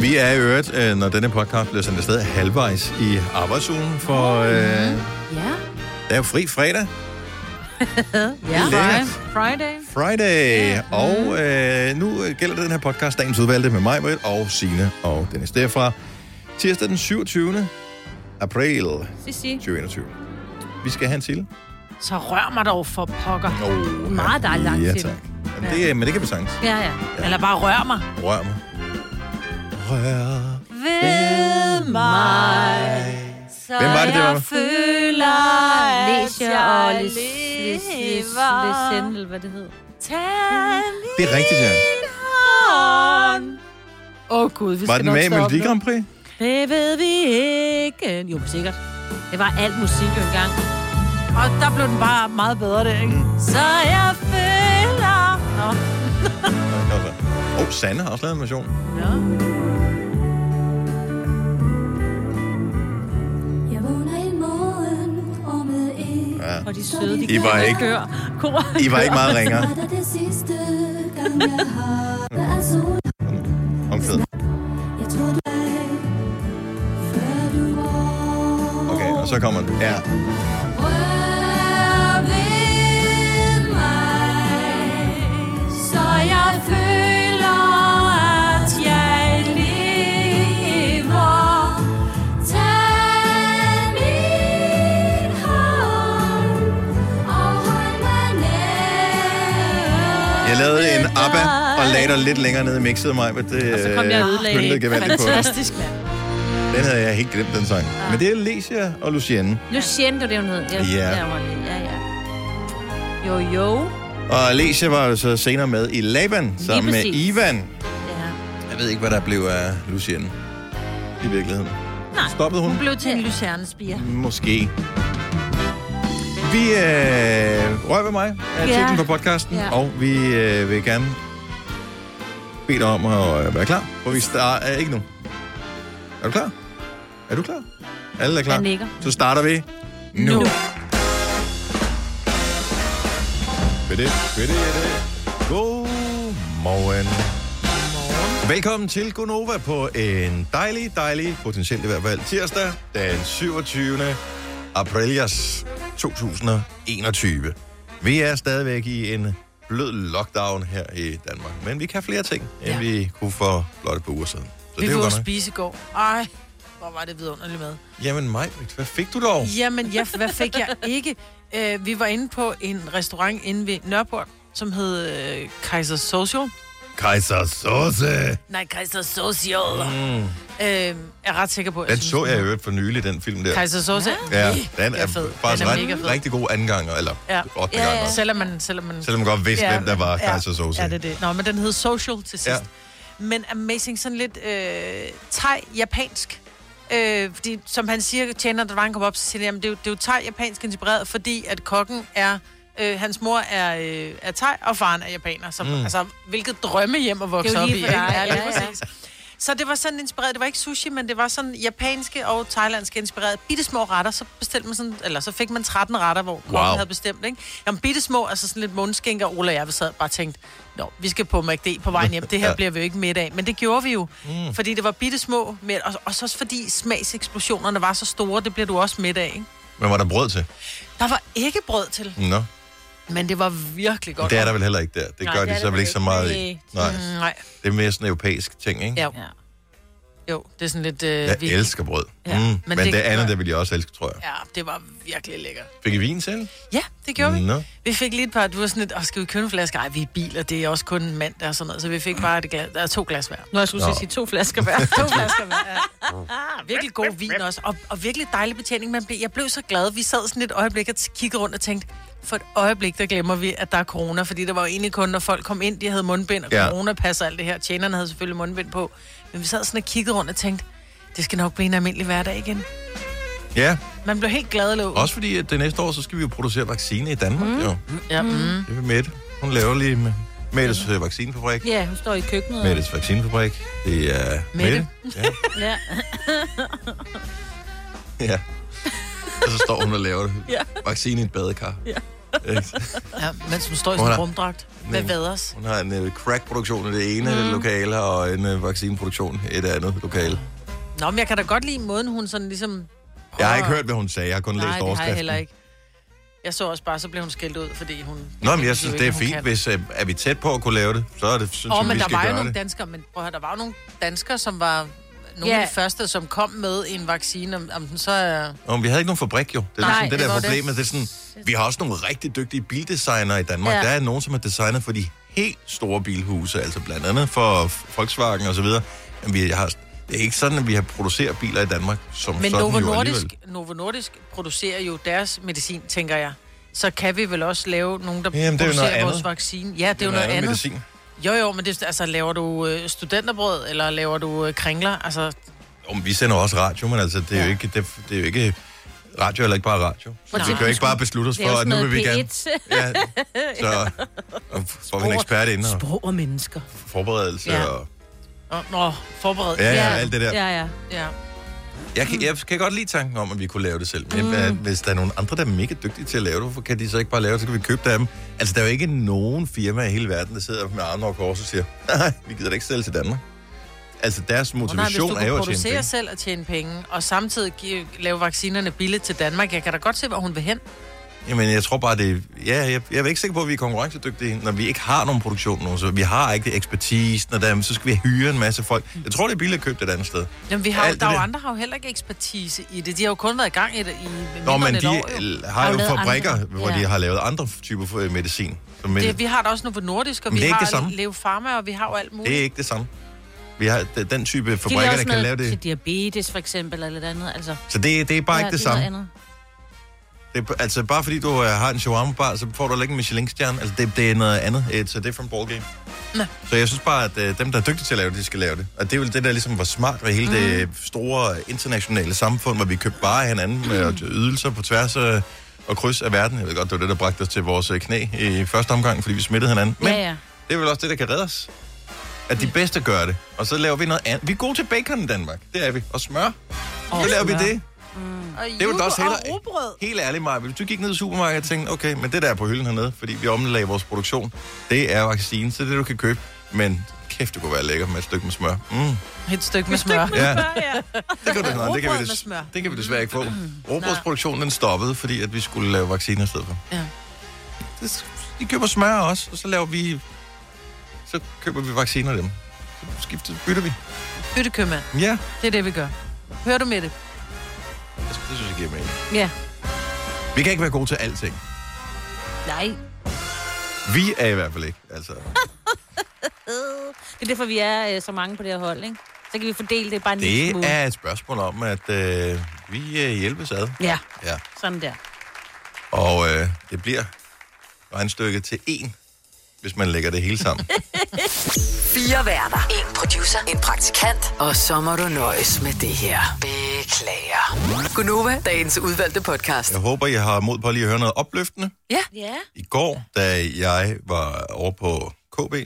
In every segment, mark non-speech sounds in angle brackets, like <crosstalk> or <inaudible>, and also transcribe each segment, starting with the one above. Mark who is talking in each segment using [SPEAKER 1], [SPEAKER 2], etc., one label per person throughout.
[SPEAKER 1] Vi er i øvrigt, øh, når denne podcast bliver sendt afsted, halvvejs i arbejdsugen, for øh, der
[SPEAKER 2] mm-hmm.
[SPEAKER 3] Ja.
[SPEAKER 1] er jo fri fredag,
[SPEAKER 2] <laughs>
[SPEAKER 3] ja.
[SPEAKER 1] Lækkert.
[SPEAKER 2] Friday.
[SPEAKER 1] Friday, og
[SPEAKER 2] mm-hmm.
[SPEAKER 1] øh, nu øh, gælder det den her podcast, dagens udvalgte med mig, Britt, og Sine og Dennis. Det er fra tirsdag den 27. april
[SPEAKER 2] Sissi.
[SPEAKER 1] 2021. Vi skal have en til.
[SPEAKER 2] Så rør mig dog for pokker.
[SPEAKER 1] Oh,
[SPEAKER 3] Meget dejlig lang
[SPEAKER 1] ja,
[SPEAKER 3] til.
[SPEAKER 1] tak. Jamen, det, er- men det kan vi sagtens.
[SPEAKER 3] Ja, ja.
[SPEAKER 2] Eller bare rør mig.
[SPEAKER 1] Rør mig. Rør.
[SPEAKER 2] Ved mig. Så
[SPEAKER 1] Hvem var det, det var?
[SPEAKER 2] føler,
[SPEAKER 3] Lesia og Lisendel, hvad det hedder.
[SPEAKER 1] Det er rigtigt, ja.
[SPEAKER 2] Åh oh, gud, vi
[SPEAKER 1] Var
[SPEAKER 2] skal
[SPEAKER 1] den
[SPEAKER 2] nok
[SPEAKER 1] med i
[SPEAKER 2] stoppe
[SPEAKER 1] Melodi
[SPEAKER 2] nu.
[SPEAKER 1] Grand Prix?
[SPEAKER 3] Det ved vi ikke. Jo, sikkert. Det var alt musik jo engang.
[SPEAKER 2] Og der blev den bare meget bedre, det, ikke?
[SPEAKER 1] Mm.
[SPEAKER 2] Så jeg føler... Nå.
[SPEAKER 1] Åh, oh, Sanne har også lavet en version.
[SPEAKER 2] Ja.
[SPEAKER 4] Jeg vågner i morgen og med en
[SPEAKER 1] Ja.
[SPEAKER 3] Og de søde, de
[SPEAKER 1] I var ikke-
[SPEAKER 3] kører. Kor.
[SPEAKER 1] I var ikke meget ringere.
[SPEAKER 4] <laughs> Var der det sidste gang jeg har været sol
[SPEAKER 1] Omkvædet.
[SPEAKER 4] Jeg tror du er Før du går
[SPEAKER 1] Okay, og så kommer den. Ja.
[SPEAKER 4] Rør ved mig Så jeg føler at jeg lever Tag min hånd Og hold mig nær
[SPEAKER 1] Jeg lavede en ABBA og lagde dig lidt længere ned i mixet mig, men det
[SPEAKER 3] Og så kom jeg og ødelagde
[SPEAKER 1] pyntede
[SPEAKER 3] hele.
[SPEAKER 1] gevaldigt på.
[SPEAKER 2] Fantastisk, mand.
[SPEAKER 1] Den havde jeg helt glemt, den sang. Men det er Lesia og Lucienne.
[SPEAKER 3] Nu tjente du det jo ned. Ja.
[SPEAKER 1] Ja.
[SPEAKER 3] der var det. Ja, ja. Jo, jo.
[SPEAKER 1] Og Lesia var jo så senere med i Laban, sammen med
[SPEAKER 3] præcis.
[SPEAKER 1] Ivan.
[SPEAKER 3] Ja.
[SPEAKER 1] Jeg ved ikke, hvad der blev af Lucienne i virkeligheden.
[SPEAKER 3] Nej,
[SPEAKER 1] Stoppede hun? Mm.
[SPEAKER 3] hun blev til en lucernespire.
[SPEAKER 1] Måske. Vi øh, røg ved mig er
[SPEAKER 3] Ja.
[SPEAKER 1] titlen på podcasten,
[SPEAKER 3] Ja.
[SPEAKER 1] og vi øh, vil gerne bede dig om at øh, være klar, for vi starter øh, ikke nu. Er du klar? Er du klar? Alle er klar?
[SPEAKER 3] Jeg nikker.
[SPEAKER 1] Så starter vi nu. nu. Ved det, ved det, ved det. Godmorgen. Velkommen til Gonova på en dejlig, dejlig, potentielt i hvert fald tirsdag, den 27. aprilias 2021. Vi er stadigvæk i en blød lockdown her i Danmark, men vi kan flere ting, end
[SPEAKER 2] Ja.
[SPEAKER 1] vi kunne for blot et par uger siden. Så
[SPEAKER 2] Vi
[SPEAKER 1] det er jo
[SPEAKER 2] kunne jo
[SPEAKER 1] godt nok.
[SPEAKER 2] spise i går. Ej, hvor var det vidunderligt med.
[SPEAKER 1] Jamen mig, hvad fik du dog?
[SPEAKER 2] Jamen, ja, hvad fik jeg ikke? Øh, vi var inde på en restaurant inde ved Nørreport, som hed øh, Kaiser Social.
[SPEAKER 1] Kaiser Sauce!
[SPEAKER 2] Nej, Kaiser Social.
[SPEAKER 1] Mm.
[SPEAKER 2] Øh, jeg er ret sikker på. at
[SPEAKER 1] Den
[SPEAKER 2] synes,
[SPEAKER 1] så jeg i øvrigt for nylig, den film der.
[SPEAKER 2] Kaiser Sauce.
[SPEAKER 1] Ja, den
[SPEAKER 2] Jeg
[SPEAKER 1] er
[SPEAKER 2] er fed.
[SPEAKER 1] faktisk
[SPEAKER 2] Den er mega
[SPEAKER 1] ret,
[SPEAKER 2] fed.
[SPEAKER 1] rigtig god anden gang, eller
[SPEAKER 2] Ja.
[SPEAKER 1] ja. 8. gang. også.
[SPEAKER 2] Selvom man... Selvom man
[SPEAKER 1] Selvom man godt vidste, hvem der var Kaiser Soze.
[SPEAKER 2] Ja, det er det. Nå, men den hed Social til sidst.
[SPEAKER 1] Ja.
[SPEAKER 2] Ja. Men amazing, sådan lidt øh, thai-japansk. Øh, fordi, som han siger, tjener, der var en kom op, så siger han, jamen, det er jo, det er jo thai-japansk inspireret, fordi at kokken er... Øh, hans mor er, øh, er thai, og faren er japaner. Så, mm. Altså, hvilket drømme hjem at vokse
[SPEAKER 3] Det er jo
[SPEAKER 2] op i.
[SPEAKER 3] lige for
[SPEAKER 2] ikke?
[SPEAKER 3] dig, ja, ja.
[SPEAKER 2] præcis. Så det var sådan inspireret, det var ikke sushi, men det var sådan japanske og thailandske inspireret. Bitte små retter, så bestilte man sådan, eller så fik man 13 retter, hvor wow. havde bestemt, ikke? Jamen bitte små, altså sådan lidt mundskænker, Ola og jeg vi sad og bare tænkt, nå, vi skal på McD på vejen hjem, det her
[SPEAKER 1] <laughs> Ja.
[SPEAKER 2] ja. bliver vi jo ikke midt af. Men det gjorde vi jo, mm. fordi det var bitte små, med, og, og så også fordi smagseksplosionerne var så store, det bliver du også midt af, ikke?
[SPEAKER 1] Men var der brød til?
[SPEAKER 2] Der var ikke brød til,
[SPEAKER 1] Nå,
[SPEAKER 2] men det var virkelig godt.
[SPEAKER 1] Mm. det er der vel heller ikke der. Det
[SPEAKER 2] Nej,
[SPEAKER 1] gør
[SPEAKER 2] det
[SPEAKER 1] de
[SPEAKER 3] er
[SPEAKER 1] så
[SPEAKER 3] der
[SPEAKER 1] vel
[SPEAKER 3] vel
[SPEAKER 1] ikke så
[SPEAKER 3] ikke.
[SPEAKER 1] meget i. Nej,
[SPEAKER 2] Mm, Nej,
[SPEAKER 1] det er mere sådan en europæisk ting, ikke?
[SPEAKER 2] jo.
[SPEAKER 3] Ja.
[SPEAKER 2] jo, det er sådan lidt... Øh,
[SPEAKER 1] Jeg
[SPEAKER 2] vi-
[SPEAKER 1] elsker brød.
[SPEAKER 2] Ja,
[SPEAKER 1] Mm.
[SPEAKER 2] men
[SPEAKER 1] Men
[SPEAKER 2] det
[SPEAKER 1] det
[SPEAKER 2] kan
[SPEAKER 1] andet,
[SPEAKER 2] gøre-
[SPEAKER 1] det ville jeg også elske, tror jeg.
[SPEAKER 2] Ja, det var virkelig lækkert.
[SPEAKER 1] Fik I vin selv?
[SPEAKER 2] Ja, det gjorde vi.
[SPEAKER 1] Nå.
[SPEAKER 2] Vi fik lige et par, du var sådan lidt, åh, skal vi købe en flaske? Ej, vi er biler, det er også kun en mand, der er sådan noget. Så vi fik bare et glas, der er to glas hver.
[SPEAKER 3] Nu har jeg skulle til at sige to flasker
[SPEAKER 2] <laughs>
[SPEAKER 3] hver. to flasker hver.
[SPEAKER 2] Ah, virkelig god vin også, og, og virkelig dejlig betjening. Man blev, jeg blev så glad, vi sad sådan et øjeblik og t- kiggede rundt og tænkte, for et øjeblik, der glemmer vi, at der er corona, fordi der var jo egentlig kun, når folk kom ind, de havde mundbind, og
[SPEAKER 1] Ja.
[SPEAKER 2] ja. corona passer alt det her. Tjenerne havde selvfølgelig mundbind på, men vi sad sådan og kiggede rundt og tænkte, det skal nok blive en almindelig hverdag igen.
[SPEAKER 1] Ja,
[SPEAKER 2] Man blev helt glad og lå.
[SPEAKER 1] også fordi, at det næste år, så skal vi jo producere vaccine i Danmark, jo.
[SPEAKER 2] Ja, mm.
[SPEAKER 1] Det er Mette. Hun laver lige med Mettes øh, vaccinefabrik.
[SPEAKER 3] Ja, hun står i køkkenet. og-
[SPEAKER 1] Mettes vaccinefabrik. Det er Mette.
[SPEAKER 2] Mette.
[SPEAKER 1] Ja.
[SPEAKER 3] Ja.
[SPEAKER 2] <laughs>
[SPEAKER 1] ja. Og så står hun og laver det. Vaccine i et badekar. Ja.
[SPEAKER 2] <laughs> Ja, mens hun står i sådan
[SPEAKER 1] Hun er-
[SPEAKER 2] en rumdragt med
[SPEAKER 1] Men-
[SPEAKER 2] vaders.
[SPEAKER 1] Hun har en øh, crackproduktion i det ene mm. lokale, og en øh, vaccineproduktion i det andet lokale.
[SPEAKER 2] Nå, men jeg kan da godt lide måden, hun sådan ligesom...
[SPEAKER 1] Jeg har ikke hørt, hvad hun sagde. Jeg har kun
[SPEAKER 2] Nej,
[SPEAKER 1] læst
[SPEAKER 2] det har jeg
[SPEAKER 1] overskriften.
[SPEAKER 2] heller ikke. Jeg så også bare, så blev hun skældt ud, fordi hun...
[SPEAKER 1] Nå, men jeg
[SPEAKER 2] jo
[SPEAKER 1] synes,
[SPEAKER 2] ikke,
[SPEAKER 1] det er
[SPEAKER 2] hun
[SPEAKER 1] fint,
[SPEAKER 2] kan.
[SPEAKER 1] hvis øh, er vi tæt på at kunne lave det, så er det, synes
[SPEAKER 2] Åh,
[SPEAKER 1] jeg,
[SPEAKER 2] oh, men
[SPEAKER 1] vi
[SPEAKER 2] der
[SPEAKER 1] skal
[SPEAKER 2] var jo
[SPEAKER 1] gøre
[SPEAKER 2] nogle
[SPEAKER 1] det.
[SPEAKER 2] danskere, men prøv at høre, der var jo nogle danskere, som var nogle
[SPEAKER 3] Ja.
[SPEAKER 2] af de første, som kom med en vaccine, om, om den så er...
[SPEAKER 1] Nå, men vi havde ikke nogen fabrik, jo. Det er
[SPEAKER 3] Nej,
[SPEAKER 1] sådan, det
[SPEAKER 3] det
[SPEAKER 1] der
[SPEAKER 3] var det.
[SPEAKER 1] problemet. Det. er sådan, vi har også nogle rigtig dygtige bildesignere i Danmark. Ja.
[SPEAKER 3] Ja.
[SPEAKER 1] Der er nogen, som har designet for de helt store bilhuse, altså blandt andet for Volkswagen og så videre. Men vi har, det er ikke sådan, at vi har produceret biler i Danmark, som
[SPEAKER 2] Men
[SPEAKER 1] sådan
[SPEAKER 2] Novo
[SPEAKER 1] jo
[SPEAKER 2] Nordisk,
[SPEAKER 1] alligevel.
[SPEAKER 2] Novo Nordisk producerer jo deres medicin, tænker jeg. Så kan vi vel også lave nogen, der
[SPEAKER 1] Jamen, det er jo
[SPEAKER 2] Jamen, producerer
[SPEAKER 1] noget
[SPEAKER 2] vores
[SPEAKER 1] andet.
[SPEAKER 2] vaccine. Ja, det er jo noget andet.
[SPEAKER 1] Medicin.
[SPEAKER 2] Jo, jo, men det, er- altså, laver du øh, studenterbrød, eller laver du øh, kringler? Altså,
[SPEAKER 1] Om vi sender også radio, men altså, det er, ja. jo,
[SPEAKER 2] Ja.
[SPEAKER 1] ikke, det, det er jo ikke... Radio er heller ikke bare radio. Så
[SPEAKER 3] Nej.
[SPEAKER 1] vi kan jo ikke bare beslutte os
[SPEAKER 3] Det er
[SPEAKER 1] for,
[SPEAKER 3] jo
[SPEAKER 1] at
[SPEAKER 3] sådan
[SPEAKER 1] nu
[SPEAKER 3] noget
[SPEAKER 1] vil vi
[SPEAKER 3] P1.
[SPEAKER 1] gerne...
[SPEAKER 2] <laughs>
[SPEAKER 1] Ja, så og får vi en ekspert ind og
[SPEAKER 3] Sprog og mennesker.
[SPEAKER 1] forberedelse
[SPEAKER 2] Ja.
[SPEAKER 1] og...
[SPEAKER 2] nå, nå forbered.
[SPEAKER 1] Ja, ja, alt det der.
[SPEAKER 3] Ja, ja.
[SPEAKER 2] ja.
[SPEAKER 1] Jeg kan, jeg kan godt lide tanken om, at vi kunne lave det selv. Men mm. hvis der er nogen andre, der er mega dygtige til at lave det, hvorfor kan de så ikke bare lave det? Så kan vi købe det af dem. Altså, der er jo ikke nogen firma i hele verden, der sidder med armene over kors og siger, <laughs> nej, vi gider da ikke sælge til Danmark. Altså, deres
[SPEAKER 2] Og nej, hvis
[SPEAKER 1] motivation
[SPEAKER 2] du
[SPEAKER 1] er jo
[SPEAKER 2] kunne
[SPEAKER 1] at tjene
[SPEAKER 2] producere
[SPEAKER 1] penge.
[SPEAKER 2] selv og tjene penge, og samtidig give, lave vaccinerne billigt til Danmark, jeg kan da godt se, hvor hun vil hen.
[SPEAKER 1] Jamen, jeg tror bare, det... Ja, jeg, jeg er ikke sikker på, at vi er konkurrencedygtige, når vi ikke har nogen produktion nu. Så vi har ikke ekspertisen, og der, så skal vi hyre en masse folk. Jeg tror, det er billigt at købe det et andet sted.
[SPEAKER 2] Jamen, vi har,
[SPEAKER 1] Alt det
[SPEAKER 2] Alt der er jo
[SPEAKER 1] der.
[SPEAKER 2] andre, har jo heller ikke ekspertise i det. De har jo kun været i gang i, det- i mindre
[SPEAKER 1] Nå, men
[SPEAKER 2] end et
[SPEAKER 1] de
[SPEAKER 2] år. Jo.
[SPEAKER 1] øh,
[SPEAKER 3] Har
[SPEAKER 1] har jo
[SPEAKER 3] jo lavet
[SPEAKER 1] fabrikker,
[SPEAKER 3] andre.
[SPEAKER 1] hvor
[SPEAKER 3] Ja.
[SPEAKER 1] de har lavet andre typer øh, medicin. Så med,
[SPEAKER 2] Det, vi har da også Novo Nordisk, og
[SPEAKER 1] Men
[SPEAKER 2] vi
[SPEAKER 1] det er ikke det
[SPEAKER 2] har
[SPEAKER 1] samme.
[SPEAKER 2] Leo Pharma, og vi har jo alt muligt.
[SPEAKER 1] Det er ikke det samme. Vi har d- den type
[SPEAKER 3] De laver
[SPEAKER 1] fabrikker, der
[SPEAKER 3] også
[SPEAKER 1] kan lave
[SPEAKER 3] noget
[SPEAKER 1] det.
[SPEAKER 3] til diabetes, for eksempel, eller lidt andet. Altså,
[SPEAKER 1] Så det, det er bare ja, ikke det,
[SPEAKER 3] er noget
[SPEAKER 1] samme.
[SPEAKER 3] andet.
[SPEAKER 1] Det, er- altså, bare fordi du øh, har en shawarma-bar, så får du heller ikke en Michelin-stjerne. Altså, det, det er noget andet. It's a different ballgame.
[SPEAKER 2] Nej.
[SPEAKER 1] Så jeg synes bare, at øh, dem, der er dygtige til at lave det, de skal lave det. Og det er vel det, der ligesom var smart ved hele mm. det store internationale samfund, hvor vi købte bare af hinanden med mm. ydelser på tværs af, og kryds af verden. Jeg ved godt, det var det, der bragte os til vores øh, knæ i første omgang, fordi vi smittede hinanden. Men
[SPEAKER 3] Ja, ja.
[SPEAKER 1] Det er vel også det, der kan redde os. At de bedste gør det. Og så laver vi noget andet. Vi er gode til bacon i Danmark. Det er vi. Og smør. Og så laver vi det.
[SPEAKER 3] mm.
[SPEAKER 2] Og
[SPEAKER 1] Det er vel da også
[SPEAKER 2] og
[SPEAKER 1] heller...
[SPEAKER 2] rugbrød.
[SPEAKER 1] Helt ærligt, Maja, hvis du gik ned i supermarkedet og tænkte, okay, men det der er på hylden hernede, fordi vi omlagde vores produktion, det er vaccine, så det er det, du kan købe. Men kæft, det kunne være lækkert med et stykke med smør. Mm.
[SPEAKER 2] Et stykke med smør.
[SPEAKER 1] Ja,
[SPEAKER 3] ja.
[SPEAKER 1] <laughs> det kan, du, nej, det, kan vi,
[SPEAKER 2] Rugbrød med
[SPEAKER 1] des,
[SPEAKER 2] smør. Mm.
[SPEAKER 1] det kan vi desværre ikke få. Råbrødsproduktionen den stoppede, fordi at vi skulle lave vacciner i stedet for.
[SPEAKER 2] Ja.
[SPEAKER 1] Det, de køber smør også, og så laver vi... Så køber vi vacciner af dem. Så skifter, bytter vi.
[SPEAKER 2] Byttekøbmand,
[SPEAKER 1] Ja,
[SPEAKER 2] det er det, vi gør. Hører du med det?
[SPEAKER 1] det synes jeg giver mening.
[SPEAKER 3] ja.
[SPEAKER 1] Vi kan ikke være gode til alting.
[SPEAKER 3] Nej.
[SPEAKER 1] Vi er i hvert fald ikke. Altså,
[SPEAKER 3] Det er derfor, vi er øh, så mange på det her hold, ikke? Så kan vi fordele det bare en lille
[SPEAKER 1] det
[SPEAKER 3] smule.
[SPEAKER 1] er et spørgsmål om, at øh, vi øh, hjælpes ad.
[SPEAKER 3] Ja,
[SPEAKER 1] Ja.
[SPEAKER 3] sådan der.
[SPEAKER 1] Og øh, det bliver regnstykket til én, hvis man lægger det hele sammen.
[SPEAKER 5] Fire værter. En producer. En praktikant. Og så må du nøjes med det her. Beklager. <laughs> Gunova, dagens udvalgte podcast.
[SPEAKER 1] Jeg håber, I har mod på lige at høre noget opløftende.
[SPEAKER 3] Ja.
[SPEAKER 1] I går, da jeg var over på KB, øh,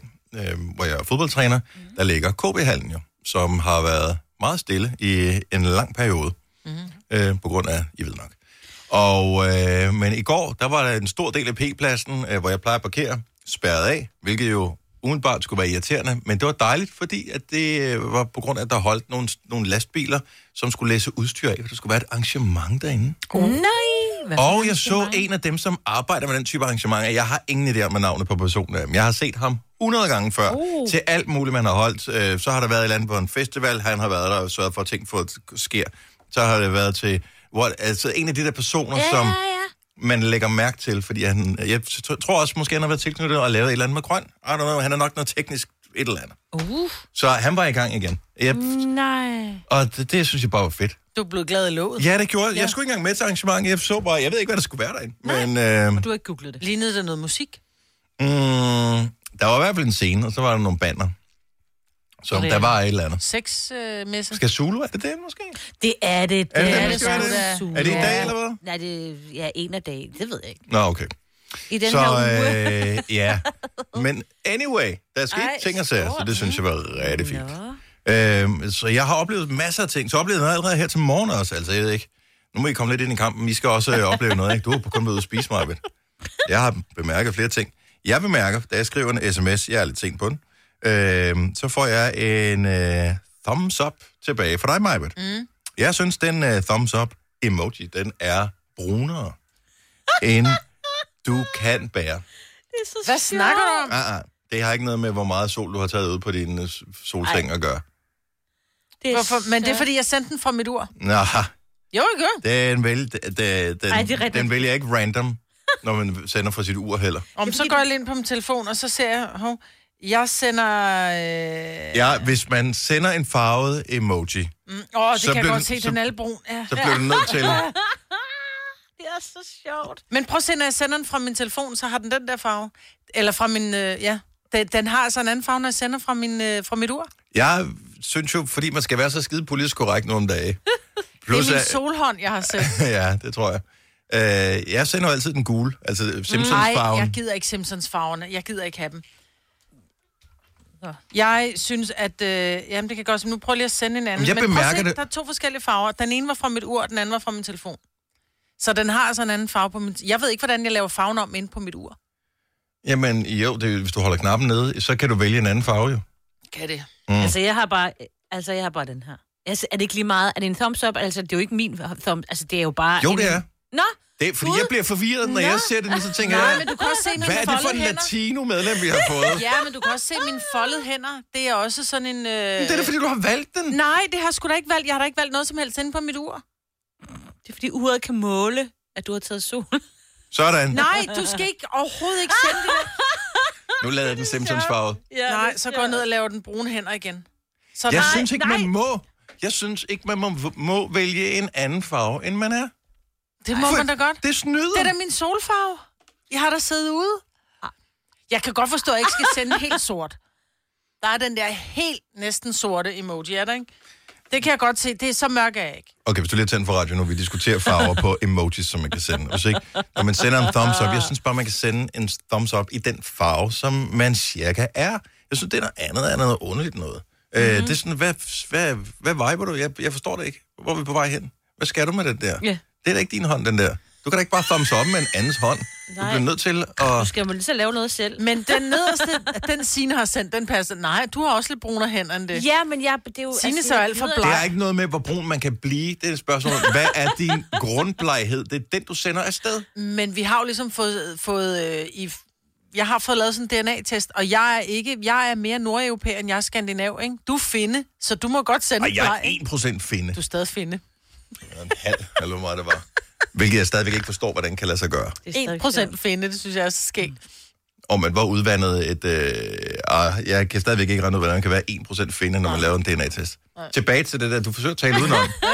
[SPEAKER 1] hvor jeg er fodboldtræner, mm. der ligger KB-hallen jo, som har været meget stille i en lang periode, mm. øh, på grund af, I ved nok. Og, øh, men i går, der var der en stor del af P-pladsen, øh, hvor jeg plejer at parkere, spærret af, hvilket jo umiddelbart skulle være irriterende, men det var dejligt, fordi at det øh, var på grund af, at der holdt nogle, nogle lastbiler, som skulle læse udstyr af, for der skulle være et arrangement derinde.
[SPEAKER 3] Nej. Hvad for
[SPEAKER 1] Og
[SPEAKER 3] et
[SPEAKER 1] jeg så
[SPEAKER 3] arrangement?
[SPEAKER 1] en af dem, som arbejder med den type arrangementer. Jeg har ingen idé om hvad navnet på personen. er, men Jeg har set ham 100 gange før uh.
[SPEAKER 3] Uh.
[SPEAKER 1] til alt muligt, man har holdt. Øh, Så har der været et eller andet på en festival. Han har været der og sørget for, at ting for sker. Så har det været til... What, altså en af de der personer,
[SPEAKER 3] Ja,
[SPEAKER 1] som
[SPEAKER 3] ja, ja.
[SPEAKER 1] man lægger mærke til, fordi han, jeg t- tror også, måske han har været tilknyttet og lavet et eller andet med grøn. I don't know, han er nok noget teknisk et eller andet.
[SPEAKER 2] Uh,
[SPEAKER 1] Så han var i gang igen. Jeg,
[SPEAKER 3] Mm. Nej.
[SPEAKER 1] og det, det synes jeg bare var fedt.
[SPEAKER 2] du er blevet glad i låget.
[SPEAKER 1] Ja, det gjorde jeg. Jeg skulle ikke engang med til arrangementet. Jeg så bare, jeg ved ikke, hvad der skulle være derinde. Men, øh,
[SPEAKER 3] Du har ikke googlet det.
[SPEAKER 2] Lignede det noget musik?
[SPEAKER 1] Mm, der var i hvert fald en scene, og så var der nogle banner. Så
[SPEAKER 2] Og det
[SPEAKER 1] der
[SPEAKER 2] er-
[SPEAKER 1] var et eller andet.
[SPEAKER 2] Sex øh, messe?
[SPEAKER 1] Skal Zulu, er det det måske?
[SPEAKER 3] Det er det.
[SPEAKER 1] Er det
[SPEAKER 2] det,
[SPEAKER 1] det,
[SPEAKER 2] det
[SPEAKER 1] måske
[SPEAKER 2] Zulu
[SPEAKER 1] er
[SPEAKER 2] er.
[SPEAKER 1] det? Er det i dag, eller hvad?
[SPEAKER 3] Nej, det ja, en af dagen. Det ved jeg ikke.
[SPEAKER 1] Nå, okay.
[SPEAKER 3] I den
[SPEAKER 1] så,
[SPEAKER 3] her uge.
[SPEAKER 1] øh, ja. Men anyway, der skete
[SPEAKER 3] Ej,
[SPEAKER 1] ting og sager, så det synes jeg var rigtig fint.
[SPEAKER 3] Nå.
[SPEAKER 1] Øhm, så jeg har oplevet masser af ting. Så oplevede jeg allerede her til morgen også, altså jeg ved ikke. Nu må I komme lidt ind i kampen. I skal også øh, opleve noget, ikke? Du har kun været ude at spise mig, Jeg har bemærket flere ting. Jeg bemærker, da jeg skriver en sms, jeg er lidt sent på den, øh, så får jeg en øh, thumbs up tilbage fra dig, Majbert. Mm. Jeg synes, den øh, thumbs up emoji, den er brunere, <laughs> end du kan bære.
[SPEAKER 3] Det er så
[SPEAKER 2] Hvad snakker du om?
[SPEAKER 1] Ah, ah. Det har ikke noget med, hvor meget sol du har taget ud på din øh, s- solseng at gøre.
[SPEAKER 3] Det er
[SPEAKER 2] Hvorfor? Men det er, fordi jeg sendte den fra mit ur.
[SPEAKER 1] Nå, <laughs>
[SPEAKER 2] Jo, jeg gør.
[SPEAKER 1] den, vil, den,
[SPEAKER 3] Ej, det er
[SPEAKER 1] den,
[SPEAKER 3] rigtigt.
[SPEAKER 1] den vælger jeg ikke random, når man sender fra sit ur heller.
[SPEAKER 2] Om, så går jeg lige ind på min telefon, og så ser jeg, hov, jeg sender... Øh...
[SPEAKER 1] Ja, hvis man sender en farvet emoji,
[SPEAKER 2] Åh, oh, det
[SPEAKER 1] Så
[SPEAKER 2] kan jeg
[SPEAKER 1] blev
[SPEAKER 2] godt
[SPEAKER 1] den-
[SPEAKER 2] se,
[SPEAKER 1] så-
[SPEAKER 2] den er albrun. Ja.
[SPEAKER 1] så bliver du nødt til...
[SPEAKER 2] <laughs>
[SPEAKER 3] Det er så sjovt.
[SPEAKER 2] Men prøv at se, når jeg sender den fra min telefon, så har den den der farve. Eller fra min... Øh, ja, den, den har altså en anden farve, når jeg sender fra, min, øh, fra mit ur.
[SPEAKER 1] Jeg synes jo, fordi man skal være så skide politisk korrekt nogle dage.
[SPEAKER 2] Det
[SPEAKER 1] Plus,
[SPEAKER 2] er min
[SPEAKER 1] at-
[SPEAKER 2] solhånd, jeg har sendt.
[SPEAKER 1] <laughs> ja, det tror jeg. Øh, jeg sender jo altid den gule, altså
[SPEAKER 2] Nej,
[SPEAKER 1] Simpsons-farven.
[SPEAKER 2] jeg gider ikke Simpsons-farverne. Jeg gider ikke have dem. Jeg synes, at... Øh, jamen, det kan godt Nu prøv lige at sende en anden.
[SPEAKER 1] Jamen, jeg
[SPEAKER 2] prøv at
[SPEAKER 1] bemærker
[SPEAKER 2] se,
[SPEAKER 1] det.
[SPEAKER 2] Der er to forskellige farver. Den ene var fra mit ur, og den anden var fra min telefon. Så den har altså en anden farve på min... Jeg ved ikke, hvordan jeg laver farven om inde på mit ur.
[SPEAKER 1] Jamen jo, det, er jo- hvis du holder knappen nede, så kan du vælge en anden farve jo.
[SPEAKER 2] Kan det?
[SPEAKER 3] Mm. Altså, jeg har bare, altså, jeg har bare den her. Altså, er det ikke lige meget? Er det en thumbs up? Altså, det er jo ikke min thumbs... Altså, det er jo bare...
[SPEAKER 1] Jo,
[SPEAKER 3] en...
[SPEAKER 1] det er.
[SPEAKER 3] Nå,
[SPEAKER 1] Det er fordi, jeg bliver forvirret, når
[SPEAKER 3] Nå.
[SPEAKER 1] jeg ser det, så tænker
[SPEAKER 2] Nej,
[SPEAKER 1] jeg,
[SPEAKER 2] men du kan også se mine
[SPEAKER 1] hvad er det for en
[SPEAKER 2] foldede hænder.
[SPEAKER 1] latino-medlem, vi har
[SPEAKER 2] <laughs>
[SPEAKER 1] fået?
[SPEAKER 2] Ja, men du kan også se mine foldede hænder. Det er også sådan en... Øh...
[SPEAKER 1] Det er da, fordi du har valgt den.
[SPEAKER 2] Nej, det har jeg sgu da ikke valgt. Jeg har da ikke valgt noget som helst inde på mit ur.
[SPEAKER 3] det er fordi uret kan måle, at du har taget sol.
[SPEAKER 1] Sådan.
[SPEAKER 2] Nej, du skal ikke overhovedet ikke
[SPEAKER 1] <laughs>
[SPEAKER 2] sende det.
[SPEAKER 1] Nu lader jeg den Simpsons-farve.
[SPEAKER 3] ja,
[SPEAKER 2] Nej, så går jeg ned og laver den brune hænder igen. Så
[SPEAKER 1] Jeg
[SPEAKER 2] nej,
[SPEAKER 1] synes ikke, man
[SPEAKER 3] nej.
[SPEAKER 1] må. Jeg synes ikke, man må, må vælge en anden farve, end man er.
[SPEAKER 2] det må man da godt.
[SPEAKER 1] Det snyder.
[SPEAKER 2] Det er da min solfarve. Jeg har da siddet ude. Jeg kan godt forstå, at jeg ikke skal sende helt sort. Der er den der helt næsten sorte emoji, er der ikke? Det kan jeg godt se. Det er så mørk er jeg ikke.
[SPEAKER 1] Okay, hvis du lige tænder for radio nu, vi diskuterer farver på emojis, som man kan sende. Hvis ikke, når man sender en thumbs up, jeg synes bare, man kan sende en thumbs up i den farve, som man cirka er. Jeg synes, det er noget andet, er noget underligt noget. Mm-hmm.
[SPEAKER 3] Mhm.
[SPEAKER 1] Øh, det er sådan, hvad, hvad, hvad viber du? Jeg, jeg forstår det ikke. Hvor er vi på vej hen? Hvad skal du med den der?
[SPEAKER 3] Ja.
[SPEAKER 1] Det er da ikke din hånd, den der. Du kan da ikke bare thumbs up med en andens hånd. Du
[SPEAKER 3] Nej.
[SPEAKER 1] bliver nødt til at...
[SPEAKER 3] Skal man lige så lave noget selv?
[SPEAKER 2] Men den nederste, den Signe har sendt, den passer. Nej, du har også lidt brunere hænder end det.
[SPEAKER 3] Ja, men jeg, det er jo... altså
[SPEAKER 2] Signe ser
[SPEAKER 3] jeg
[SPEAKER 2] alt for
[SPEAKER 3] gider-
[SPEAKER 2] bleg.
[SPEAKER 1] Det er ikke noget med, hvor brun man kan blive. Det er et spørgsmål. Hvad er
[SPEAKER 3] <laughs>
[SPEAKER 1] din grundbleghed? Det er den, du sender afsted.
[SPEAKER 2] Men vi har jo ligesom fået, fået øh, i, jeg har fået lavet sådan en DNA-test, og jeg er ikke, jeg er mere nordeuropæer, end jeg er skandinav, ikke? Du er finde, så du må godt sende
[SPEAKER 1] Ej, jeg
[SPEAKER 2] bleg, ikke?
[SPEAKER 1] er 1% finde.
[SPEAKER 2] Du er stadig finde.
[SPEAKER 1] Eller en halv, eller hvor meget det var. Hvilket jeg stadigvæk ikke forstår, hvordan kan lade sig gøre.
[SPEAKER 3] Det er
[SPEAKER 2] 1% finde, det synes jeg er så skægt.
[SPEAKER 1] Og man var udvandet et... Øh, ah, jeg kan stadigvæk ikke regne ud, hvordan man kan være 1% finde, når man laver en DNA-test. Tilbage til det der, du forsøger at tale udenom.
[SPEAKER 3] <laughs> det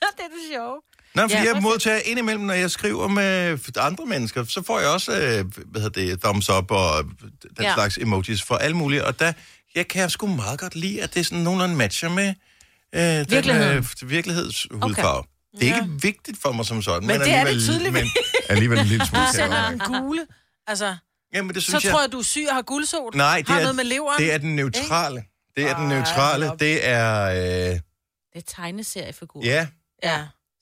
[SPEAKER 3] er det sjove.
[SPEAKER 1] Nå, fordi
[SPEAKER 3] Ja,
[SPEAKER 1] jeg
[SPEAKER 3] præcis.
[SPEAKER 1] modtager indimellem, når jeg skriver med andre mennesker, så får jeg også, øh, hvad hedder det, thumbs up og den ja.
[SPEAKER 3] Ja.
[SPEAKER 1] slags emojis fra alle mulige. Og der jeg kan jeg sgu meget godt lide, at det sådan nogenlunde matcher med øh, den
[SPEAKER 3] Virkeligheden.
[SPEAKER 1] øh, virkelighedshudfarve. Okay. Det er ikke vigtigt for mig som sådan.
[SPEAKER 2] Men det er det
[SPEAKER 1] alligevel-
[SPEAKER 2] tydeligvis.
[SPEAKER 1] Men alligevel en
[SPEAKER 2] <laughs>
[SPEAKER 1] lille smule.
[SPEAKER 2] Du
[SPEAKER 1] kan jeg
[SPEAKER 2] sender
[SPEAKER 1] godt
[SPEAKER 2] den
[SPEAKER 1] mærke.
[SPEAKER 2] gule, altså,
[SPEAKER 1] Jamen, det
[SPEAKER 2] så
[SPEAKER 1] synes jeg...
[SPEAKER 2] tror jeg, du er syg og har guldsot.
[SPEAKER 1] Nej, det
[SPEAKER 2] har
[SPEAKER 1] er,
[SPEAKER 2] noget med leveren.
[SPEAKER 1] det er den neutrale. Det er den
[SPEAKER 2] Ej,
[SPEAKER 1] neutrale.
[SPEAKER 2] hold op.
[SPEAKER 1] Det er... Øh,
[SPEAKER 3] Det er tegneseriefigur.
[SPEAKER 1] ja,
[SPEAKER 2] Ja.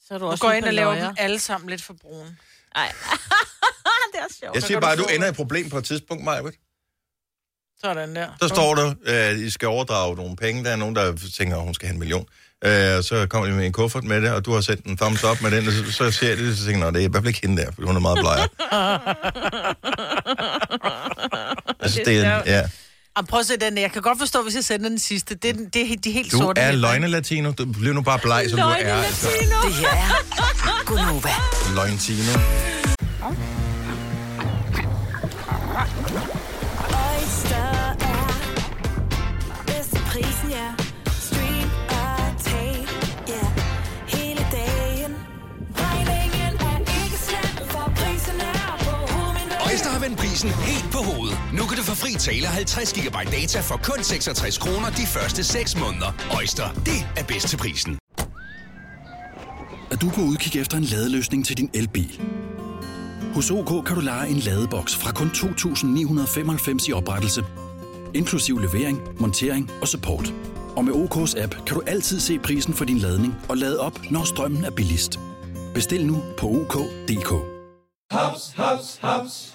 [SPEAKER 3] Så er du
[SPEAKER 2] Du
[SPEAKER 3] også
[SPEAKER 2] går
[SPEAKER 3] en
[SPEAKER 2] ind og laver
[SPEAKER 3] paløjer.
[SPEAKER 2] dem alle sammen lidt for brune.
[SPEAKER 3] Ej. <laughs> det er sjovt.
[SPEAKER 1] jeg
[SPEAKER 2] så
[SPEAKER 1] siger
[SPEAKER 2] kan
[SPEAKER 1] bare, at
[SPEAKER 2] du
[SPEAKER 1] du
[SPEAKER 2] få-
[SPEAKER 1] ender i et problem på et tidspunkt, Maja.
[SPEAKER 2] Sådan der.
[SPEAKER 1] Så står der, at I skal overdrage nogle penge. Der er nogen, der tænker, at hun skal have en million. Øh, og så kommer de med en kuffert med det, og du har sendt en thumbs up med den, og så, så ser jeg det, så tænker jeg, "Nå, det er i hvert fald ikke hende der, for hun er meget blegere. altså, det er, ja.
[SPEAKER 2] Jamen, prøv at se den der. Jeg kan godt forstå, hvis jeg sender den sidste. Det er, den, det er de helt
[SPEAKER 1] Du
[SPEAKER 2] sorte.
[SPEAKER 1] er
[SPEAKER 2] hænder.
[SPEAKER 1] løgne-latino. Du bliver nu bare bleg, som du er. Altså.
[SPEAKER 5] Det her er Gunova.
[SPEAKER 1] Løgntino.
[SPEAKER 6] Oyster er bedst til prisen, ja. Stream og tag, ja. Hele dagen. Regningen er ikke slem, for prisen er på hovedet.
[SPEAKER 7] Øjster har vendt prisen helt på hovedet. Nu kan du få fri tale 50 GB data for kun 66 kroner de første 6 måneder. Øjster, det er bedst til prisen.
[SPEAKER 8] er du på udkig efter en ladeløsning til din elbil. Hos OK kan du lege en ladeboks fra kun 2.995 i oprettelse, inklusiv levering, montering og support. Og med OK's app kan du altid se prisen for din ladning og lade op, når strømmen er billigst. Bestil nu på OK.dk. OK
[SPEAKER 9] Haps, haps, haps.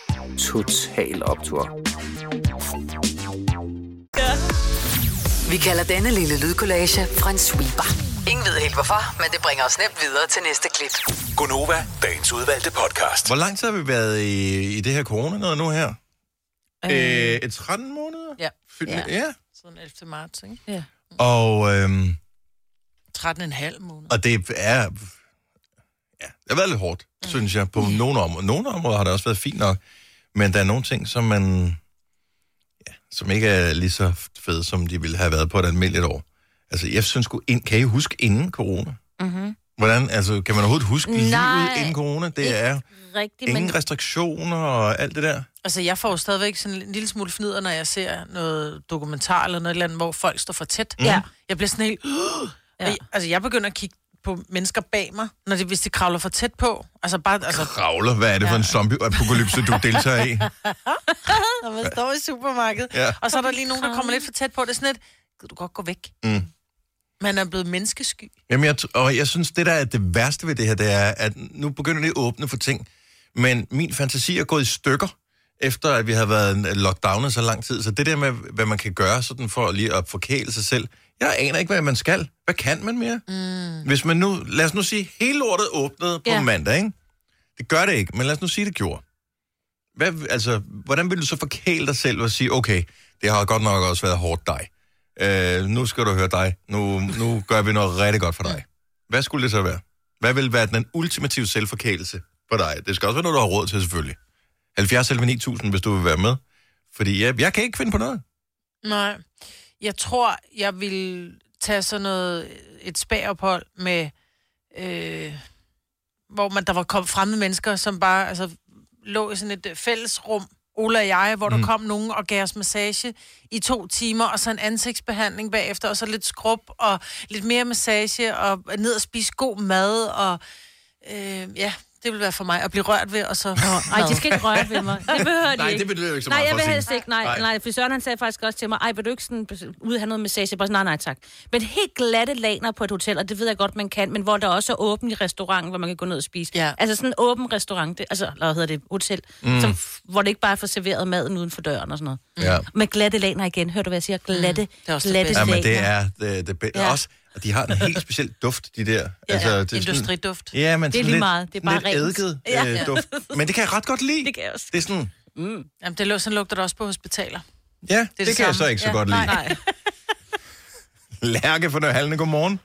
[SPEAKER 10] Total Optor.
[SPEAKER 5] Vi kalder denne lille lydkollage en sweeper. Ingen ved helt hvorfor, men det bringer os nemt videre til næste klip.
[SPEAKER 7] Gunova, dagens udvalgte podcast.
[SPEAKER 1] Hvor lang tid har vi været i, i det her corona noget nu her? Øh, et 13 måneder?
[SPEAKER 2] Ja.
[SPEAKER 1] Fyldt med- ja.
[SPEAKER 2] Siden 11. marts, ikke? Ja.
[SPEAKER 1] Og, øhm,
[SPEAKER 2] 13 en halv måned.
[SPEAKER 1] og det er... Ja, det har været lidt hårdt, mm. synes jeg, på nogle områder. Nogle områder har det også været fint nok, men der er nogle ting, som man... Ja, som ikke er lige så fede, som de ville have været på et almindeligt år. Altså, jeg synes sgu... ind- Kan I huske inden corona?
[SPEAKER 3] Mm-hmm.
[SPEAKER 1] Hvordan, altså, kan man overhovedet huske Nej,
[SPEAKER 3] Nej,
[SPEAKER 1] livet inden corona? Det
[SPEAKER 3] ikke
[SPEAKER 1] er
[SPEAKER 3] Rigtig,
[SPEAKER 1] ingen
[SPEAKER 3] men...
[SPEAKER 1] restriktioner og alt det der.
[SPEAKER 2] Altså, jeg får jo stadigvæk sådan en lille smule fnider, når jeg ser noget dokumentar eller noget eller andet, hvor folk står for tæt.
[SPEAKER 1] Mhm. Ja.
[SPEAKER 2] Jeg bliver sådan helt... <gasps> Ja. Jeg, altså, jeg begynder at kigge på mennesker bag mig, når de, hvis de kravler for tæt på. Altså, bare... Altså,
[SPEAKER 1] Kravler, hvad er det for en zombie-apokalypse, du deltager i?
[SPEAKER 2] <laughs> når man står i supermarkedet.
[SPEAKER 1] Ja.
[SPEAKER 2] Ja. Og så er der lige nogen, der kommer lidt for tæt på. Det er sådan lidt... Gid du godt gå væk?
[SPEAKER 1] Mm.
[SPEAKER 2] Man er blevet menneskesky.
[SPEAKER 1] Jamen, jeg, t- og jeg synes, det der er det værste ved det her, det er, at nu begynder det at åbne for ting. Men min fantasi er gået i stykker, efter at vi har været lockdownet så lang tid. Så det der med, hvad man kan gøre sådan for lige at forkæle sig selv, jeg aner ikke, hvad man skal. Hvad kan man mere? Mm. Hvis man nu, lad os nu sige, hele lortet åbnede på
[SPEAKER 11] Ja.
[SPEAKER 1] ja. mandag, ikke? Det gør det ikke, men lad os nu sige, det gjorde. Hvad, altså, hvordan vil du så forkæle dig selv og sige, okay, det har godt nok også været hårdt dig. Øh, nu skal du høre dig. Nu, nu gør vi noget rigtig godt for dig. Hvad skulle det så være? Hvad vil være den ultimative selvforkælelse for dig? Det skal også være noget, du har råd til, selvfølgelig. 70 selv 9000, hvis du vil være med. Fordi jeg, jeg kan ikke finde på noget.
[SPEAKER 2] Nej. Jeg tror, jeg vil tage sådan noget, øh, et spagophold med, øh, hvor man, der var kom fremmede mennesker, som bare altså, lå i sådan et øh, fællesrum, Ola og jeg, hvor mm.
[SPEAKER 12] Mm.
[SPEAKER 2] der kom nogen og gav os massage i to timer, og så en ansigtsbehandling bagefter, og så lidt skrub, og lidt mere massage, og ned og spise god mad, og øh, ja, det vil være for mig at blive rørt ved, og så...
[SPEAKER 3] Nej, de skal ikke røre ved mig. Det behøver de
[SPEAKER 2] Nej,
[SPEAKER 3] ikke.
[SPEAKER 2] det behøver jeg ikke så
[SPEAKER 3] Nej,
[SPEAKER 2] meget
[SPEAKER 3] jeg
[SPEAKER 2] for
[SPEAKER 3] vil
[SPEAKER 2] at sige.
[SPEAKER 3] helst ikke. Nej,
[SPEAKER 2] Nej.
[SPEAKER 3] nej. nej, for Søren han sagde faktisk også til mig, ej, vil du ikke sådan ud have noget massage? Jeg bare sådan, nej, nej, tak. Men helt glatte laner på et hotel, og det ved jeg godt, man kan, men hvor der også er åben i restaurant, hvor man kan gå ned og spise. Ja. Altså sådan en åben restaurant, det, altså, eller hvad hedder det, hotel,
[SPEAKER 1] Mm.
[SPEAKER 3] mm. som, hvor det ikke bare får serveret maden uden for døren og sådan noget.
[SPEAKER 1] Ja.
[SPEAKER 3] Med glatte laner igen, hørte du, hvad jeg siger? Glatte, mm.
[SPEAKER 2] også det
[SPEAKER 3] glatte
[SPEAKER 1] Ja,
[SPEAKER 3] laner.
[SPEAKER 1] men det er øh, det, det bedste. Ja.
[SPEAKER 3] Ja.
[SPEAKER 1] Også, og de har en helt speciel duft, de der. Altså,
[SPEAKER 3] Ja, ja.
[SPEAKER 1] det er sådan-
[SPEAKER 3] Industriduft.
[SPEAKER 1] Ja, men
[SPEAKER 3] Det er
[SPEAKER 1] sådan
[SPEAKER 3] lige
[SPEAKER 1] lidt,
[SPEAKER 3] meget. Det er bare
[SPEAKER 1] lidt
[SPEAKER 3] rent.
[SPEAKER 1] eddike,
[SPEAKER 2] Ja.
[SPEAKER 1] øh, duft. Men det kan jeg ret godt lide. Det
[SPEAKER 3] kan jeg også.
[SPEAKER 1] Det er sådan,
[SPEAKER 2] Mm. Jamen, det lå, sådan lugter det også på hospitaler.
[SPEAKER 1] ja, det, det, det kan jeg så ikke så ja. godt lide.
[SPEAKER 2] Nej, nej.
[SPEAKER 1] Lærke for Nørhalne, godmorgen.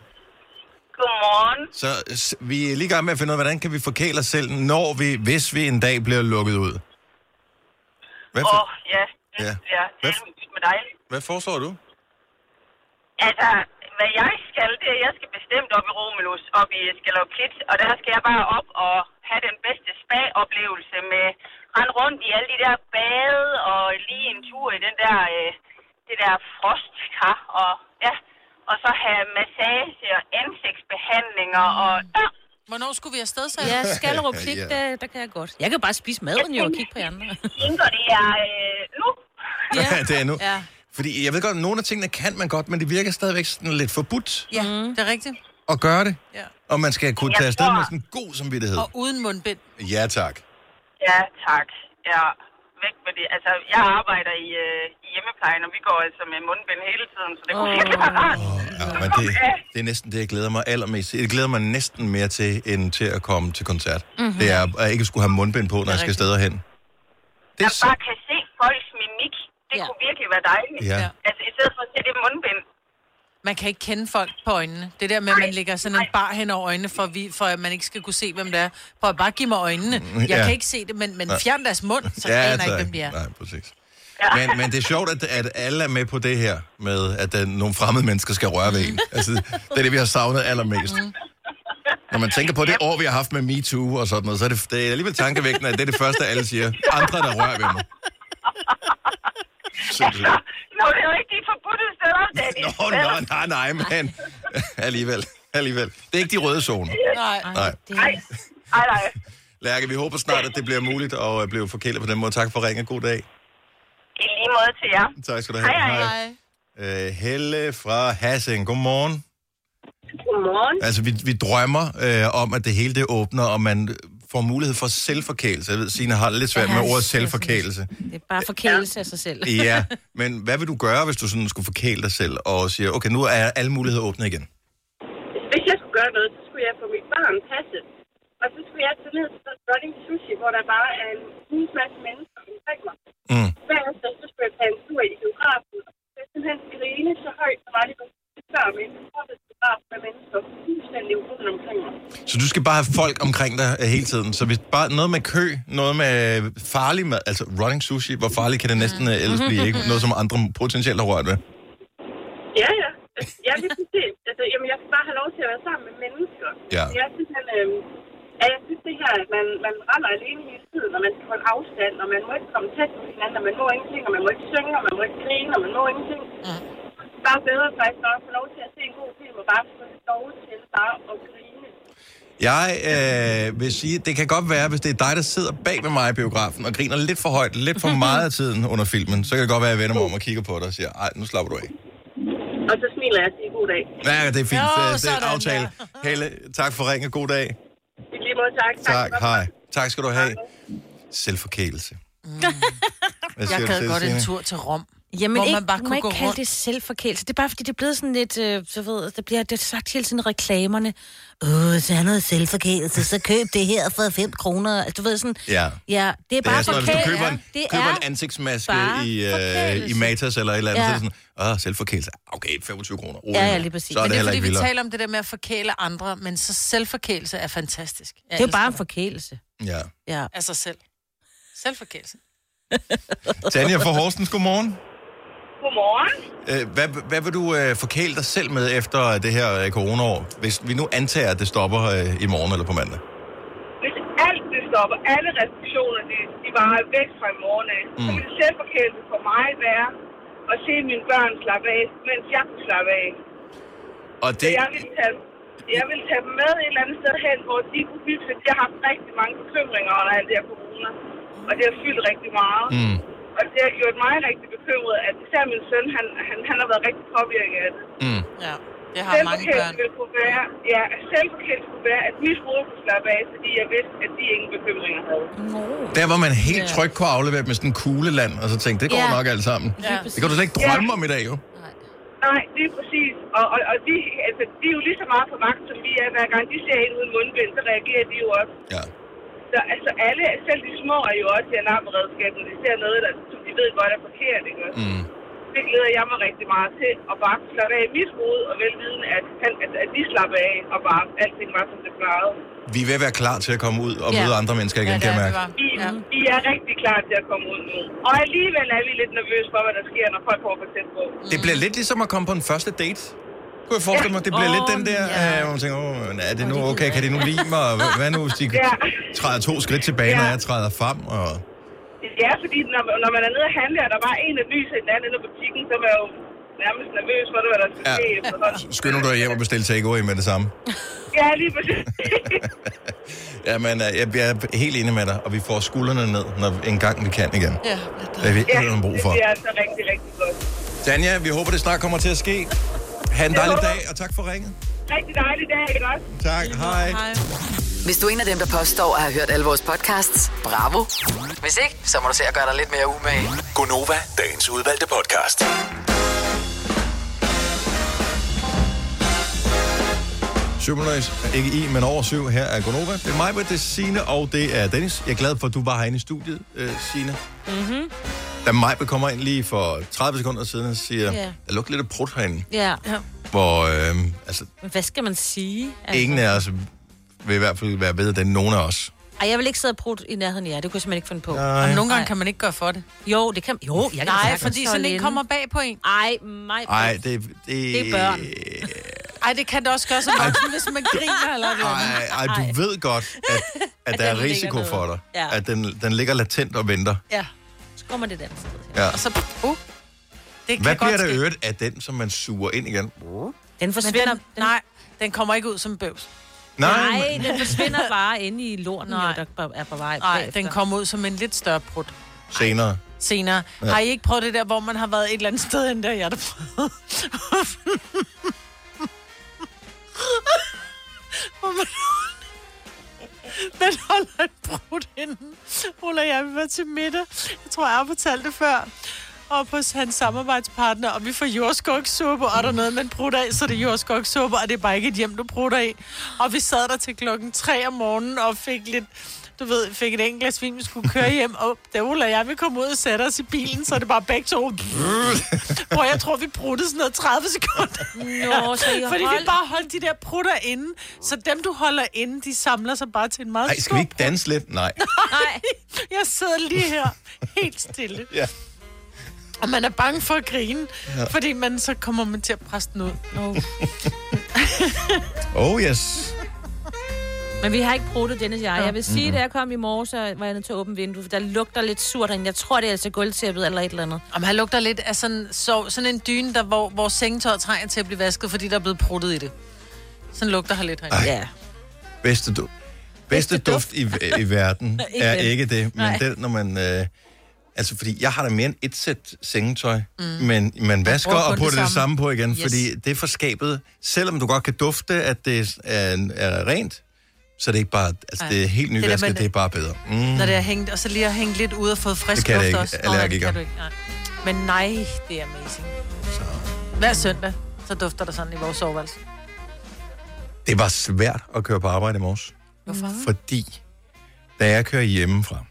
[SPEAKER 13] Godmorgen.
[SPEAKER 1] Så s- vi er lige i gang med at finde ud af, hvordan kan vi forkæle os selv, når vi, hvis vi en dag bliver lukket ud. Hvad,
[SPEAKER 13] Åh,
[SPEAKER 1] for,
[SPEAKER 13] oh, ja.
[SPEAKER 1] Ja.
[SPEAKER 13] Ja, det
[SPEAKER 1] Hvad
[SPEAKER 13] er med dig.
[SPEAKER 1] hvad foreslår du?
[SPEAKER 13] Altså, hvad jeg skal, det er, at jeg skal bestemt op i Romulus, op i Skalop Kids, og der skal jeg bare op og have den bedste spa-oplevelse med rende rundt i alle de der bade og lige en tur i den der, øh, det der frostkar, Ah, og ja, og så have massage og ansigtsbehandlinger, og ja,
[SPEAKER 2] Hvornår skulle vi afsted så?
[SPEAKER 3] Ja, Skallerup Klit,
[SPEAKER 13] Ja.
[SPEAKER 3] der, der kan jeg godt. Jeg kan bare spise maden jo og kigge på jer andre.
[SPEAKER 13] tænker det er øh, nu.
[SPEAKER 1] Ja. det er nu.
[SPEAKER 3] Ja.
[SPEAKER 1] Fordi jeg ved godt, at nogle af tingene kan man godt, men det virker stadigvæk sådan lidt forbudt
[SPEAKER 2] Ja,
[SPEAKER 3] Mm.
[SPEAKER 2] det er rigtigt.
[SPEAKER 1] at gøre det.
[SPEAKER 2] Ja.
[SPEAKER 1] Og man skal kunne
[SPEAKER 2] Jeg
[SPEAKER 1] tage afsted
[SPEAKER 2] tror-
[SPEAKER 1] med sådan en god samvittighed.
[SPEAKER 2] Og uden mundbind.
[SPEAKER 1] Ja, tak.
[SPEAKER 13] Ja, tak. Ja, væk med det. Altså, jeg arbejder i, øh, i hjemmeplejen, og vi går altså med mundbind hele tiden, så det kunne oh. virkelig være rart.
[SPEAKER 1] Ja, men det, det er næsten det, jeg glæder mig allermest til. Det glæder mig næsten mere til, end til at komme til koncert.
[SPEAKER 13] Mhm.
[SPEAKER 1] Mm-hmm. Det er at ikke skulle have mundbind på, når jeg skal
[SPEAKER 13] rigtigt.
[SPEAKER 1] steder hen. Det
[SPEAKER 13] Jeg
[SPEAKER 1] er
[SPEAKER 13] bare kan se folks mimik. Det ja. kunne virkelig være dejligt.
[SPEAKER 1] Ja.
[SPEAKER 13] Altså, i stedet for at se det mundbind.
[SPEAKER 2] Man kan ikke kende folk på øjnene. Det der med, at man lægger sådan en bar hen over øjnene, for, at vi, for at man ikke skal kunne se, hvem det er. Prøv at bare give mig øjnene. Jeg
[SPEAKER 1] Mm, ja.
[SPEAKER 2] kan ikke se det, men, men
[SPEAKER 1] Nej.
[SPEAKER 2] fjern deres mund, så
[SPEAKER 1] <laughs> Ja,
[SPEAKER 2] ja, aner jeg
[SPEAKER 1] tak.
[SPEAKER 2] ikke, hvem de er.
[SPEAKER 1] Nej, præcis. Men, men det er sjovt, at, at alle er med på det her, med at der, nogle fremmede mennesker skal røre ved
[SPEAKER 2] Mhm.
[SPEAKER 1] en. Altså, det er det, vi har savnet allermest. Når man tænker på det år, vi har haft med MeToo og sådan noget, så er det, det er alligevel tankevækkende, at det er det første, alle siger. Andre, der rører ved mig.
[SPEAKER 13] <laughs>
[SPEAKER 1] Simpelthen.
[SPEAKER 13] Altså, Nå, det er jo ikke de forbudte
[SPEAKER 1] <laughs>
[SPEAKER 13] steder, Dennis.
[SPEAKER 1] Åh, oh, nej, nej, nej,
[SPEAKER 3] <laughs>
[SPEAKER 1] men alligevel, alligevel. Det er ikke de røde zoner.
[SPEAKER 13] Nej.
[SPEAKER 1] Nej.
[SPEAKER 13] Nej, nej, nej.
[SPEAKER 1] Lærke, vi håber snart, at det bliver muligt at øh, blive forkælet på den måde. Tak for ringen. God dag.
[SPEAKER 13] I lige måde til jer.
[SPEAKER 1] Tak skal du have.
[SPEAKER 13] Hej, hej.
[SPEAKER 1] Øh, Helle fra Hassing, godmorgen.
[SPEAKER 11] Godmorgen.
[SPEAKER 1] Altså, vi, vi drømmer øh, om, at det hele det åbner, og man får mulighed for selvforkælelse. Jeg ved, Signe har lidt svært med
[SPEAKER 3] Ja,
[SPEAKER 1] ordet
[SPEAKER 3] det er sådan
[SPEAKER 1] selvforkælelse.
[SPEAKER 3] Det er bare forkælelse af sig selv.
[SPEAKER 1] Ja,
[SPEAKER 3] <laughs>
[SPEAKER 1] men hvad vil du gøre, hvis du sådan skulle forkæle dig selv og siger, okay, nu er alle muligheder åbne igen?
[SPEAKER 11] Hvis jeg skulle gøre noget, så skulle jeg få mit barn passet. Og så skulle jeg tage ned til sådan running sushi, hvor der bare er en hulens masse mennesker omkring mig.
[SPEAKER 1] Mm.
[SPEAKER 11] Bagefter så skulle jeg tage en tur i biografen. Og så skulle jeg simpelthen grine så højt, så var det kun før med en biograf med mennesker fuldstændig uden omkring mig.
[SPEAKER 1] Så du skal bare have folk omkring dig øh, hele tiden. Så hvis bare noget med kø, noget med farlig mad, altså running sushi, hvor farlig kan det næsten øh, ellers blive, ikke? Noget, som andre potentielt har rørt ved.
[SPEAKER 11] Ja, ja. Altså, Ja, lige præcis. Altså, jamen, jeg skal bare have lov til at være sammen med mennesker.
[SPEAKER 1] Ja.
[SPEAKER 11] Jeg synes, han, øh, at jeg synes det her, at man, man render alene hele tiden, og man skal holde afstand, og man må ikke komme tæt på hinanden, og man må ingenting, og man må ikke synge, og man må ikke grine, og man må ingenting.
[SPEAKER 2] Mm.
[SPEAKER 11] Bare bedre faktisk bare at få lov til at se en god film, og bare få lov til bare at grine.
[SPEAKER 1] Jeg øh, vil sige, det kan godt være, hvis det er dig, der sidder bag ved mig i biografen og griner lidt for højt, lidt for meget af tiden under filmen, så kan det godt være, at jeg vender mig om og kigger på dig og siger, ej, nu slapper du af.
[SPEAKER 11] Og så smiler jeg og siger god dag.
[SPEAKER 1] Ja, det er fint.
[SPEAKER 11] Jo,
[SPEAKER 1] Jo, det er en
[SPEAKER 11] sådan,
[SPEAKER 1] aftale. Helle, tak for ringen. God dag.
[SPEAKER 11] I lige måde, tak.
[SPEAKER 1] Tak, hej. Tak skal du have. Selvforkælelse. Hvad siger
[SPEAKER 2] Mm. Jeg
[SPEAKER 1] du
[SPEAKER 2] gad
[SPEAKER 1] til,
[SPEAKER 2] godt en
[SPEAKER 1] Signe?
[SPEAKER 2] tur til Rom.
[SPEAKER 3] Jamen,
[SPEAKER 2] hvor
[SPEAKER 3] ikke,
[SPEAKER 2] man bare
[SPEAKER 3] må
[SPEAKER 2] kunne gå
[SPEAKER 3] ikke kalde
[SPEAKER 2] rundt.
[SPEAKER 3] det selvforkælelse. Det er bare, fordi det er blevet sådan lidt, øh, så ved, der bliver det er sagt hele tiden i reklamerne. Åh, så er noget selvforkælelse, så køb det her for 5 kroner. Altså, du ved sådan,
[SPEAKER 1] Ja. ligesom
[SPEAKER 3] ja, det er
[SPEAKER 1] det
[SPEAKER 3] bare
[SPEAKER 1] er sådan, noget, hvis du
[SPEAKER 3] forkæl-
[SPEAKER 1] køber en,
[SPEAKER 3] Ja, det
[SPEAKER 1] køber
[SPEAKER 3] er
[SPEAKER 1] en ansigtsmaske
[SPEAKER 3] bare
[SPEAKER 1] i, øh, i
[SPEAKER 3] forkælelse.
[SPEAKER 1] Matas eller et eller andet, ja.
[SPEAKER 3] Ja.
[SPEAKER 1] så er det sådan, åh, selvforkælelse. Okay, 25 kroner. Rolig
[SPEAKER 2] Ja, ja,
[SPEAKER 1] nu.
[SPEAKER 2] lige præcis.
[SPEAKER 1] Så er
[SPEAKER 2] Men
[SPEAKER 1] det,
[SPEAKER 2] det er
[SPEAKER 1] heller
[SPEAKER 2] fordi,
[SPEAKER 1] ikke
[SPEAKER 2] vi
[SPEAKER 1] vildere.
[SPEAKER 2] taler om det der med at forkæle andre, men så selvforkælelse er fantastisk. Jeg
[SPEAKER 3] Det er jo
[SPEAKER 2] elsker
[SPEAKER 3] bare en forkælelse.
[SPEAKER 1] Ja.
[SPEAKER 2] Ja. Af sig selv. Selvforkælelse.
[SPEAKER 1] Tanja fra Horsens, godmorgen.
[SPEAKER 11] Godmorgen.
[SPEAKER 1] Øh, Hvad, hvad vil du øh, forkæle dig selv med efter det her øh, coronaår, hvis vi nu antager, at det stopper øh, i morgen eller på mandag?
[SPEAKER 11] Hvis alt det stopper, alle restriktioner, de, de var væk fra i morgen af, mm. så ville selvforkælelse for mig være at se mine børn slappe af, mens jeg kunne slappe af.
[SPEAKER 1] Og
[SPEAKER 11] Så
[SPEAKER 1] det,
[SPEAKER 11] jeg ville tage, jeg ville tage dem med et eller andet sted hen, hvor de kunne hygge sig. Jeg har haft rigtig mange bekymringer under alt det her corona, og det har fyldt rigtig meget.
[SPEAKER 1] Mm.
[SPEAKER 11] Og det har gjort mig rigtig bekymret, at især min søn, han, han, han har været rigtig påvirket af det.
[SPEAKER 1] Mm.
[SPEAKER 2] Ja, det har mange børn.
[SPEAKER 11] Ville kunne være, ja, selvforkælelse kunne være, at min mor kunne slappe af, fordi jeg vidste, at de ingen bekymringer havde.
[SPEAKER 1] der hvor man helt trygt kunne aflevere dem med sådan en kugleland, og så tænkte, det går
[SPEAKER 11] Ja.
[SPEAKER 1] nok alt sammen.
[SPEAKER 11] Ja.
[SPEAKER 1] Det kan du slet ikke drømme om i dag, jo.
[SPEAKER 11] Nej, det er præcis. Og, og, og de, altså, de er jo lige så meget på magt, som vi er. Hver gang de ser en uden mundbind, så reagerer de jo også.
[SPEAKER 1] Ja.
[SPEAKER 11] Så altså alle, selv de små er jo også i alarmberedskaben. De ser noget, der, som de ved godt er forkert, ikke også?
[SPEAKER 1] Mm.
[SPEAKER 11] Det glæder jeg mig rigtig meget til, at bare kunne slappe af i mit hoved, og velvidende, at, han, at, at de slapper af, og bare alting var, som det plejede.
[SPEAKER 1] Vi er ved at være klar til at komme ud og møde andre mennesker igen, kan jeg mærke.
[SPEAKER 11] I, I er rigtig klar til at komme ud nu. Og alligevel er vi lidt nervøse for, hvad der sker, når folk kommer for tæt på.
[SPEAKER 1] Det bliver lidt ligesom at komme på en første date. Kunne jeg forestille mig, det bliver
[SPEAKER 11] Ja.
[SPEAKER 1] lidt den der, øh, hvor man tænker, åh, men er det nu okay, kan de nu lide mig, og hvad- hvad nu hvis de træder to skridt tilbage, når jeg træder frem, og...
[SPEAKER 11] Ja, fordi når, når man er nede og handler, og der bare er en, der lyser i den anden inde i butikken, så er man jo nærmest nervøs for, det, hvad der skal
[SPEAKER 1] Ja.
[SPEAKER 11] ske. efterhånden.
[SPEAKER 1] Skynder du dig hjem og bestille takeaway med det samme?
[SPEAKER 11] Ja, lige præcis.
[SPEAKER 1] Jamen, øh, jeg, jeg er helt enig med dig, og vi får skuldrene ned, når en gang vi kan igen.
[SPEAKER 11] ja,
[SPEAKER 1] Det er vi ikke brug for.
[SPEAKER 11] Det er altså rigtig, rigtig godt.
[SPEAKER 1] Danja, vi håber, det snart kommer til at ske. Ha' en
[SPEAKER 11] Jeg
[SPEAKER 1] dejlig
[SPEAKER 11] håber.
[SPEAKER 1] dag, og tak for ringet.
[SPEAKER 11] Rigtig dejlig dag, ikke også?
[SPEAKER 1] Tak, hej.
[SPEAKER 5] Hvis du er en af dem, der påstår at have hørt alle vores podcasts, bravo. Hvis ikke, så må du se at gøre dig lidt mere umage.
[SPEAKER 7] Gonova, dagens udvalgte podcast.
[SPEAKER 1] Syv minutter i- ikke i, men over syv. Her er Gonova. Det er mig, det er Signe, og det er Dennis. Jeg er glad for, at du var herinde i studiet, øh, Signe.
[SPEAKER 3] Mm-hmm.
[SPEAKER 1] Da mig kommer ind lige for 30 sekunder siden, og siger,
[SPEAKER 3] Ja.
[SPEAKER 1] der lugter lidt af prut herinde.
[SPEAKER 3] Ja.
[SPEAKER 1] Hvor, øh, altså,
[SPEAKER 3] Men Hvad skal man sige? Altså,
[SPEAKER 1] ingen af os vil i hvert fald være bedre end nogen af os.
[SPEAKER 3] Ej, jeg vil ikke sidde og bruge i nærheden af jer. Det kunne jeg simpelthen ikke finde på.
[SPEAKER 1] Nej. Men nogle gange
[SPEAKER 3] kan man ikke gøre for det. Jo, det kan Jo, jeg kan
[SPEAKER 2] Nej,
[SPEAKER 3] sagtens
[SPEAKER 2] fordi
[SPEAKER 3] stå
[SPEAKER 2] sådan en
[SPEAKER 3] alene.
[SPEAKER 2] kommer bag på en.
[SPEAKER 3] Ej, mig.
[SPEAKER 1] Ej, det, det,
[SPEAKER 2] Det er børn. Ej, det kan det også gøre som
[SPEAKER 1] Ej.
[SPEAKER 2] voksen, hvis man griner eller noget.
[SPEAKER 1] Ej, ej, du ved godt, at, at
[SPEAKER 2] At <laughs>
[SPEAKER 1] der
[SPEAKER 2] den
[SPEAKER 1] er
[SPEAKER 2] ligger
[SPEAKER 1] risiko
[SPEAKER 2] noget.
[SPEAKER 1] for dig.
[SPEAKER 2] Ja.
[SPEAKER 1] At den, den ligger latent og venter.
[SPEAKER 3] Ja, så kommer det et andet sted.
[SPEAKER 1] Ja.
[SPEAKER 3] Og så, uh,
[SPEAKER 2] Det kan
[SPEAKER 1] Hvad
[SPEAKER 2] godt
[SPEAKER 1] bliver der
[SPEAKER 2] ske.
[SPEAKER 1] øvrigt af den, som man suger ind igen?
[SPEAKER 3] Den forsvinder.
[SPEAKER 2] Den, nej, den kommer ikke ud som bøvs.
[SPEAKER 1] Nej,
[SPEAKER 3] Nej, den forsvinder bare inde i lorten, jo, der er på vej
[SPEAKER 2] Nej,
[SPEAKER 3] bagefter.
[SPEAKER 2] den kommer ud som en lidt større brud
[SPEAKER 1] Senere.
[SPEAKER 2] senere.
[SPEAKER 1] Ja.
[SPEAKER 2] Ja. Har I ikke prøvet det der, hvor man har været et eller andet sted, end der jeg der prøvede? <laughs> hvor man <laughs> man holder et brud inden. Ola og jeg, vi var til middag. Jeg tror, jeg har fortalt det før. Og på hans samarbejdspartner, og vi får jordskogssuppe, og der er noget, man prutter af, så det er jordskogssuppe, og det er bare ikke et hjem, du prutter i. Og vi sad der til klokken 3 om morgenen og fik lidt du ved, fik et enkelt glas vin, vi skulle køre hjem, og da Ola og jeg, vi kom ud og satte os i bilen, så er det bare begge to. Hvor jeg tror, vi brugte sådan noget 30 sekunder.
[SPEAKER 3] Nå, så I har
[SPEAKER 2] Fordi vi
[SPEAKER 3] holdt-
[SPEAKER 2] bare holdt de der prutter inde, så dem, du holder inde, de samler sig bare til en meget
[SPEAKER 1] Nej, skal vi ikke danse lidt? Nej.
[SPEAKER 2] Nej. <laughs> Jeg sidder lige her, helt stille.
[SPEAKER 1] Ja.
[SPEAKER 2] Og man er bange for at grine,
[SPEAKER 1] Ja.
[SPEAKER 2] ja. fordi man, så kommer man til at presse den ud.
[SPEAKER 3] Oh.
[SPEAKER 1] Oh yes.
[SPEAKER 3] Men vi har ikke brugt det, Dennis og jeg. Jeg vil sige,
[SPEAKER 1] Mhm.
[SPEAKER 3] mm-hmm. da jeg kom i morges, så var jeg nødt til at åbne vinduet, for der lugter lidt surt herinde. Jeg tror, det er altså gulvtæppet eller et eller andet.
[SPEAKER 2] Om han lugter lidt af sådan, så, sådan en dyne, der, hvor, hvor sengetøjet trænger til at blive vasket, fordi der er blevet pruttet i det. Sådan lugter han lidt herinde.
[SPEAKER 1] Ja. Bedste, du- bedste duft i, i
[SPEAKER 2] <laughs>
[SPEAKER 1] verden
[SPEAKER 2] Ikke
[SPEAKER 1] er
[SPEAKER 2] den.
[SPEAKER 1] ikke det, men
[SPEAKER 2] Nej.
[SPEAKER 1] den, når man... Øh, altså, fordi jeg har da mere end et sæt sengetøj, mm.
[SPEAKER 12] Mm.
[SPEAKER 1] men man vasker
[SPEAKER 12] bruger
[SPEAKER 1] og
[SPEAKER 12] kun det
[SPEAKER 1] putter det, det
[SPEAKER 12] samme.
[SPEAKER 1] samme på igen, yes.
[SPEAKER 12] Yes.
[SPEAKER 1] fordi det er for skabet. Selvom du godt kan dufte, at det er, er rent, så er det ikke bare... Altså,
[SPEAKER 2] Ej.
[SPEAKER 1] det er helt
[SPEAKER 2] Det er det,
[SPEAKER 1] nyvasket,
[SPEAKER 2] man-
[SPEAKER 1] det er bare bedre. Mm.
[SPEAKER 2] Når det er hængt, og så lige har hængt lidt ude og fået frisk
[SPEAKER 1] Det kan jeg
[SPEAKER 2] luft
[SPEAKER 1] ikke.
[SPEAKER 2] også.
[SPEAKER 1] Jeg er
[SPEAKER 2] Nå, det
[SPEAKER 1] allergiker.
[SPEAKER 2] kan du ikke. Nej. Men nej, det er amazing. Hver søndag, så dufter der sådan i vores soveværelse.
[SPEAKER 1] Det var svært at køre på arbejde i morges.
[SPEAKER 2] Hvorfor?
[SPEAKER 1] Fordi, da jeg kører hjemmefra,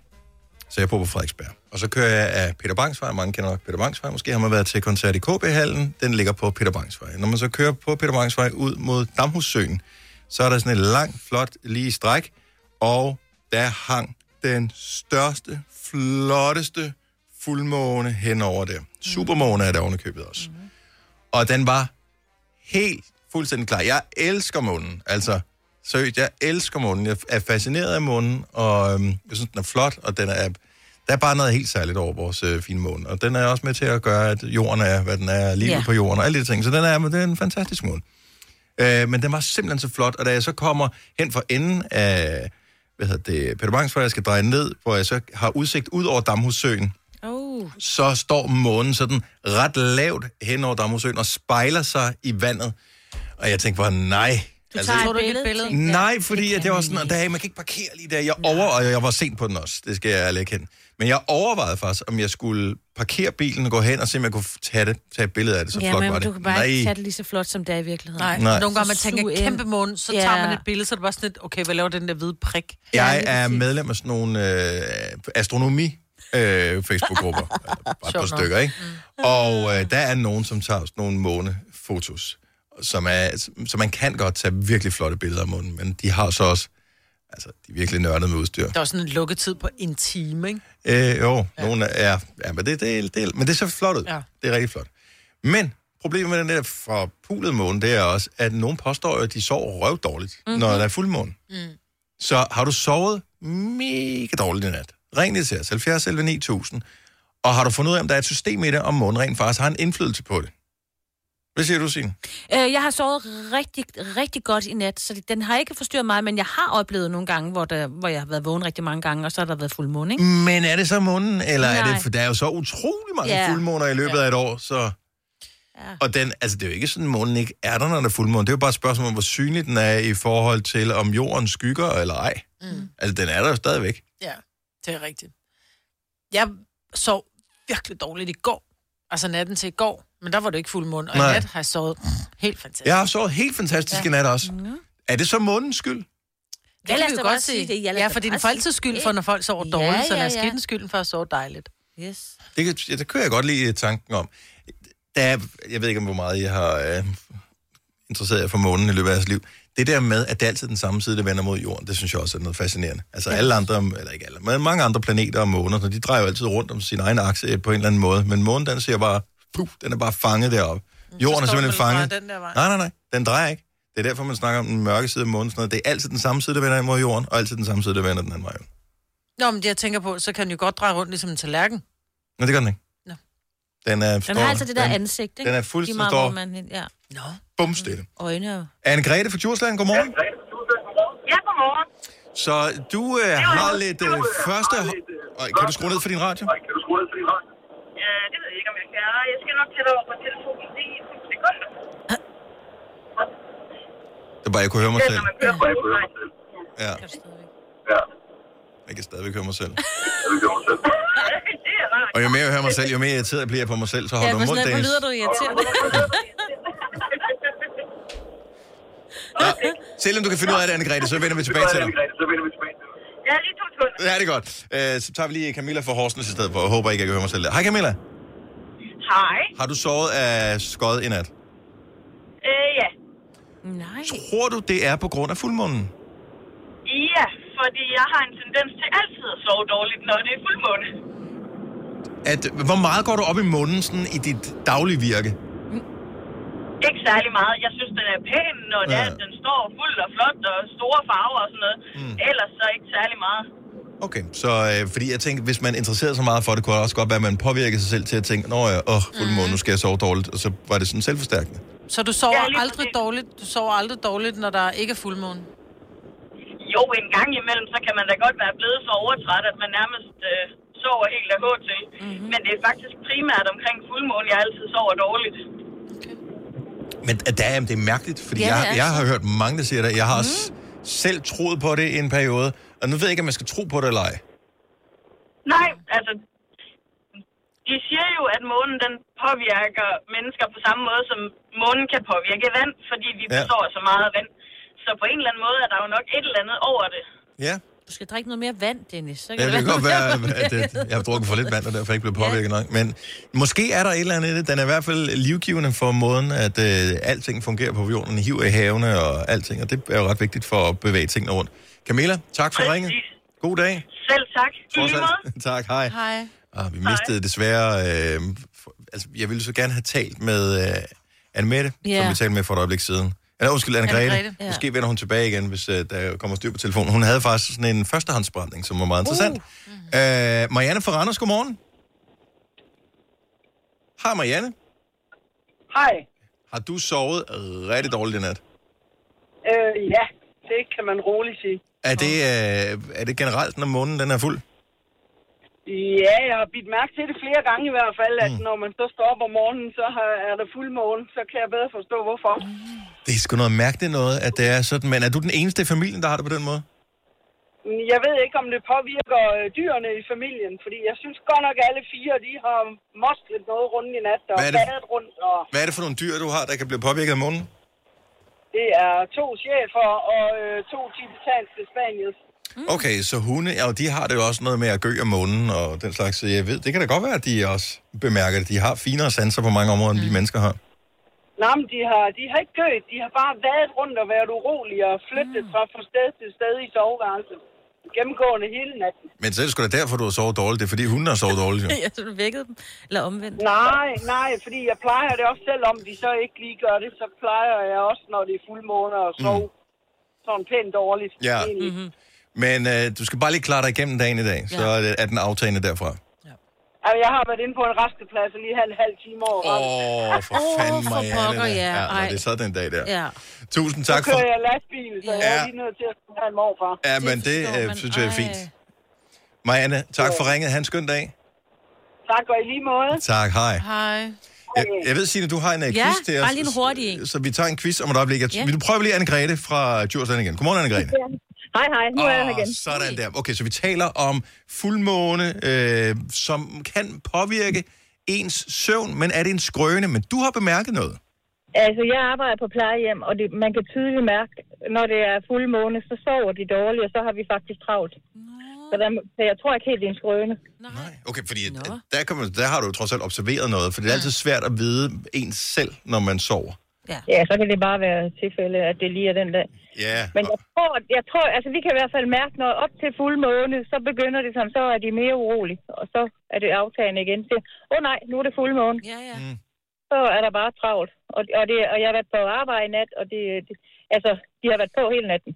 [SPEAKER 1] så jeg bor på Frederiksberg, og så kører jeg af Peter Bangsvej, mange kender nok Peter Bangsvej, måske har man været til koncert i KB-hallen, den ligger på Peter Bangsvej. Når man så kører på Peter Bangsvej ud mod Damhussøen, så er der sådan et langt, flot, lige stræk, og der hang den største, flotteste fuldmåne henover der. Supermåne er der ovenikøbet også. Mm. Og den var helt fuldstændig klar. Jeg elsker månen. Altså, seriøst, jeg elsker månen. Jeg er fascineret af månen, og øhm, jeg synes, den er flot, og den er... Der er bare noget helt særligt over vores øh, fine måne, og den er også med til at gøre, at jorden er, hvad den er, livet
[SPEAKER 12] Ja.
[SPEAKER 1] på jorden og alle de ting. Så den er, men det er en fantastisk måne. Øh, men den var simpelthen så flot, og da jeg så kommer hen fra enden af, hvad hedder det, Peter Bangs, hvor jeg skal dreje ned, hvor jeg så har udsigt ud over Damhussøen,
[SPEAKER 3] Oh.
[SPEAKER 1] så står månen sådan ret lavt hen over Damhussøen og spejler sig i vandet. Og jeg tænkte bare, nej. Altså,
[SPEAKER 2] Du tager et billede, tænkte jeg.
[SPEAKER 1] Nej, fordi at det var sådan, at man kan ikke parkere lige der. Jeg over, og jeg var sent på den også, det skal jeg ærligt erkende. Men jeg overvejede faktisk, om jeg skulle parkere bilen og gå hen og se, om jeg kunne tage, det, tage et billede af det. Så
[SPEAKER 3] ja,
[SPEAKER 1] flot
[SPEAKER 3] men
[SPEAKER 1] var det.
[SPEAKER 3] du kan bare
[SPEAKER 1] Nej.
[SPEAKER 3] ikke tage det lige så flot, som det er i virkeligheden.
[SPEAKER 2] Nej.
[SPEAKER 1] Nej.
[SPEAKER 2] Nej. Nogle gange man
[SPEAKER 3] Så
[SPEAKER 2] tænker,
[SPEAKER 3] sug ind.
[SPEAKER 2] kæmpe måne, så
[SPEAKER 3] Ja.
[SPEAKER 2] tager man et billede, så er det bare sådan lidt, okay, hvad laver den der hvide prik?
[SPEAKER 1] Jeg er medlem af sådan nogle øh, astronomi øh,
[SPEAKER 2] <laughs>
[SPEAKER 1] Facebook-grupper. Bare et par
[SPEAKER 2] Sjovt nok. Mm.
[SPEAKER 1] stykker, ikke? Og øh, der er nogen, som tager sådan nogle månefotos, som er, så man kan godt tage virkelig flotte billeder af månen, men de har så også, altså, de er virkelig nørdede med udstyr.
[SPEAKER 2] Der er sådan en lukketid på en time, ikke?
[SPEAKER 1] Øh, jo, ja. nogle er, ja, men det, det, er- det, er- men det er så flot ud. Ja.
[SPEAKER 2] Ja.
[SPEAKER 1] Det er rigtig flot. Men problemet med den der fra pulet måne, det er også, at nogen påstår, jo, at de sover røvdårligt, mm-hmm.
[SPEAKER 12] Mhm.
[SPEAKER 1] når der er fuldmåne.
[SPEAKER 12] Mm.
[SPEAKER 1] Så har du sovet mega dårligt i nat. Ring lige til os, 70 11 9000. Og har du fundet ud af, om der er et system i det, om månen rent faktisk har en indflydelse på det? Hvad siger du, Signe?
[SPEAKER 3] Øh, jeg har sovet rigtig, rigtig godt i nat, så den har ikke forstyrret mig, men jeg har oplevet nogle gange, hvor, der, hvor jeg har været vågen rigtig mange gange, og så har der været fuld måne, ikke?
[SPEAKER 1] Men er det så månen, eller Nej. er
[SPEAKER 3] Nej.
[SPEAKER 1] det, for der er jo så utrolig mange
[SPEAKER 3] Ja.
[SPEAKER 1] yeah. fuldmåner i løbet
[SPEAKER 3] Ja.
[SPEAKER 1] yeah. af et år, så...
[SPEAKER 3] Ja.
[SPEAKER 1] Og den, altså det er jo ikke sådan, at månen ikke er der, når der er fuldmåne. Det er jo bare et spørgsmål om, hvor synlig den er i forhold til, om jorden skygger eller ej.
[SPEAKER 2] Mm.
[SPEAKER 1] Altså den er der jo stadigvæk.
[SPEAKER 2] Ja, det er rigtigt. Jeg sov virkelig dårligt i går. Altså natten til i går. Men der var det ikke fuld mund. Og
[SPEAKER 1] Nej.
[SPEAKER 2] i nat har jeg sovet helt fantastisk.
[SPEAKER 1] Jeg har sovet helt fantastisk ja. i nat også.
[SPEAKER 3] Mhm.
[SPEAKER 1] Er det så månens skyld?
[SPEAKER 2] Det kan
[SPEAKER 3] lad os
[SPEAKER 2] vi
[SPEAKER 3] da
[SPEAKER 2] jo
[SPEAKER 3] bare
[SPEAKER 2] godt
[SPEAKER 3] sige
[SPEAKER 2] sige.
[SPEAKER 3] det. Ja,
[SPEAKER 2] Ja,
[SPEAKER 3] lad os
[SPEAKER 2] ja
[SPEAKER 3] da
[SPEAKER 2] for det er
[SPEAKER 3] bare
[SPEAKER 2] en
[SPEAKER 3] sige
[SPEAKER 2] folks skyld for,
[SPEAKER 3] det.
[SPEAKER 2] når folk sover
[SPEAKER 3] Ja,
[SPEAKER 2] dårligt, så
[SPEAKER 3] ja,
[SPEAKER 2] lad os
[SPEAKER 3] ja.
[SPEAKER 2] give den skylden for at sove dejligt.
[SPEAKER 3] Yes.
[SPEAKER 1] Det, kan, ja, det kunne jeg godt lide tanken om. Der er, jeg ved ikke, om hvor meget jeg har øh, interesseret jer for månen i løbet af jeres liv. Det der med, at det er altid den samme side, der vender mod jorden, det synes jeg også er noget fascinerende. Altså alle andre, eller ikke alle, men mange andre planeter og måner, så de drejer jo altid rundt om sin egen akse øh, på en eller anden måde. Men månen, den ser bare, puh, den er bare fanget deroppe. Jorden er
[SPEAKER 12] står
[SPEAKER 1] simpelthen
[SPEAKER 12] den bare
[SPEAKER 1] fanget.
[SPEAKER 12] den der vej.
[SPEAKER 1] Nej, nej, nej, den drejer ikke. Det er derfor, man snakker om den mørke side af månen. Sådan noget. Det er altid den samme side, der vender mod jorden, og altid den samme side, der vender den anden vej.
[SPEAKER 2] Nå, men det jeg tænker på, så kan den jo godt dreje rundt ligesom en tallerken.
[SPEAKER 1] Men det gør den ikke.
[SPEAKER 2] Nå.
[SPEAKER 1] Den, er,
[SPEAKER 3] Den har altså det der ansigt, ikke?
[SPEAKER 1] Den er
[SPEAKER 3] Lige
[SPEAKER 1] fuldstændig
[SPEAKER 3] meget,
[SPEAKER 1] står
[SPEAKER 3] hvor man, ja. Nå.
[SPEAKER 1] bumstille.
[SPEAKER 3] Øjne og...
[SPEAKER 1] Anne-Grethe fra Djursland, godmorgen.
[SPEAKER 13] Ja, godmorgen.
[SPEAKER 1] Så du øh, har lidt øh, første... Øj, kan du skrue ned for din radio?
[SPEAKER 13] Ja, det ved jeg ikke, om jeg kan. Jeg skal nok tætte over på telefonen lige i 10 sekunder.
[SPEAKER 1] Det er bare, jeg kunne høre mig
[SPEAKER 13] Det er,
[SPEAKER 1] selv.
[SPEAKER 13] når man
[SPEAKER 3] Mm.
[SPEAKER 13] kører på vej.
[SPEAKER 1] Ja. <laughs> Jeg kan stadigvæk høre mig selv. Og jo mere jeg hører mig selv, jo mere irriteret bliver jeg på mig selv, så
[SPEAKER 3] ja,
[SPEAKER 1] holder du
[SPEAKER 3] hvor
[SPEAKER 1] mund,
[SPEAKER 3] sådan, hvor
[SPEAKER 1] Dennis.
[SPEAKER 3] lyder du irriterende.
[SPEAKER 1] Selvom du kan finde ud af det, Anne-Grethe, så vender vi tilbage til dig.
[SPEAKER 13] Ja, lige to sekunder.
[SPEAKER 1] Ja, det er godt. Øh, så tager vi lige Camilla fra Horsens i stedet for. Jeg håber ikke, jeg kan høre mig selv. der. Hej Camilla.
[SPEAKER 13] Hej.
[SPEAKER 1] Har du sovet af skod i nat?
[SPEAKER 13] Øh, ja.
[SPEAKER 3] Nej.
[SPEAKER 1] Tror du, det er på grund af fuldmånen?
[SPEAKER 13] Ja, fordi jeg har en tendens til altid at sove dårligt, når det er fuldmåne.
[SPEAKER 1] At, hvor meget går du op i månen sådan, i dit daglige virke?
[SPEAKER 13] Ikke særlig meget. Jeg synes, den er pæn, når det er,
[SPEAKER 1] Ja.
[SPEAKER 13] at den står fuld og flot og store farver og sådan noget. Mm. Ellers så ikke særlig meget.
[SPEAKER 1] Okay, så øh, fordi jeg tænker, hvis man interesserer sig meget for det, kunne det også godt være, at man påvirker sig selv til at tænke, nå ja, åh,
[SPEAKER 13] Mhm.
[SPEAKER 1] fuldmåne, nu skal jeg sove dårligt, og så var det sådan selvforstærkende.
[SPEAKER 2] <laughs> Så du sover ja, aldrig dårligt, du sover aldrig dårligt, når der ikke er fuldmåne?
[SPEAKER 13] Jo, en gang imellem, så kan man da godt være blevet så overtræt, at man nærmest øh, sover helt af hår til. Mm-hmm. Men det er faktisk primært omkring fuldmåne, jeg altid sover dårligt.
[SPEAKER 1] Men at der, er- det er mærkeligt, fordi
[SPEAKER 13] Ja, det er altså. Mhm.
[SPEAKER 1] ja, jeg, jeg
[SPEAKER 13] det.
[SPEAKER 1] har hørt mange, der siger det. Jeg har mm. selv troet på det i en periode, og nu ved jeg ikke, om man skal tro på det eller ej.
[SPEAKER 13] Nej, altså... De siger jo, at månen den påvirker mennesker på samme måde, som månen kan påvirke vand, fordi vi
[SPEAKER 1] Ja.
[SPEAKER 13] ja. består af så meget af vand. Så på en eller anden måde er der jo nok et eller andet over det.
[SPEAKER 1] Ja,
[SPEAKER 3] Du skal drikke noget mere vand, Dennis. Så
[SPEAKER 1] ja det
[SPEAKER 3] være,
[SPEAKER 1] kan godt
[SPEAKER 3] du <laughs>
[SPEAKER 1] være,
[SPEAKER 3] bliver
[SPEAKER 1] at
[SPEAKER 3] påvirket.
[SPEAKER 1] øh, jeg har drukket for lidt vand, og derfor ikke blevet påvirket nok. Men måske er der et eller andet i det. Den er i hvert fald livgivende for måden, at øh, alting fungerer på jorden. Hiv i havene og alting, og det er jo ret vigtigt for at bevæge tingene rundt. Camilla, tak for ringet. God dag.
[SPEAKER 13] Selv tak. I
[SPEAKER 1] Trods
[SPEAKER 13] lige
[SPEAKER 1] alt.
[SPEAKER 13] måde.
[SPEAKER 1] <laughs> tak, hej.
[SPEAKER 2] Hej.
[SPEAKER 1] Ah, vi mistede desværre... Øh, for, altså, jeg ville så gerne have talt med øh, Anne-Mette, yeah.
[SPEAKER 3] Ja.
[SPEAKER 1] som vi talte med for et øjeblik siden. Eller undskyld, Anne-Grete.
[SPEAKER 3] Anne-Grete. Ja.
[SPEAKER 1] Ja. Måske vender hun tilbage igen, hvis øh, der kommer styr på telefonen. Hun havde faktisk sådan en førstehåndsbrænding, som var meget interessant. Uh. Øh, Marianne fra Randers, godmorgen. Hej Marianne.
[SPEAKER 11] Hej.
[SPEAKER 1] Har du sovet rigtig dårligt i nat?
[SPEAKER 11] Øh, ja, det kan man roligt sige.
[SPEAKER 1] Er det, øh, er det generelt, når månen den er fuld?
[SPEAKER 11] Ja, jeg har bidt mærke til det flere gange i hvert fald, at mm. når man så står op om morgenen, så har, er der fuldmåne, så kan jeg bedre forstå, hvorfor.
[SPEAKER 1] Det er sgu noget mærkeligt noget, at det er sådan. Men er du den eneste i familien, der har det på den måde?
[SPEAKER 11] Mm, Jeg ved ikke, om det påvirker øh, dyrene i familien, fordi jeg synes godt nok, at alle fire de har moslet noget rundt i nat og
[SPEAKER 1] Hvad er det?
[SPEAKER 11] badet rundt. Og
[SPEAKER 1] Hvad er det for nogle dyr, du har, der kan blive påvirket af månen?
[SPEAKER 11] det er to chefer og øh, to tibetanske spaniels.
[SPEAKER 1] Okay, så hunde, ja, og de har det jo også noget med at gø af månen og den slags. Så jeg ved, det kan da godt være, at de også bemærker det. De har finere sanser på mange områder, end vi mennesker har.
[SPEAKER 11] Nej, men de har, de har ikke gødt. De har bare været rundt og været urolige og flyttet mm. fra, fra sted til sted i soveværelset. Gennemgående hele natten.
[SPEAKER 1] Men så er det sgu da derfor, du har sovet dårligt. Det er fordi, hunden har sovet
[SPEAKER 11] <laughs>
[SPEAKER 1] dårligt. Jo.
[SPEAKER 3] <laughs> Ja, så du vækkede dem. Eller omvendt.
[SPEAKER 11] Nej, nej, fordi jeg plejer det også, selvom de så ikke lige gør det, så plejer jeg også, når det er fuldmåne og sove mm. sådan pænt dårligt.
[SPEAKER 1] Mhm. Ja.
[SPEAKER 11] egentlig.
[SPEAKER 3] Mhm.
[SPEAKER 1] Men øh, du skal bare lige klare dig igennem dagen i dag, så
[SPEAKER 11] Ja.
[SPEAKER 1] øh, er den aftagende derfra.
[SPEAKER 11] Altså, jeg har været inde på en resteplads og lige have en halv time over.
[SPEAKER 1] Åh, oh, for fanden, Marianne. da. ja, når det er sådan en dag der.
[SPEAKER 11] Ja.
[SPEAKER 1] Tusind
[SPEAKER 11] Så
[SPEAKER 1] tak for...
[SPEAKER 11] kører jeg lastbil, så jeg
[SPEAKER 1] Ja.
[SPEAKER 11] er lige nødt til at skulle have en morfar.
[SPEAKER 1] Ja, men det øh, synes jeg er fint. Marianne, tak for ringet. Ha' en skøn dag.
[SPEAKER 11] Tak, og i lige måde.
[SPEAKER 1] Tak, hej.
[SPEAKER 2] Hej.
[SPEAKER 1] Jeg, jeg ved, Signe, du har en uh, quiz
[SPEAKER 3] Ja,
[SPEAKER 1] til os.
[SPEAKER 3] bare lige en hurtig en.
[SPEAKER 1] Så, så vi tager en quiz om et øjeblik.
[SPEAKER 3] Ja.
[SPEAKER 1] Yeah. Vil du prøve lige Anne-Grete fra Djursland igen? Godmorgen, Anne-Grete.
[SPEAKER 14] Hej, hej. Nu er jeg her
[SPEAKER 1] Åh,
[SPEAKER 14] igen.
[SPEAKER 1] Sådan der. Okay, så vi taler om fuldmåne, øh, som kan påvirke ens søvn, men er det en skrøne? Men du har bemærket noget.
[SPEAKER 14] Altså, jeg arbejder på plejehjem, og det, man kan tydeligt mærke, når det er fuldmåne, så sover de dårligt, og så har vi faktisk travlt. Så, der, så jeg tror ikke helt, det er en skrøne.
[SPEAKER 1] Okay, fordi at, at der, kan man, der har du jo trods alt observeret noget, for det er altid svært at vide ens selv, når man sover.
[SPEAKER 3] Ja.
[SPEAKER 14] ja, så kan det bare være tilfælde, at det lige er den dag.
[SPEAKER 1] Ja,
[SPEAKER 14] Men jeg tror, jeg tror, altså vi kan i hvert fald mærke, når op til fuldmåne, så begynder det som, så er de mere urolige, og så er det aftagende igen. Åh oh, nej, nu er det fuldmåne.
[SPEAKER 3] Ja, ja.
[SPEAKER 1] Mm.
[SPEAKER 14] Så er der bare travlt. Og, og, det, og jeg har været på arbejde i nat, og det, det, altså, de har været på hele natten.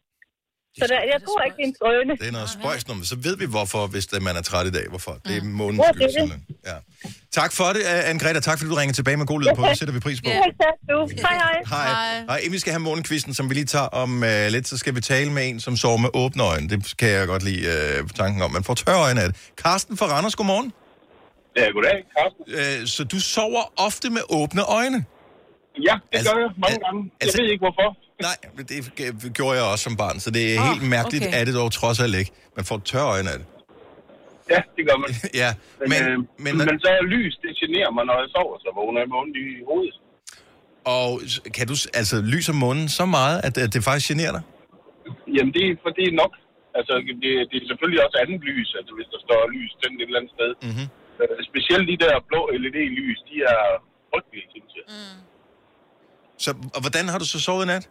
[SPEAKER 14] Så der, jeg tror ikke, det er en skrøne.
[SPEAKER 1] det er noget spøjs, når man- så ved vi hvorfor, hvis det, man er træt i dag, hvorfor. Det er månens
[SPEAKER 14] Ja, det er
[SPEAKER 1] skyld,
[SPEAKER 14] det.
[SPEAKER 1] simpelthen. Ja. Tak for det, Anne-Grethe, og tak fordi du ringer tilbage med god lyd på. Det sætter vi
[SPEAKER 11] <laughs>
[SPEAKER 1] pris på.
[SPEAKER 14] Selv tak, du. Hej, hej.
[SPEAKER 1] Hej. Hej. Inden vi skal have morgenkvisten, som vi lige tager om øh, lidt, så skal vi tale med en, som sover med åbne øjne. Det kan jeg godt lide øh, tanken om. Man får tørre øjne af det. Karsten fra Randers, godmorgen.
[SPEAKER 15] Ja, goddag, Karsten.
[SPEAKER 1] Øh, så du sover ofte med åbne øjne?
[SPEAKER 15] Ja, det altså, gør jeg mange al- gange. Jeg
[SPEAKER 1] altså-
[SPEAKER 15] ved ikke, hvorfor. <laughs>
[SPEAKER 1] Nej, men det g- gjorde jeg også som barn, så det er
[SPEAKER 15] Ah,
[SPEAKER 1] helt mærkeligt,
[SPEAKER 15] okay.
[SPEAKER 1] okay. at det dog trods alt ikke. Man får tørre øjne af det.
[SPEAKER 15] Ja, det gør man.
[SPEAKER 1] ja,
[SPEAKER 15] men, øh, men, men, så er lys, det generer mig, når jeg sover, så vågner jeg med ondt i hovedet.
[SPEAKER 1] Og s- kan du s- altså lyser månen så meget, at, at det faktisk generer dig?
[SPEAKER 15] Jamen, det, er, for det er nok. Altså, det, det er selvfølgelig også andet lys, altså hvis der står lys tændt et eller andet sted.
[SPEAKER 1] Mm-hmm.
[SPEAKER 15] Øh, specielt de der blå LED-lys, de er frygtelige, synes jeg. Mm.
[SPEAKER 1] Så, og hvordan har du så sovet i nat?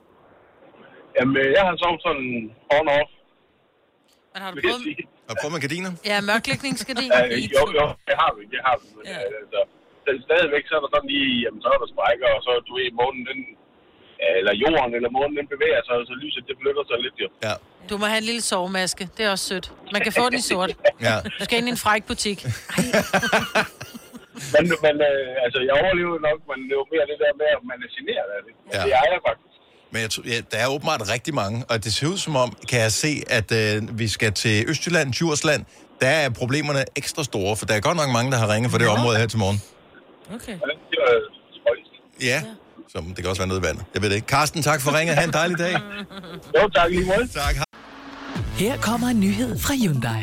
[SPEAKER 15] Jamen, øh, jeg har sovet sådan on-off.
[SPEAKER 2] Men har du
[SPEAKER 15] vil jeg
[SPEAKER 2] prøvet...
[SPEAKER 15] sige.
[SPEAKER 1] Og prøver med gardiner?
[SPEAKER 2] Ja, mørklægningsgardin.
[SPEAKER 15] Ja, Øh, jo, jo, det har vi, det har vi. Men, ja. altså, så stadigvæk så er der sådan lige, jamen, så er der sprækker, og så du ved, månen, den, øh, eller jorden, eller månen, den bevæger sig, og så lyset, det flytter sig lidt, jo.
[SPEAKER 1] Ja.
[SPEAKER 2] Du må have en lille sovemaske. Det er også sødt. Man kan få den i sort.
[SPEAKER 1] Ja.
[SPEAKER 2] Du skal ind i en fræk butik.
[SPEAKER 15] Men, men øh, altså, jeg overlevede nok, men det var mere det der med, at man er generet af det. Ja.
[SPEAKER 1] Ja.
[SPEAKER 15] Det er jeg faktisk.
[SPEAKER 1] Men jeg, tror- ja, der er åbenbart rigtig mange, og det ser ud som om, kan jeg se, at øh, vi skal til Østjylland, Djursland, der er problemerne ekstra store, for der er godt nok mange, der har ringet for det område her til morgen.
[SPEAKER 3] Okay.
[SPEAKER 15] Det var
[SPEAKER 1] Ja, som det kan også være nede i vandet. Jeg ved det ikke. Carsten, tak for ringet. Ha' en dejlig dag.
[SPEAKER 15] Jo, tak lige måde.
[SPEAKER 1] Tak.
[SPEAKER 16] Her kommer en nyhed fra Hyundai.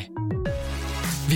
[SPEAKER 16] Vi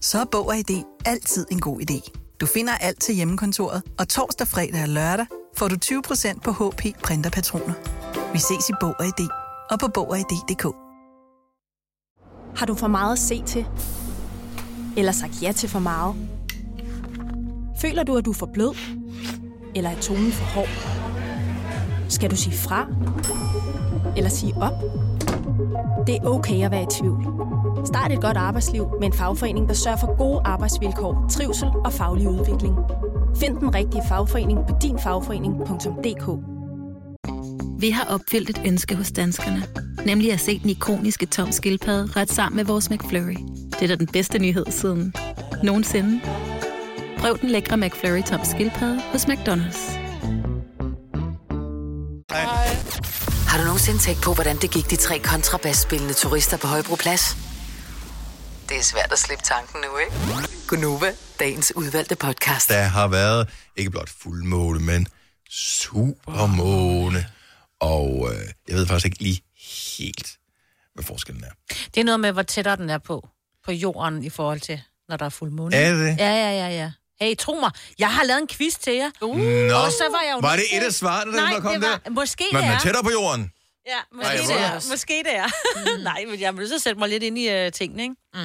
[SPEAKER 17] Så er Bog og ID altid en god idé. Du finder alt til hjemmekontoret, og torsdag, fredag og lørdag får du 20% på HP printerpatroner. Vi ses i Bog og ID og på Bog og ID.dk.
[SPEAKER 18] Har du for meget at se til? Eller sagt ja til for meget? Føler du, at du er for blød? Eller er tonen for hård? Skal du sige fra? Eller sige op? Det er okay at være i tvivl. Start et godt arbejdsliv med en fagforening, der sørger for gode arbejdsvilkår, trivsel og faglig udvikling. Find den rigtige fagforening på dinfagforening.dk.
[SPEAKER 19] Vi har opfyldt et ønske hos danskerne. Nemlig at se den ikoniske tom skildpadde ret sammen med vores McFlurry. Det er da den bedste nyhed siden nogensinde. Prøv den lækre McFlurry tom skildpadde hos McDonald's.
[SPEAKER 5] Har du nogensinde tænkt på, hvordan det gik de tre kontrabasspillende turister på Højbroplads? Det er svært at slippe tanken nu, ikke? Gunova, dagens udvalgte podcast.
[SPEAKER 1] Der har været ikke blot fuldmåne, men supermåne. Og øh, jeg ved faktisk ikke lige helt, hvad forskellen er.
[SPEAKER 3] Det er noget med, hvor tættere den er på, på jorden i forhold til, når der er fuld måne.
[SPEAKER 1] Er det det?
[SPEAKER 3] Ja, ja, ja, ja. Hey, tro mig, jeg har lavet en quiz til jer. Uh.
[SPEAKER 1] Nå,
[SPEAKER 3] og så var jeg jo
[SPEAKER 1] var det
[SPEAKER 3] nødt til-
[SPEAKER 1] et af svarene, der,
[SPEAKER 3] Nej,
[SPEAKER 1] der kom
[SPEAKER 3] det var,
[SPEAKER 1] der?
[SPEAKER 3] Måske
[SPEAKER 1] Men
[SPEAKER 3] det
[SPEAKER 1] man
[SPEAKER 3] er.
[SPEAKER 1] er tættere på jorden.
[SPEAKER 3] Ja, måske
[SPEAKER 1] Ej,
[SPEAKER 3] Ej,
[SPEAKER 1] hvor
[SPEAKER 3] det
[SPEAKER 1] er
[SPEAKER 3] er. Måske det er. Mm. Nej, men jeg er nødt til at sætte mig lidt ind i uh, tingene, ikke? Mm.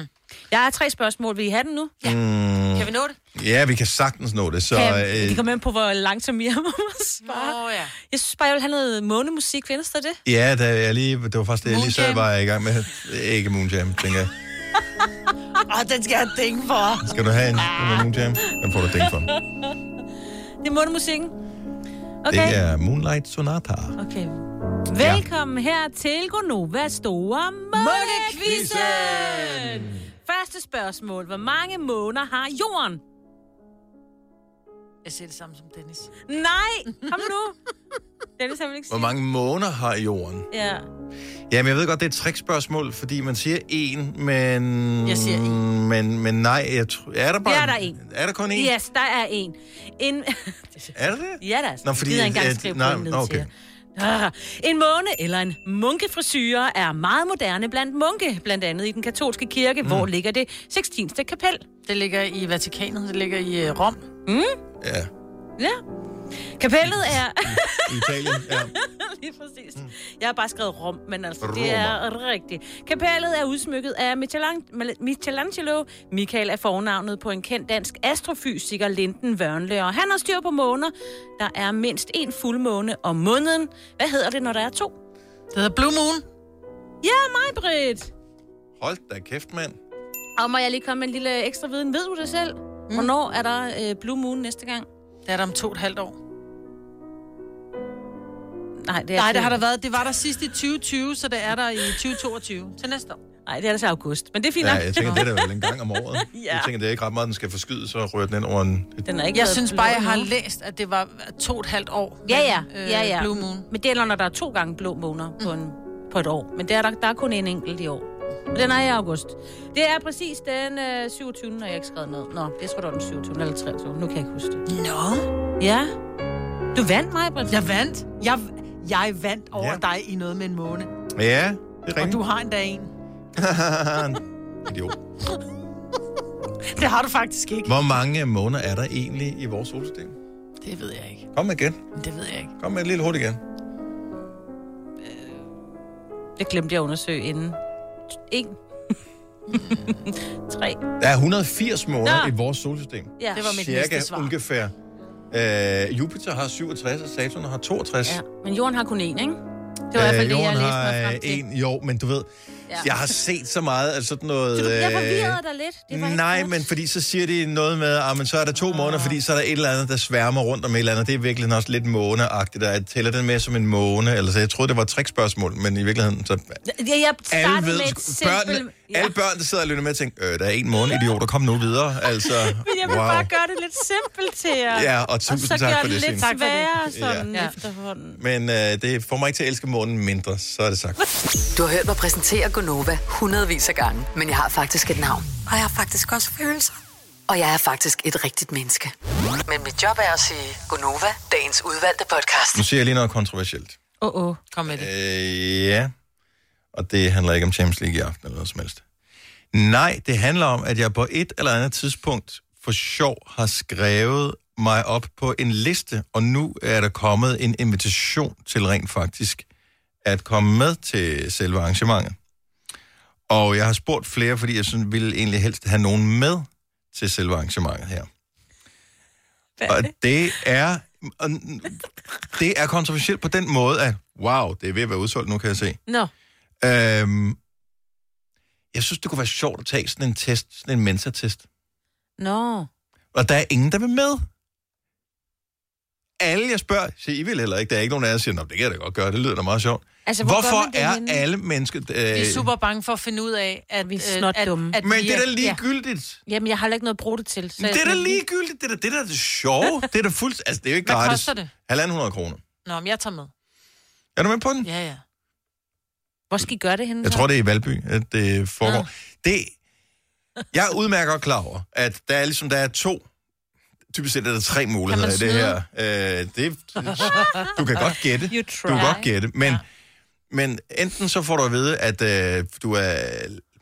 [SPEAKER 3] Jeg har tre spørgsmål. Vil I have den nu?
[SPEAKER 1] Ja. Mm,
[SPEAKER 3] Kan vi nå det?
[SPEAKER 1] ja, vi kan sagtens nå det. Så,
[SPEAKER 3] kan, øh...
[SPEAKER 1] øh,
[SPEAKER 3] Vi kommer ind på, hvor langsomt jeg <laughs> må spare. Nå, ja. Jeg synes bare, jeg vil have noget månemusik. Findes der det?
[SPEAKER 1] ja, da jeg lige, det var faktisk det, jeg lige sad
[SPEAKER 3] Moonjam.
[SPEAKER 1] var jeg i gang med. Ikke Moonjam, tænker jeg.
[SPEAKER 2] Åh, den skal jeg dænge for.
[SPEAKER 1] Skal du have
[SPEAKER 3] Ah.
[SPEAKER 1] en, en Moonjam? Den får du ding for.
[SPEAKER 3] <laughs> Det er månemusikken. Okay.
[SPEAKER 1] Okay. Det er Moonlight Sonata.
[SPEAKER 3] Okay. Velkommen ja. her til Gonovas store månekvidsen. Første spørgsmål. Hvor mange måneder har jorden?
[SPEAKER 2] Jeg siger det samme som Dennis.
[SPEAKER 3] Nej, kom nu. <laughs> Dennis har vel ikke
[SPEAKER 1] Hvor
[SPEAKER 3] sige.
[SPEAKER 1] mange måner har jorden?
[SPEAKER 3] Ja.
[SPEAKER 1] Jamen, jeg ved godt, det er et trickspørgsmål, fordi man siger en, men...
[SPEAKER 3] Jeg siger
[SPEAKER 1] en. Men, men nej, jeg tror... Er der bare...
[SPEAKER 3] Ja, der er en.
[SPEAKER 1] Er der kun en?
[SPEAKER 3] Yes, der er en. en...
[SPEAKER 1] Er der det?
[SPEAKER 3] <laughs> Ja, der er.
[SPEAKER 1] Nå, fordi-
[SPEAKER 3] Jeg engang
[SPEAKER 1] at-
[SPEAKER 3] skrive
[SPEAKER 1] nej,
[SPEAKER 3] på en
[SPEAKER 1] okay.
[SPEAKER 3] okay. Ah, En måne eller en munkefrisyre er meget moderne blandt munke, blandt andet i den katolske kirke. Mm. Hvor ligger det 16. kapel?
[SPEAKER 2] Det ligger i Vatikanet, det ligger i øh, Rom.
[SPEAKER 3] Mm?
[SPEAKER 1] Ja.
[SPEAKER 3] Ja. Kapellet er...
[SPEAKER 1] I Italien, ja.
[SPEAKER 3] lige præcis. Mm. Jeg har bare skrevet rom, men altså, det er rigtigt. Kapellet er udsmykket af Michelang- Michelangelo. Michael er fornavnet på en kendt dansk astrofysiker, Linden Wørnle, og han har styr på måner. Der er mindst en fuldmåne om måneden. Hvad hedder det, når der er to?
[SPEAKER 2] Det hedder Blue Moon.
[SPEAKER 3] Ja, mig, Britt.
[SPEAKER 1] Hold da kæft, mand.
[SPEAKER 3] Og må jeg lige komme med en lille ekstra viden. Ved du det selv? Mm. Hvornår er der øh, Blue Moon næste gang?
[SPEAKER 2] Det er der om to og et halvt år.
[SPEAKER 3] Nej, det, er
[SPEAKER 2] Nej,
[SPEAKER 3] til-
[SPEAKER 2] det har der været. Det var der sidst i 2020, så det er der i 2022 til næste år.
[SPEAKER 3] Nej, det er der så august. Men det er fint
[SPEAKER 1] Ja,
[SPEAKER 3] nok.
[SPEAKER 1] jeg
[SPEAKER 3] <laughs>
[SPEAKER 1] tænker, det er da vel en gang om året. ja.
[SPEAKER 2] Ja.
[SPEAKER 1] Jeg tænker, det er ikke ret meget, den skal forskyde, så rører den ind over en... et-
[SPEAKER 3] Den er ikke
[SPEAKER 2] Jeg
[SPEAKER 3] været
[SPEAKER 2] synes
[SPEAKER 3] blå
[SPEAKER 2] bare, jeg har
[SPEAKER 3] endnu.
[SPEAKER 2] læst, at det var to og et halvt år.
[SPEAKER 3] Ja, ja.
[SPEAKER 2] men, øh, Mm.
[SPEAKER 3] ja, ja.
[SPEAKER 2] Blue Moon.
[SPEAKER 3] Men det er, når der er to gange blå måner på, en, på et år. Men det er der, der er kun en enkelt i år. Men den er i august. Det er præcis den øh, 27. når jeg ikke skrevet ned. Nå, det tror du den 27. eller 23. Nu kan jeg ikke huske det.
[SPEAKER 2] Nå.
[SPEAKER 3] Ja. Du vandt mig, Britt.
[SPEAKER 2] Jeg vandt. Jeg, jeg vandt over
[SPEAKER 1] Ja.
[SPEAKER 2] ja. dig i noget med en måne.
[SPEAKER 1] Ja, det er
[SPEAKER 2] Og
[SPEAKER 1] rigtigt. <laughs>
[SPEAKER 2] du har endda en.
[SPEAKER 1] Idiot.
[SPEAKER 2] Det har du faktisk ikke.
[SPEAKER 1] Hvor mange måneder er der egentlig i vores solsystem?
[SPEAKER 2] Det ved jeg ikke.
[SPEAKER 1] Kom igen.
[SPEAKER 2] Det ved jeg ikke.
[SPEAKER 1] Kom med et lille hurtigt igen.
[SPEAKER 3] Det glemte jeg at undersøge inden. En. <laughs> Tre.
[SPEAKER 1] Der er 180 måneder
[SPEAKER 3] Nå.
[SPEAKER 1] i vores solsystem.
[SPEAKER 3] Ja. Det var mit
[SPEAKER 1] Cirka
[SPEAKER 3] næste svar.
[SPEAKER 1] ungefær. Øh, Jupiter har 67, og Saturn har 62. Ja.
[SPEAKER 3] Men jorden har kun en, ikke? Det var i hvert fald det, jeg læste mig frem til.
[SPEAKER 1] Øh, en, jo, men du ved,
[SPEAKER 3] Ja.
[SPEAKER 1] ja. jeg har set så meget af sådan noget...
[SPEAKER 3] Så du bliver
[SPEAKER 1] øh,
[SPEAKER 3] forvirret dig lidt. Det var ikke
[SPEAKER 1] Nej,
[SPEAKER 3] godt. Ah.
[SPEAKER 1] men fordi så siger de noget med, at men så er der to måneder, fordi så er der et eller andet, der sværmer rundt om et eller andet. Det er virkelig også lidt måneagtigt, og jeg tæller den med som en måne. Eller så jeg troede, det var et trickspørgsmål, men i virkeligheden... Så
[SPEAKER 3] Ja, jeg
[SPEAKER 1] alle,
[SPEAKER 3] startede
[SPEAKER 1] ved,
[SPEAKER 3] med et
[SPEAKER 1] sgu- børnene,
[SPEAKER 3] simpelt...
[SPEAKER 1] ja. alle børn, der sidder og lytter med, tænker, øh, der er en måne, idioter, kom nu videre. Altså,
[SPEAKER 3] Men <laughs> jeg vil
[SPEAKER 1] wow.
[SPEAKER 3] bare gøre det lidt simpelt til jer.
[SPEAKER 1] Ja, og
[SPEAKER 3] og
[SPEAKER 1] tusind
[SPEAKER 3] så
[SPEAKER 1] tak
[SPEAKER 3] gøre
[SPEAKER 1] for det,
[SPEAKER 3] det lidt
[SPEAKER 1] Signe. Tak for det.
[SPEAKER 3] sværere
[SPEAKER 1] Ja.
[SPEAKER 3] sådan ja. efterhånden.
[SPEAKER 1] Men øh, det får mig ikke til at elske månen mindre, så er det sagt.
[SPEAKER 5] Du har hørt mig præsentere Gonova hundredvis af gange, men jeg har faktisk et navn.
[SPEAKER 20] Og jeg har faktisk også følelser.
[SPEAKER 5] Og jeg er faktisk et rigtigt menneske. Men mit job er at sige Gonova, dagens udvalgte podcast.
[SPEAKER 1] Nu siger jeg lige noget kontroversielt.
[SPEAKER 3] Åh, oh, åh. Oh.
[SPEAKER 2] Kom med
[SPEAKER 1] Øh, ja, og det handler ikke om Champions League i aften eller noget som helst. Nej, det handler om, at jeg på et eller andet tidspunkt for sjov har skrevet mig op på en liste, og nu er der kommet en invitation til rent faktisk at komme med til selve arrangementet. Og jeg har spurgt flere, fordi jeg synes, ville egentlig helst have nogen med til selve arrangementet her. Og det er, og det er kontroversielt på den måde, at wow, det er ved at være udsolgt nu, kan jeg se.
[SPEAKER 3] Nå.
[SPEAKER 1] Øhm, jeg synes, det kunne være sjovt at tage sådan en test, sådan en mensa-test.
[SPEAKER 3] Nå.
[SPEAKER 1] Og der er ingen, der vil med. Alle, jeg spørger, siger, I vil heller ikke. Der er ikke nogen af jer, der siger, Nå, det kan jeg da godt gøre, det lyder da meget sjovt.
[SPEAKER 2] Altså, hvor gør
[SPEAKER 1] Hvorfor
[SPEAKER 2] man det
[SPEAKER 1] er
[SPEAKER 2] henne?
[SPEAKER 1] alle mennesker... Øh,
[SPEAKER 2] Vi er super bange for at finde ud af, at vi er
[SPEAKER 3] snot dumme.
[SPEAKER 2] At, at
[SPEAKER 1] Men
[SPEAKER 2] vi
[SPEAKER 1] det er da ligegyldigt.
[SPEAKER 3] Ja. Jamen, jeg har heller ikke noget at bruge det til. Så
[SPEAKER 1] det er da ligegyldigt. Det er da det, der er det
[SPEAKER 2] <laughs>
[SPEAKER 1] sjove. det er da fuldt... Altså, det er jo ikke
[SPEAKER 2] Hvad
[SPEAKER 1] gratis.
[SPEAKER 2] koster det?
[SPEAKER 1] 1.500 kroner.
[SPEAKER 2] Nå, men jeg tager med.
[SPEAKER 1] Er du med på den?
[SPEAKER 2] Ja, ja.
[SPEAKER 3] Hvor skal I gøre det henne?
[SPEAKER 1] Jeg tror, det er i Valby, at det foregår. Det, jeg er udmærket godt klar over, at der er ligesom der er to, typisk set er der tre muligheder i det her. Øh, det, du kan godt gætte.
[SPEAKER 3] You
[SPEAKER 1] Du kan godt gætte. Men, ja. men enten så får du at vide, at øh, du er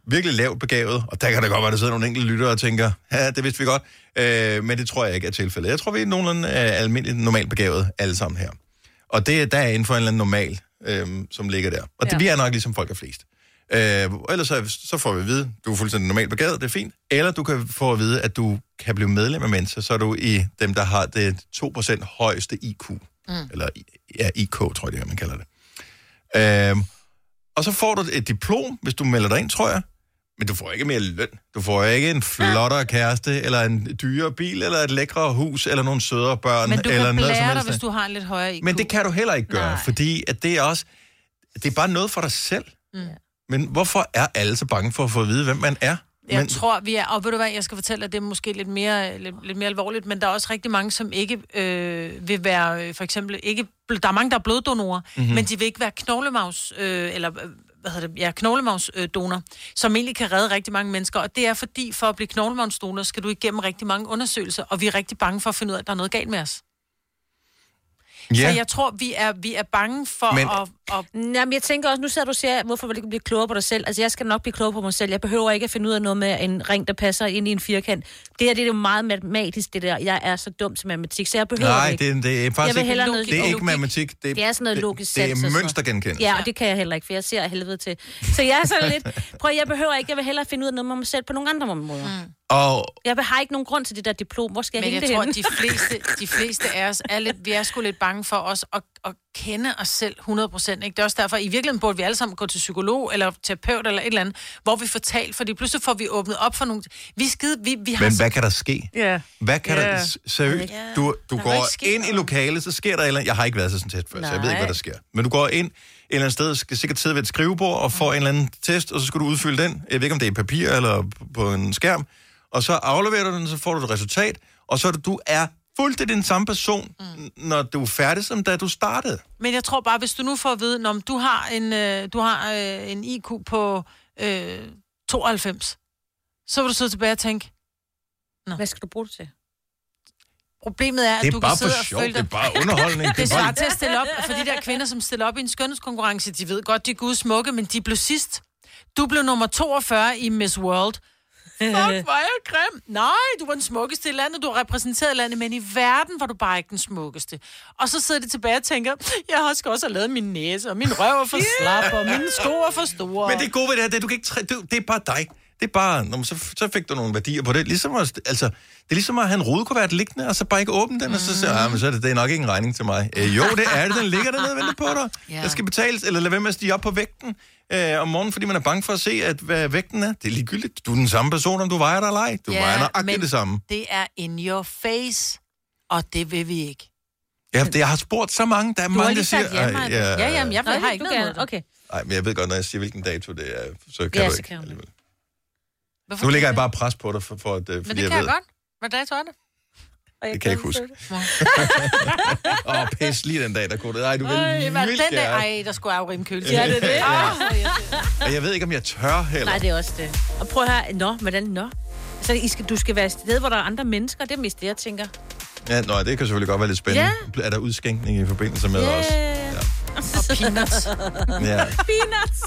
[SPEAKER 1] virkelig lavt begavet, og der kan da godt være, at der sidder nogle enkelte lyttere og tænker, ja, det vidste vi godt, øh, men det tror jeg ikke er tilfældet. Jeg tror, vi er nogenlunde øh, almindeligt normalt begavet alle sammen her. Og det der er inden for en eller anden normal, øh, som ligger der. Og det bliver nok ligesom folk er flest. Øh, ellers så, så får vi at vide, du er fuldstændig normalt begavet, det er fint. Eller du kan få at vide, at du kan blive medlem af Mensa, så er du i dem, der har det 2% højeste IQ. Mm. Eller ja, IK, tror jeg, det er, man kalder det. Øhm, og så får du et diplom, hvis du melder dig ind, tror jeg. Men du får ikke mere løn. Du får ikke en flottere kæreste, eller en dyrere bil, eller et lækre hus, eller nogle sødere børn,
[SPEAKER 2] Men du
[SPEAKER 1] eller
[SPEAKER 2] kan
[SPEAKER 1] noget som
[SPEAKER 2] blære dig,
[SPEAKER 1] helst.
[SPEAKER 2] hvis du har en lidt højere IQ.
[SPEAKER 1] Men det kan du heller ikke gøre,
[SPEAKER 2] Nej.
[SPEAKER 1] Nej. fordi at det er også... Det er bare noget for dig selv.
[SPEAKER 2] Mm.
[SPEAKER 1] Men hvorfor er alle så bange for at få at vide, hvem man er?
[SPEAKER 2] Jeg
[SPEAKER 1] men,
[SPEAKER 2] tror, vi er... Og ved du hvad, jeg skal fortælle, at det er måske lidt mere, lidt, lidt mere alvorligt, men der er også rigtig mange, som ikke øh, vil være... øh, For eksempel ikke... bl- Der er mange, der er bloddonorer,
[SPEAKER 21] Mhm.
[SPEAKER 2] mm-hmm. men de vil ikke være knoglemags... Øh, eller øh, hvad hedder det, ja, knoglemavsdonor, som egentlig kan redde rigtig mange mennesker. Og det er fordi, for at blive knoglemavsdonor, skal du igennem rigtig mange undersøgelser, og vi er rigtig bange for at finde ud af, at der er noget galt med os.
[SPEAKER 1] Ja.
[SPEAKER 2] Så jeg tror, vi er, vi er bange for
[SPEAKER 1] men
[SPEAKER 2] at...
[SPEAKER 3] Og... Jamen, jeg tænker også, nu sidder du og siger, hvorfor vil du ikke blive klogere på dig selv? Altså, jeg skal nok blive klogere på mig selv. Jeg behøver ikke at finde ud af noget med en ring, der passer ind i en firkant. Det her, det er jo meget matematisk, det der. Jeg er så dum til matematik, så jeg behøver
[SPEAKER 1] Nej,
[SPEAKER 3] det ikke.
[SPEAKER 1] det, det er faktisk
[SPEAKER 3] Jeg vil
[SPEAKER 1] ikke,
[SPEAKER 3] hellere noget
[SPEAKER 1] det er
[SPEAKER 3] logik.
[SPEAKER 1] ikke matematik. Det,
[SPEAKER 3] Det er sådan noget logisk
[SPEAKER 1] Det,
[SPEAKER 3] sans og
[SPEAKER 1] det
[SPEAKER 3] sådan
[SPEAKER 1] er
[SPEAKER 3] noget.
[SPEAKER 1] mønstergenkendelse.
[SPEAKER 3] Ja, og det kan jeg heller ikke, for jeg ser af helvede til. Så jeg er sådan
[SPEAKER 1] <laughs>
[SPEAKER 3] lidt... Prøv, jeg behøver ikke. Jeg vil hellere finde ud af noget med mig selv på nogle andre måder. Mm.
[SPEAKER 1] Og
[SPEAKER 3] Jeg har ikke nogen grund til det der diplom. Hvor skal jeg
[SPEAKER 2] Men
[SPEAKER 3] hænge
[SPEAKER 2] jeg
[SPEAKER 3] det
[SPEAKER 2] tror,
[SPEAKER 3] henne? <laughs>
[SPEAKER 2] at de fleste, de fleste af os er lidt, vi er sgu lidt bange for os at, at kende os selv 100%. Ikke? Det er også derfor, i virkeligheden burde vi alle sammen gå til psykolog eller terapeut eller et eller andet, hvor vi får talt, fordi pludselig får vi åbnet op for nogle... Vi er skide, vi, vi har
[SPEAKER 1] Men
[SPEAKER 2] så-
[SPEAKER 1] hvad kan der ske?
[SPEAKER 2] Ja.
[SPEAKER 1] Hvad kan
[SPEAKER 2] Ja.
[SPEAKER 1] der... s- Seriøst, du, du
[SPEAKER 2] må
[SPEAKER 1] går
[SPEAKER 2] ikke ske
[SPEAKER 1] ind i lokalet, så sker der et eller andet... Jeg har ikke været så sådan tæt før, så jeg ved
[SPEAKER 2] Nej.
[SPEAKER 1] ikke, hvad der sker. Men du går ind et eller andet sted, skal sikkert sidde ved et skrivebord og får en eller anden test, og så skal du udfylde den. Jeg ved ikke, om det er i papir eller på en skærm. Og så afleverer du den, så får du et resultat, og så er du, du er fuldstændig den samme person,
[SPEAKER 2] Mm.
[SPEAKER 1] når du er færdig, som da du startede.
[SPEAKER 2] Men jeg tror bare, hvis du nu får at vide, om du har en, øh, du har, øh, en IQ på øh, 92, så vil du sidde tilbage og tænke, Nå.
[SPEAKER 3] Hvad skal du bruge det til?
[SPEAKER 2] Problemet er, at
[SPEAKER 1] Det er
[SPEAKER 2] du
[SPEAKER 1] bare
[SPEAKER 2] kan
[SPEAKER 1] for
[SPEAKER 2] sidde og
[SPEAKER 1] sjov,
[SPEAKER 2] følge dig.
[SPEAKER 1] det er bare underholdning, det er
[SPEAKER 2] <laughs> Det svarer
[SPEAKER 1] bare-
[SPEAKER 2] til at stille op, for de der kvinder, som stiller op i en skønhedskonkurrence, de ved godt, de er gudsmukke, smukke, men de blev sidst. Du blev nummer 42 i Miss World. Fuck, hvor er jeg grim. Nej, du var den smukkeste i landet, du har repræsenteret landet, men i verden var du bare ikke den smukkeste. Og så sidder de tilbage og tænker, jeg har sgu også lavet min næse, og min røv er for slap, og mine sko er for store.
[SPEAKER 1] Men det gode ved det her, det er, du kan ikke træ... du, det er bare dig. Det er bare, når man, så, så fik du nogle værdier på det. Ligesom at, altså, det er ligesom at have en rodekuvert liggende, og så bare ikke åbne den, og så siger jeg, men så er det, det er nok ikke en regning til mig. Øh, jo, det er det, den ligger dernede og venter på dig.
[SPEAKER 20] Ja.
[SPEAKER 1] Ja. Der skal betales, eller lad være med at stige op på vægten øh, om morgenen, fordi man er bange for at se, at, hvad vægten er. Det er ligegyldigt. Du er den samme person, om du vejer dig eller ej. Du
[SPEAKER 2] Ja,
[SPEAKER 1] ja, vejer nøjagtigt
[SPEAKER 2] men-
[SPEAKER 1] det samme.
[SPEAKER 2] Det er in your face, og det vil vi ikke.
[SPEAKER 1] Ja, det, jeg har spurgt så mange, der er
[SPEAKER 2] Du har
[SPEAKER 1] mange, der
[SPEAKER 2] lige
[SPEAKER 1] siger...
[SPEAKER 2] sagt ja,
[SPEAKER 1] "Ej,
[SPEAKER 2] Maja. Ja, ja, jamen, jeg,
[SPEAKER 3] Nå,
[SPEAKER 2] jeg har
[SPEAKER 3] det
[SPEAKER 2] ikke
[SPEAKER 3] du
[SPEAKER 2] noget
[SPEAKER 3] gerne.
[SPEAKER 2] imod det.
[SPEAKER 3] Okay.
[SPEAKER 1] Ej, men jeg ved godt, når jeg siger, hvilken dato det er, så kan
[SPEAKER 3] Ja,
[SPEAKER 1] du
[SPEAKER 3] så
[SPEAKER 1] ikke.
[SPEAKER 3] kan hun
[SPEAKER 1] alligevel. Nu lægger jeg bare pres på dig, for, for at, øh, fordi
[SPEAKER 2] Men det
[SPEAKER 1] jeg
[SPEAKER 2] kan jeg
[SPEAKER 1] ved,
[SPEAKER 2] godt. Hvad dato er det?
[SPEAKER 1] Det kan jeg ikke huske. Åh, oh, pis, lige den dag, der kunne det. Ej, du vil
[SPEAKER 2] Øj, hvad,
[SPEAKER 1] vildt
[SPEAKER 2] den der,
[SPEAKER 1] gerne.
[SPEAKER 2] ej, der skulle Aurim køle.
[SPEAKER 1] Ja, det er det.
[SPEAKER 2] Ah.
[SPEAKER 1] Og jeg ved ikke, om jeg tør heller.
[SPEAKER 3] Nej, det er også det. Og prøv at høre, nå, hvordan nå? Så I skal, du skal være et sted, hvor der er andre mennesker. Det er mest det, jeg tænker.
[SPEAKER 1] Ja, nej, det kan selvfølgelig godt være lidt spændende. Er der udskænkning i forbindelse med yeah. os?
[SPEAKER 3] Ja. <laughs> Og
[SPEAKER 1] <laughs>
[SPEAKER 3] peanuts.
[SPEAKER 1] Ja.
[SPEAKER 3] peanuts.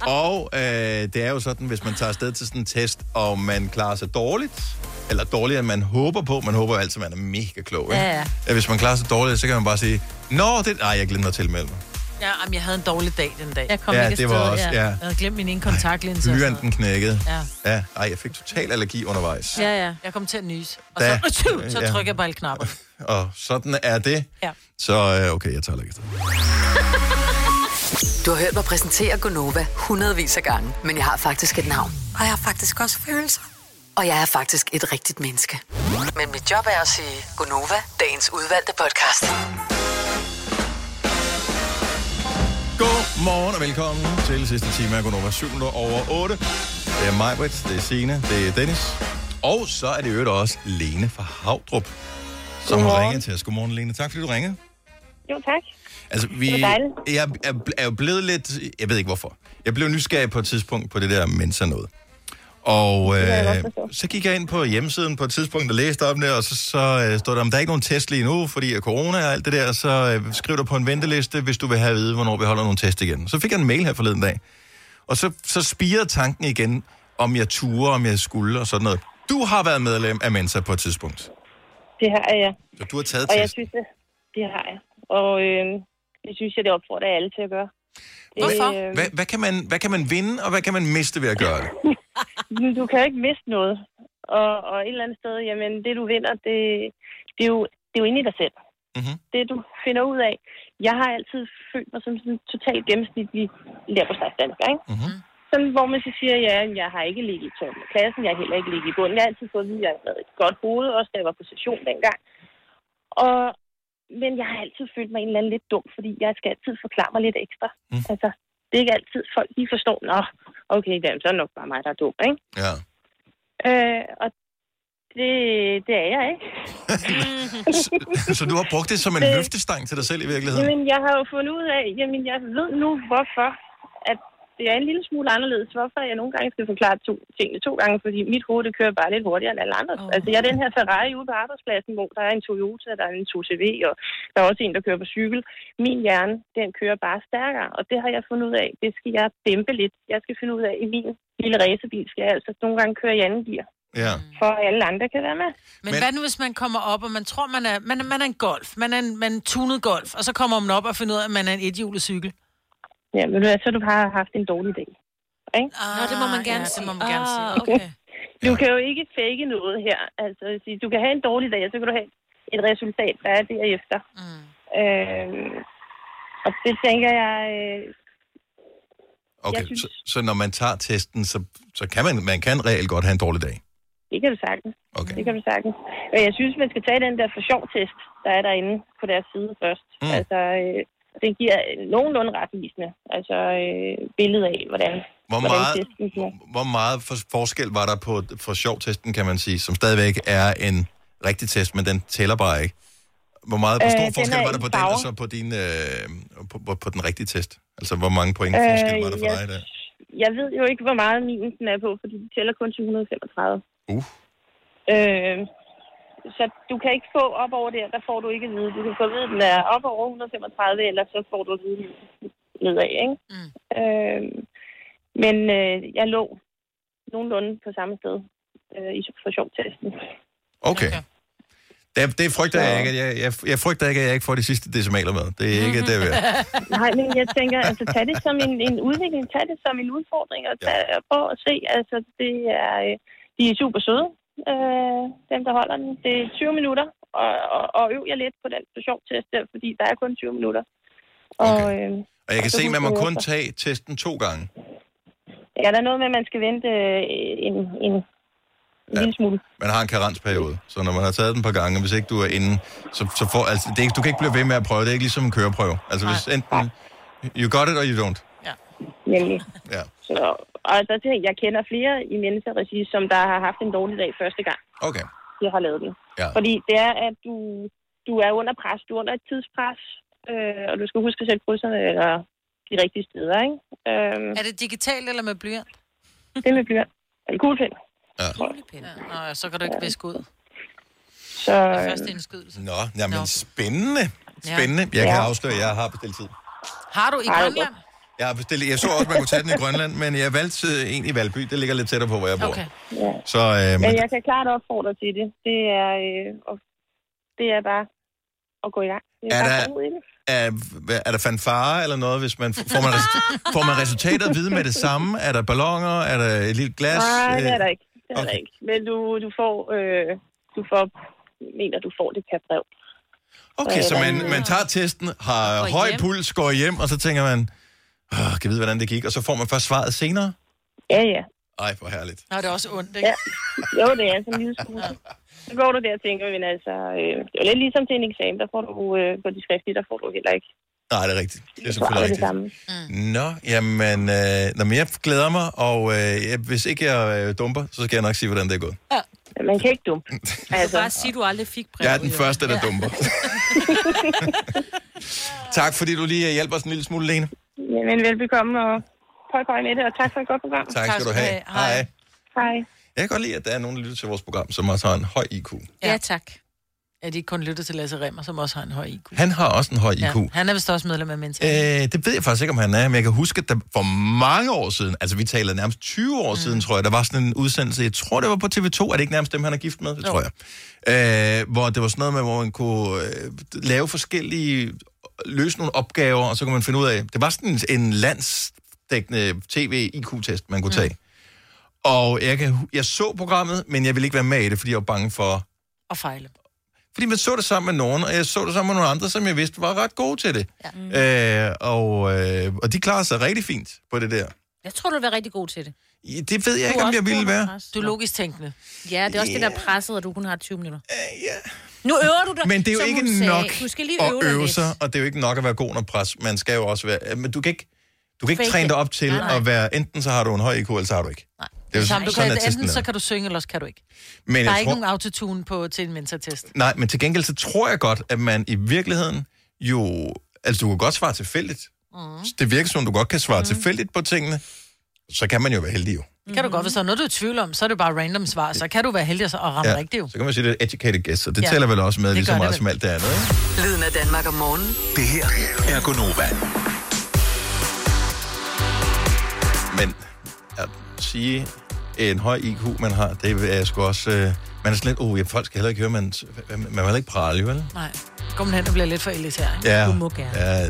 [SPEAKER 1] Og øh, det er jo sådan, hvis man tager afsted til sådan en test, og man klarer sig dårligt, eller dårligere, end man håber på. Man håber jo altid, at man er mega klog, ikke?
[SPEAKER 2] Ja, ja.
[SPEAKER 1] At Hvis man klarer sig dårligt, så kan man bare sige, Nå, det... Nej, jeg glemte at tilmelde mig.
[SPEAKER 2] Ja, jamen, jeg havde en dårlig dag den dag. Jeg
[SPEAKER 1] kom Ja, ikke det var afsted, også- ja. ja.
[SPEAKER 2] Jeg havde glemt min ene kontaktlinse. og sådan
[SPEAKER 1] Blyanten knækkede.
[SPEAKER 2] Ja.
[SPEAKER 1] ja. Ej, jeg fik total allergi undervejs.
[SPEAKER 2] noget. Ja, ja. Jeg kom til at nyse. Og
[SPEAKER 1] Da-
[SPEAKER 2] så, så, <laughs> så
[SPEAKER 1] Ja.
[SPEAKER 2] trykker jeg bare alle
[SPEAKER 1] <laughs>
[SPEAKER 2] knapper.
[SPEAKER 1] Og sådan er det.
[SPEAKER 2] Ja.
[SPEAKER 1] Så øh, okay, jeg tager heller ikke afsted.
[SPEAKER 5] Du har hørt mig præsentere Gonova hundredvis af gange, men jeg har faktisk et navn.
[SPEAKER 21] Og jeg har faktisk også følelser.
[SPEAKER 5] Og jeg er faktisk et rigtigt menneske. Men mit job er at sige Gonova, dagens udvalgte podcast.
[SPEAKER 1] Godmorgen og velkommen til sidste time af Gunova 7 minutter over 8. Det er mig, Britt, det er Signe, det er Dennis. Og så er det i øvrigt også Lene fra Havdrup, som har ringet til os. Godmorgen, Lene. Tak, fordi du ringede.
[SPEAKER 22] Jo, tak.
[SPEAKER 1] Altså, vi,
[SPEAKER 22] Det var dejligt.
[SPEAKER 1] jeg er, er jo blevet lidt... Jeg ved ikke, hvorfor. Jeg blev nysgerrig på et tidspunkt på det der mensa noget. Og øh, så gik jeg ind på hjemmesiden på et tidspunkt og læste om det, og så, så øh, stod der, om der er ikke nogen test lige nu, fordi af corona og alt det der, så øh, skriv dig på en venteliste, hvis du vil have at vide, hvornår vi holder nogle test igen. Så fik jeg en mail her forleden dag, og så, så spirede tanken igen, om jeg turde, om jeg skulle og sådan noget. Du har været medlem af Mensa på et tidspunkt,
[SPEAKER 22] Det har jeg.
[SPEAKER 1] så du har taget
[SPEAKER 22] Og jeg
[SPEAKER 1] test.
[SPEAKER 22] synes, det, det har jeg. Og øh, det synes jeg, det opfordrer jeg alle til at gøre. Det, øh,
[SPEAKER 1] Hvad, hvad, kan man, hvad kan man vinde, og hvad kan man miste ved at gøre det?
[SPEAKER 22] Men du kan jo ikke miste noget. Og, og et eller andet sted, jamen det du vinder, det, det, er, jo, det er jo inde i dig selv.
[SPEAKER 1] Mm-hmm.
[SPEAKER 22] Det du finder ud af. Jeg har altid følt mig som sådan en totalt gennemsnitlig lærerpåstadsdansker, ikke?
[SPEAKER 1] Mm-hmm.
[SPEAKER 22] Sådan, hvor man så siger, ja, jeg har ikke ligget i toppen af klassen, jeg har heller ikke ligget i bunden. Jeg har altid fået at vide, at jeg har været et godt hoved, også da jeg var på session dengang. Og, men jeg har altid følt mig en eller anden lidt dum, fordi jeg skal altid forklare mig lidt ekstra.
[SPEAKER 1] Mm.
[SPEAKER 22] Altså, det er ikke altid, folk lige forstår, nå, okay, jamen, så er det nok bare mig, der er dum, ikke?
[SPEAKER 1] Ja.
[SPEAKER 22] Øh, og det, det er jeg ikke.
[SPEAKER 1] <laughs> Så du har brugt det som en
[SPEAKER 22] Øh,
[SPEAKER 1] løftestang til dig selv i virkeligheden?
[SPEAKER 22] Jamen, jeg har jo fundet ud af, jamen, jeg ved nu, hvorfor at det er en lille smule anderledes, hvorfor jeg nogle gange skal forklare to, tingene to gange, fordi mit hoved det kører bare lidt hurtigere end alle andre. Oh. Altså, jeg er den her Ferrari ude på arbejdspladsen, hvor der er en Toyota, der er en 2CV, og der er også en, der kører på cykel. Min hjerne, den kører bare stærkere, og det har jeg fundet ud af. Det skal jeg dæmpe lidt. Jeg skal finde ud af, i min lille racerbil skal jeg altså nogle gange køre i anden gear,
[SPEAKER 1] Ja.
[SPEAKER 22] for at alle andre kan være med.
[SPEAKER 2] Men, Men hvad nu, hvis man kommer op, og man tror, man er, man, man er en golf, man er en, man er en tunet golf, og så kommer man op og finder ud af, at man er en ethjulet cykel?
[SPEAKER 22] Ja, men du, så du har haft en dårlig dag. Ikke?
[SPEAKER 2] Nå, det må man gerne
[SPEAKER 22] ja,
[SPEAKER 2] sige.
[SPEAKER 22] det må man gerne
[SPEAKER 2] Ah,
[SPEAKER 22] sige.
[SPEAKER 2] okay.
[SPEAKER 22] Du kan jo ikke fake noget her. Altså, jeg vil sige, du kan have en dårlig dag, og så kan du have et resultat, der er derefter. Mm. Øhm, og det tænker jeg... Øh,
[SPEAKER 1] Okay, synes... så, så når man tager testen, så, så kan man, man kan reelt godt have en dårlig dag.
[SPEAKER 22] det kan du sagtens. Okay. Det kan du sagtens. Men jeg synes, man skal tage den der for sjov test, der er derinde på deres side først. Mm. Altså, øh, den giver nogenlunde retvisende altså, øh, billede af, hvordan,
[SPEAKER 1] Hvor
[SPEAKER 22] hvordan
[SPEAKER 1] meget-
[SPEAKER 22] testen bliver.
[SPEAKER 1] Hvor meget for, forskel var der på for sjov-testen, kan man sige, som stadigvæk er en rigtig test, men den tæller bare ikke? Hvor meget hvor
[SPEAKER 22] Øh,
[SPEAKER 1] stor
[SPEAKER 22] den
[SPEAKER 1] forskel
[SPEAKER 22] er
[SPEAKER 1] var der
[SPEAKER 22] i
[SPEAKER 1] på den,
[SPEAKER 22] farver.
[SPEAKER 1] og så på, din, øh, på, på, på den rigtige test? Altså, hvor mange point forskel var der for
[SPEAKER 22] Øh,
[SPEAKER 1] dig der?
[SPEAKER 22] Jeg ved jo ikke, hvor meget min den er på, fordi de tæller kun til 135.
[SPEAKER 1] Uh.
[SPEAKER 22] Øh, så du kan ikke få op over der, der får du ikke at vide. Du kan få at vide, at den er op over 135, eller så får du at vide nedad, ikke? Mm. Øh, men øh, jeg lå nogenlunde på samme sted øh, i for sjov testen.
[SPEAKER 1] Okay. Det, det frygter jeg ikke. at Jeg, jeg, jeg frygter ikke, at jeg ikke får de sidste decimaler med. Det er
[SPEAKER 22] <laughs>
[SPEAKER 1] ikke det, jeg
[SPEAKER 22] Nej, men jeg tænker, altså tag det som en, en udvikling, tag det som en udfordring, og tag, ja. prøv at se, altså det er, øh, de er super søde, øh, dem der holder den. Det er 20 minutter, og, og, og øv jer lidt på den sjov-test der, fordi der er kun 20 minutter. Og, okay. øh,
[SPEAKER 1] Og jeg kan
[SPEAKER 22] så
[SPEAKER 1] se, at man
[SPEAKER 22] husker
[SPEAKER 1] må
[SPEAKER 22] jeg
[SPEAKER 1] kun
[SPEAKER 22] efter.
[SPEAKER 1] tage testen to gange.
[SPEAKER 22] Ja, der er noget med, at man skal vente øh, en, en, en lille smule.
[SPEAKER 1] Man har en karensperiode, så når man har taget den et par gange, hvis ikke du er inde, så, så får... Altså, det er, ikke- du kan ikke blive ved med at prøve. Det er ikke ligesom en køreprøve. Altså, hvis enten... You got it, or you don't.
[SPEAKER 22] Nemlig.
[SPEAKER 1] Ja.
[SPEAKER 22] Så, og så tænker jeg, jeg kender flere i menneskeregi, som der har haft en dårlig dag første gang.
[SPEAKER 1] Okay.
[SPEAKER 22] jeg har lavet den.
[SPEAKER 1] Ja.
[SPEAKER 22] Fordi det er, at du, du er under pres, du er under et tidspres, øh, og du skal huske at sætte krydserne eller de rigtige steder, ikke? Øhm,
[SPEAKER 2] Er det digitalt eller med blyant?
[SPEAKER 22] det med blyant. Eller kuglepind.
[SPEAKER 1] Ja.
[SPEAKER 2] Ja. Nå, ja, så kan du ikke viske ud.
[SPEAKER 22] Så,
[SPEAKER 2] Det er første indskydelse.
[SPEAKER 1] Nå, jamen Nå. spændende. Spændende. Jeg
[SPEAKER 2] Ja.
[SPEAKER 1] kan
[SPEAKER 2] Ja.
[SPEAKER 1] afsløre, at jeg har bestilt tid.
[SPEAKER 2] Har du i Grønland?
[SPEAKER 1] Jeg, har bestilt, jeg så også, man kunne tage den i Grønland, men jeg valgte øh, en i Valby. Det ligger lidt tættere på, hvor jeg bor. Okay.
[SPEAKER 22] Ja.
[SPEAKER 1] Så øh,
[SPEAKER 22] Men
[SPEAKER 1] men,
[SPEAKER 22] jeg kan klart opfordre til det. Det er, øh, og det er bare at gå i gang. Det
[SPEAKER 1] Er
[SPEAKER 22] bare
[SPEAKER 1] der-
[SPEAKER 22] at gå ud i det.
[SPEAKER 1] er, hvad- er der fanfare eller noget? Hvis man, får, man, res- får man resultatet at vide med det samme? Er der ballonger? Er der et lille glas?
[SPEAKER 22] Nej, det er
[SPEAKER 1] Øh,
[SPEAKER 22] der ikke. Det er okay. der ikke. Men du, du får, øh, du får, mener, du får det per brev. Øh,
[SPEAKER 1] Okay, så man, man tager testen, har
[SPEAKER 22] Går
[SPEAKER 1] høj
[SPEAKER 22] hjem.
[SPEAKER 1] puls, går hjem, og så tænker man, "Åh, kan jeg vide, hvordan det gik? Og så får man først svaret senere?
[SPEAKER 22] Ja, ja.
[SPEAKER 1] Ej, hvor herligt.
[SPEAKER 22] Nå, det er også ondt, ikke? Ja. Jo, det er sådan en lille smule. Så går du der og tænker, men altså, øh, det er jo lidt ligesom til en eksamen, der får du øh, på de skriftlige, der får du heller ikke.
[SPEAKER 1] Nej, det er rigtigt. Det er
[SPEAKER 22] svaret
[SPEAKER 1] selvfølgelig
[SPEAKER 22] det samme.
[SPEAKER 1] rigtigt. Nå, jamen, øh, når jeg glæder mig, og øh, jeg- hvis ikke jeg øh, dumper, så skal jeg nok sige, hvordan det er gået.
[SPEAKER 22] Ja. Man kan ikke
[SPEAKER 1] <laughs>
[SPEAKER 22] dumpe.
[SPEAKER 3] Altså. Du kan bare sige, du aldrig fik brevet.
[SPEAKER 1] Jeg er den
[SPEAKER 3] jo.
[SPEAKER 1] første, der dumper. <laughs> tak, fordi du lige øh, hjælper os en lille smule, Lene.
[SPEAKER 22] Jamen, velbekomme og pøj pøj med det, og tak for et godt program.
[SPEAKER 1] Tak skal du have. Hej.
[SPEAKER 22] Hej.
[SPEAKER 1] Jeg kan godt lide, at der er nogen, der lytter til vores program, som også har en høj IQ.
[SPEAKER 2] Ja, ja tak. Er de ikke kun lyttet til Lasse Remmer, som også har en høj IQ?
[SPEAKER 1] Han har også en høj IQ.
[SPEAKER 2] Ja, han er vist også medlem af Mensa.
[SPEAKER 1] Øh, det ved jeg faktisk ikke, om han er, men jeg kan huske, at der for mange år siden, altså vi taler nærmest 20 år mm. siden, tror jeg, der var sådan en udsendelse, jeg tror, det var på TV2, er det ikke nærmest dem, han er gift med? Det
[SPEAKER 4] Jo.
[SPEAKER 1] tror jeg. Øh, hvor det var sådan noget med, hvor man kunne øh, lave forskellige, løse nogle opgaver, og så kunne man finde ud af, det var sådan en landsdækkende tv-IQ-test, man kunne tage. Mm. Og jeg, kan, hu- jeg så programmet, men jeg ville ikke være med i det, fordi jeg var bange for
[SPEAKER 2] Og fejle.
[SPEAKER 1] fordi man så det sammen med nogen, og jeg så det sammen med nogle andre, som jeg vidste var ret gode til det.
[SPEAKER 3] Mm.
[SPEAKER 1] Ja. Øh, og, øh, og de klarede sig rigtig fint på det der.
[SPEAKER 3] Jeg tror, du vil være rigtig god til det.
[SPEAKER 1] I- Det ved jeg
[SPEAKER 3] Du
[SPEAKER 1] ikke,
[SPEAKER 3] er
[SPEAKER 1] om
[SPEAKER 3] også
[SPEAKER 1] jeg ville
[SPEAKER 3] god
[SPEAKER 1] være.
[SPEAKER 3] pres.
[SPEAKER 2] Du er logisk tænkende.
[SPEAKER 3] Ja, det er også yeah. det, der er presset, og du kun har 20 minutter. Ja. Nu øver du dig,
[SPEAKER 1] Øh, Men det er jo
[SPEAKER 3] som hun
[SPEAKER 1] ikke
[SPEAKER 3] sagde.
[SPEAKER 1] nok
[SPEAKER 3] Du skal lige
[SPEAKER 1] at
[SPEAKER 3] øve, dig
[SPEAKER 1] øve
[SPEAKER 3] lidt.
[SPEAKER 1] sig, og det er jo ikke nok at være god under pres. Man skal jo også være... øh, Men du kan ikke, du kan ikke
[SPEAKER 2] Fake
[SPEAKER 1] træne dig
[SPEAKER 2] it.
[SPEAKER 1] op til
[SPEAKER 2] Nej, nej.
[SPEAKER 1] at være... Enten så har du en høj IQ, eller så har du ikke. Nej. Det er jo
[SPEAKER 2] Samme,
[SPEAKER 1] sådan,
[SPEAKER 2] du kan,
[SPEAKER 1] at testen
[SPEAKER 2] enten så
[SPEAKER 1] er.
[SPEAKER 2] kan du synge, eller også kan du ikke.
[SPEAKER 1] Men
[SPEAKER 2] Men der
[SPEAKER 1] jeg
[SPEAKER 2] er ikke
[SPEAKER 1] tror-
[SPEAKER 2] nogen autotune på til en mentortest.
[SPEAKER 1] Nej, men til gengæld så tror jeg godt, at man i virkeligheden jo... Altså, du kan godt svare tilfældigt.
[SPEAKER 2] Mm.
[SPEAKER 1] det virker som, du godt kan svare mm. tilfældigt på tingene, så kan man jo være heldig jo.
[SPEAKER 2] Kan du godt, hvis der er noget, du er i tvivl om, så er det bare random svar. Så kan du være heldig og så- og ramme ja. rigtigt jo.
[SPEAKER 1] Så kan man sige, det er educated guess, og det
[SPEAKER 2] Ja.
[SPEAKER 1] ja. tæller vel også med
[SPEAKER 2] Det
[SPEAKER 1] lige så
[SPEAKER 2] gør det
[SPEAKER 1] meget
[SPEAKER 2] vel.
[SPEAKER 1] som alt det andet. Ikke?
[SPEAKER 5] Lyden af Danmark om morgenen.
[SPEAKER 1] Det her er Gonova. Men at sige en høj IQ, man har, det er sgu også... Øh, man er sådan lidt, oh, ja, folk skal heller ikke høre, man, man må heller ikke prale, jo, vel?
[SPEAKER 2] Nej. Går man hen og bliver lidt for elitær, ikke?
[SPEAKER 1] Ja, Ja, nej, man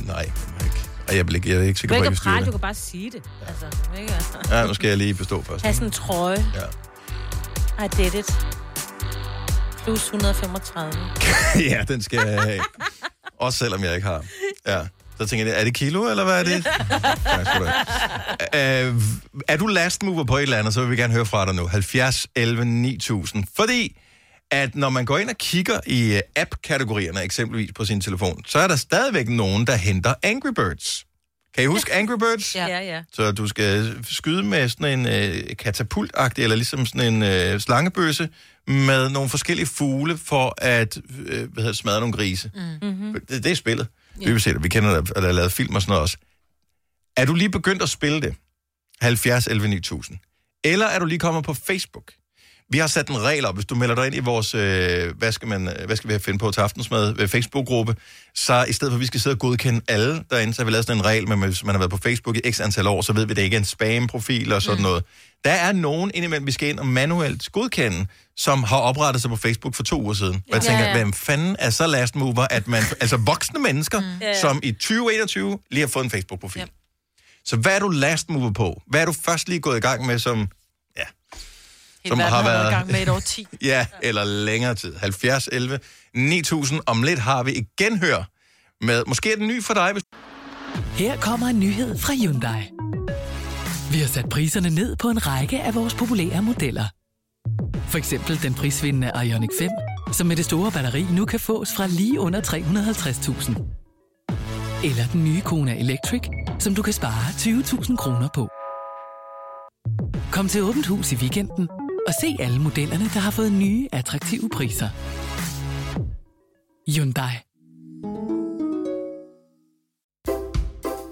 [SPEAKER 1] må ikke. Og jeg, vil ikke, jeg er ikke
[SPEAKER 3] Du
[SPEAKER 1] sikker
[SPEAKER 3] kan
[SPEAKER 1] på, at
[SPEAKER 3] ikke
[SPEAKER 1] jeg kan
[SPEAKER 3] prale,
[SPEAKER 1] styre
[SPEAKER 3] du
[SPEAKER 1] det.
[SPEAKER 3] kan bare sige det. Altså, ikke?
[SPEAKER 1] Ja, nu skal jeg lige bestå først.
[SPEAKER 3] Have sådan en trøje.
[SPEAKER 1] Ja.
[SPEAKER 3] I did it. Plus 135.
[SPEAKER 1] ja, <laughs> den skal jeg have. Også selvom jeg ikke har. Ja. Så tænker jeg, er det kilo, eller hvad er
[SPEAKER 3] <laughs>
[SPEAKER 1] det? Tak skal du have. Øh, er du last mover på et eller andet, så vil vi gerne høre fra dig nu. 70 11 9000. Fordi at når man går ind og kigger i øh, app-kategorierne, eksempelvis på sin telefon, så er der stadigvæk nogen, der henter Angry Birds. Kan I huske Angry Birds?
[SPEAKER 3] Ja, ja. ja.
[SPEAKER 1] Så du skal skyde med sådan en øh, katapultagtig, eller ligesom sådan en øh, slangebøsse, med nogle forskellige fugle for at øh, hvad hedder, det, smadre nogle grise.
[SPEAKER 4] Mm-hmm.
[SPEAKER 1] Det, det er spillet. Yeah. Vi, det. vi kender det, og der er lavet film og sådan noget også. Er du lige begyndt at spille det? 70 11 9000. Eller er du lige kommet på Facebook? Vi har sat en regel op. Hvis du melder dig ind i vores, øh, hvad, skal man, hvad skal vi have finde på til aftensmad, øh, Facebook-gruppe, så i stedet for, at vi skal sidde og godkende alle derinde, så har vi lavet sådan en regel, men hvis man har været på Facebook i x antal år, så ved vi, at det ikke er en spam-profil og sådan mm. noget. Der er nogen indimellem, vi skal ind og manuelt godkende, som har oprettet sig på Facebook for to uger siden. Og jeg
[SPEAKER 4] Ja.
[SPEAKER 1] tænker,
[SPEAKER 4] Ja, ja.
[SPEAKER 1] hvem fanden er så last mover, at man, <laughs> altså voksne mennesker, mm.
[SPEAKER 4] Ja, ja.
[SPEAKER 1] som i 2021 lige har fået en Facebook-profil. Så hvad er du last mover på? Hvad er du først lige gået i gang med, som
[SPEAKER 2] Helt
[SPEAKER 1] Som
[SPEAKER 2] verden
[SPEAKER 1] har
[SPEAKER 2] har været i
[SPEAKER 1] været-
[SPEAKER 2] gang med et år 10.
[SPEAKER 1] Ja, eller længere tid. 70, 11, 9000. Om lidt har vi igen hør med, måske er den ny for dig, hvis
[SPEAKER 16] Her kommer en nyhed fra Hyundai. Vi har sat priserne ned på en række af vores populære modeller. For eksempel den prisvindende Ioniq 5, som med det store batteri nu kan fås fra lige under 350.000. Eller den nye Kona Electric, som du kan spare 20.000 kroner på. Kom til Åbent Hus i weekenden og se alle modellerne, der har fået nye, attraktive priser. Hyundai.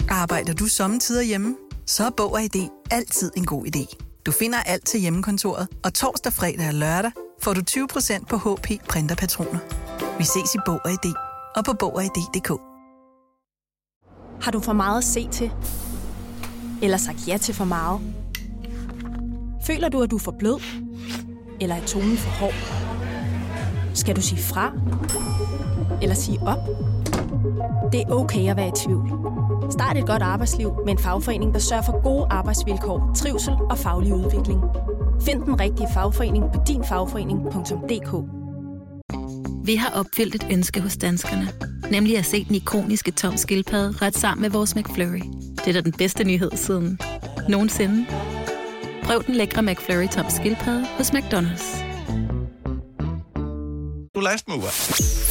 [SPEAKER 17] Arbejder du sommetider hjemme? Så er Bog og ID altid en god idé. Du finder alt til hjemmekontoret, og torsdag, fredag og lørdag får du 20% på HP printerpatroner. Vi ses i Bog og ID og på Bog og ID.dk.
[SPEAKER 18] Har du for meget at se til? Eller sagt ja til for meget? Føler du, at du er for blød? Eller er tonen for hård? Skal du sige fra? Eller sige op? Det er okay at være i tvivl. Start et godt arbejdsliv med en fagforening, der sørger for gode arbejdsvilkår, trivsel og faglig udvikling. Find den rigtige fagforening på dinfagforening.dk.
[SPEAKER 19] Vi har opfyldt et ønske hos danskerne. Nemlig at se den ikoniske tom skildpadde ret sammen med vores McFlurry. Det er da den bedste nyhed siden nogensinde. Prøv den lækre McFlurry tom skildpadde hos McDonald's.
[SPEAKER 1] du er last mover.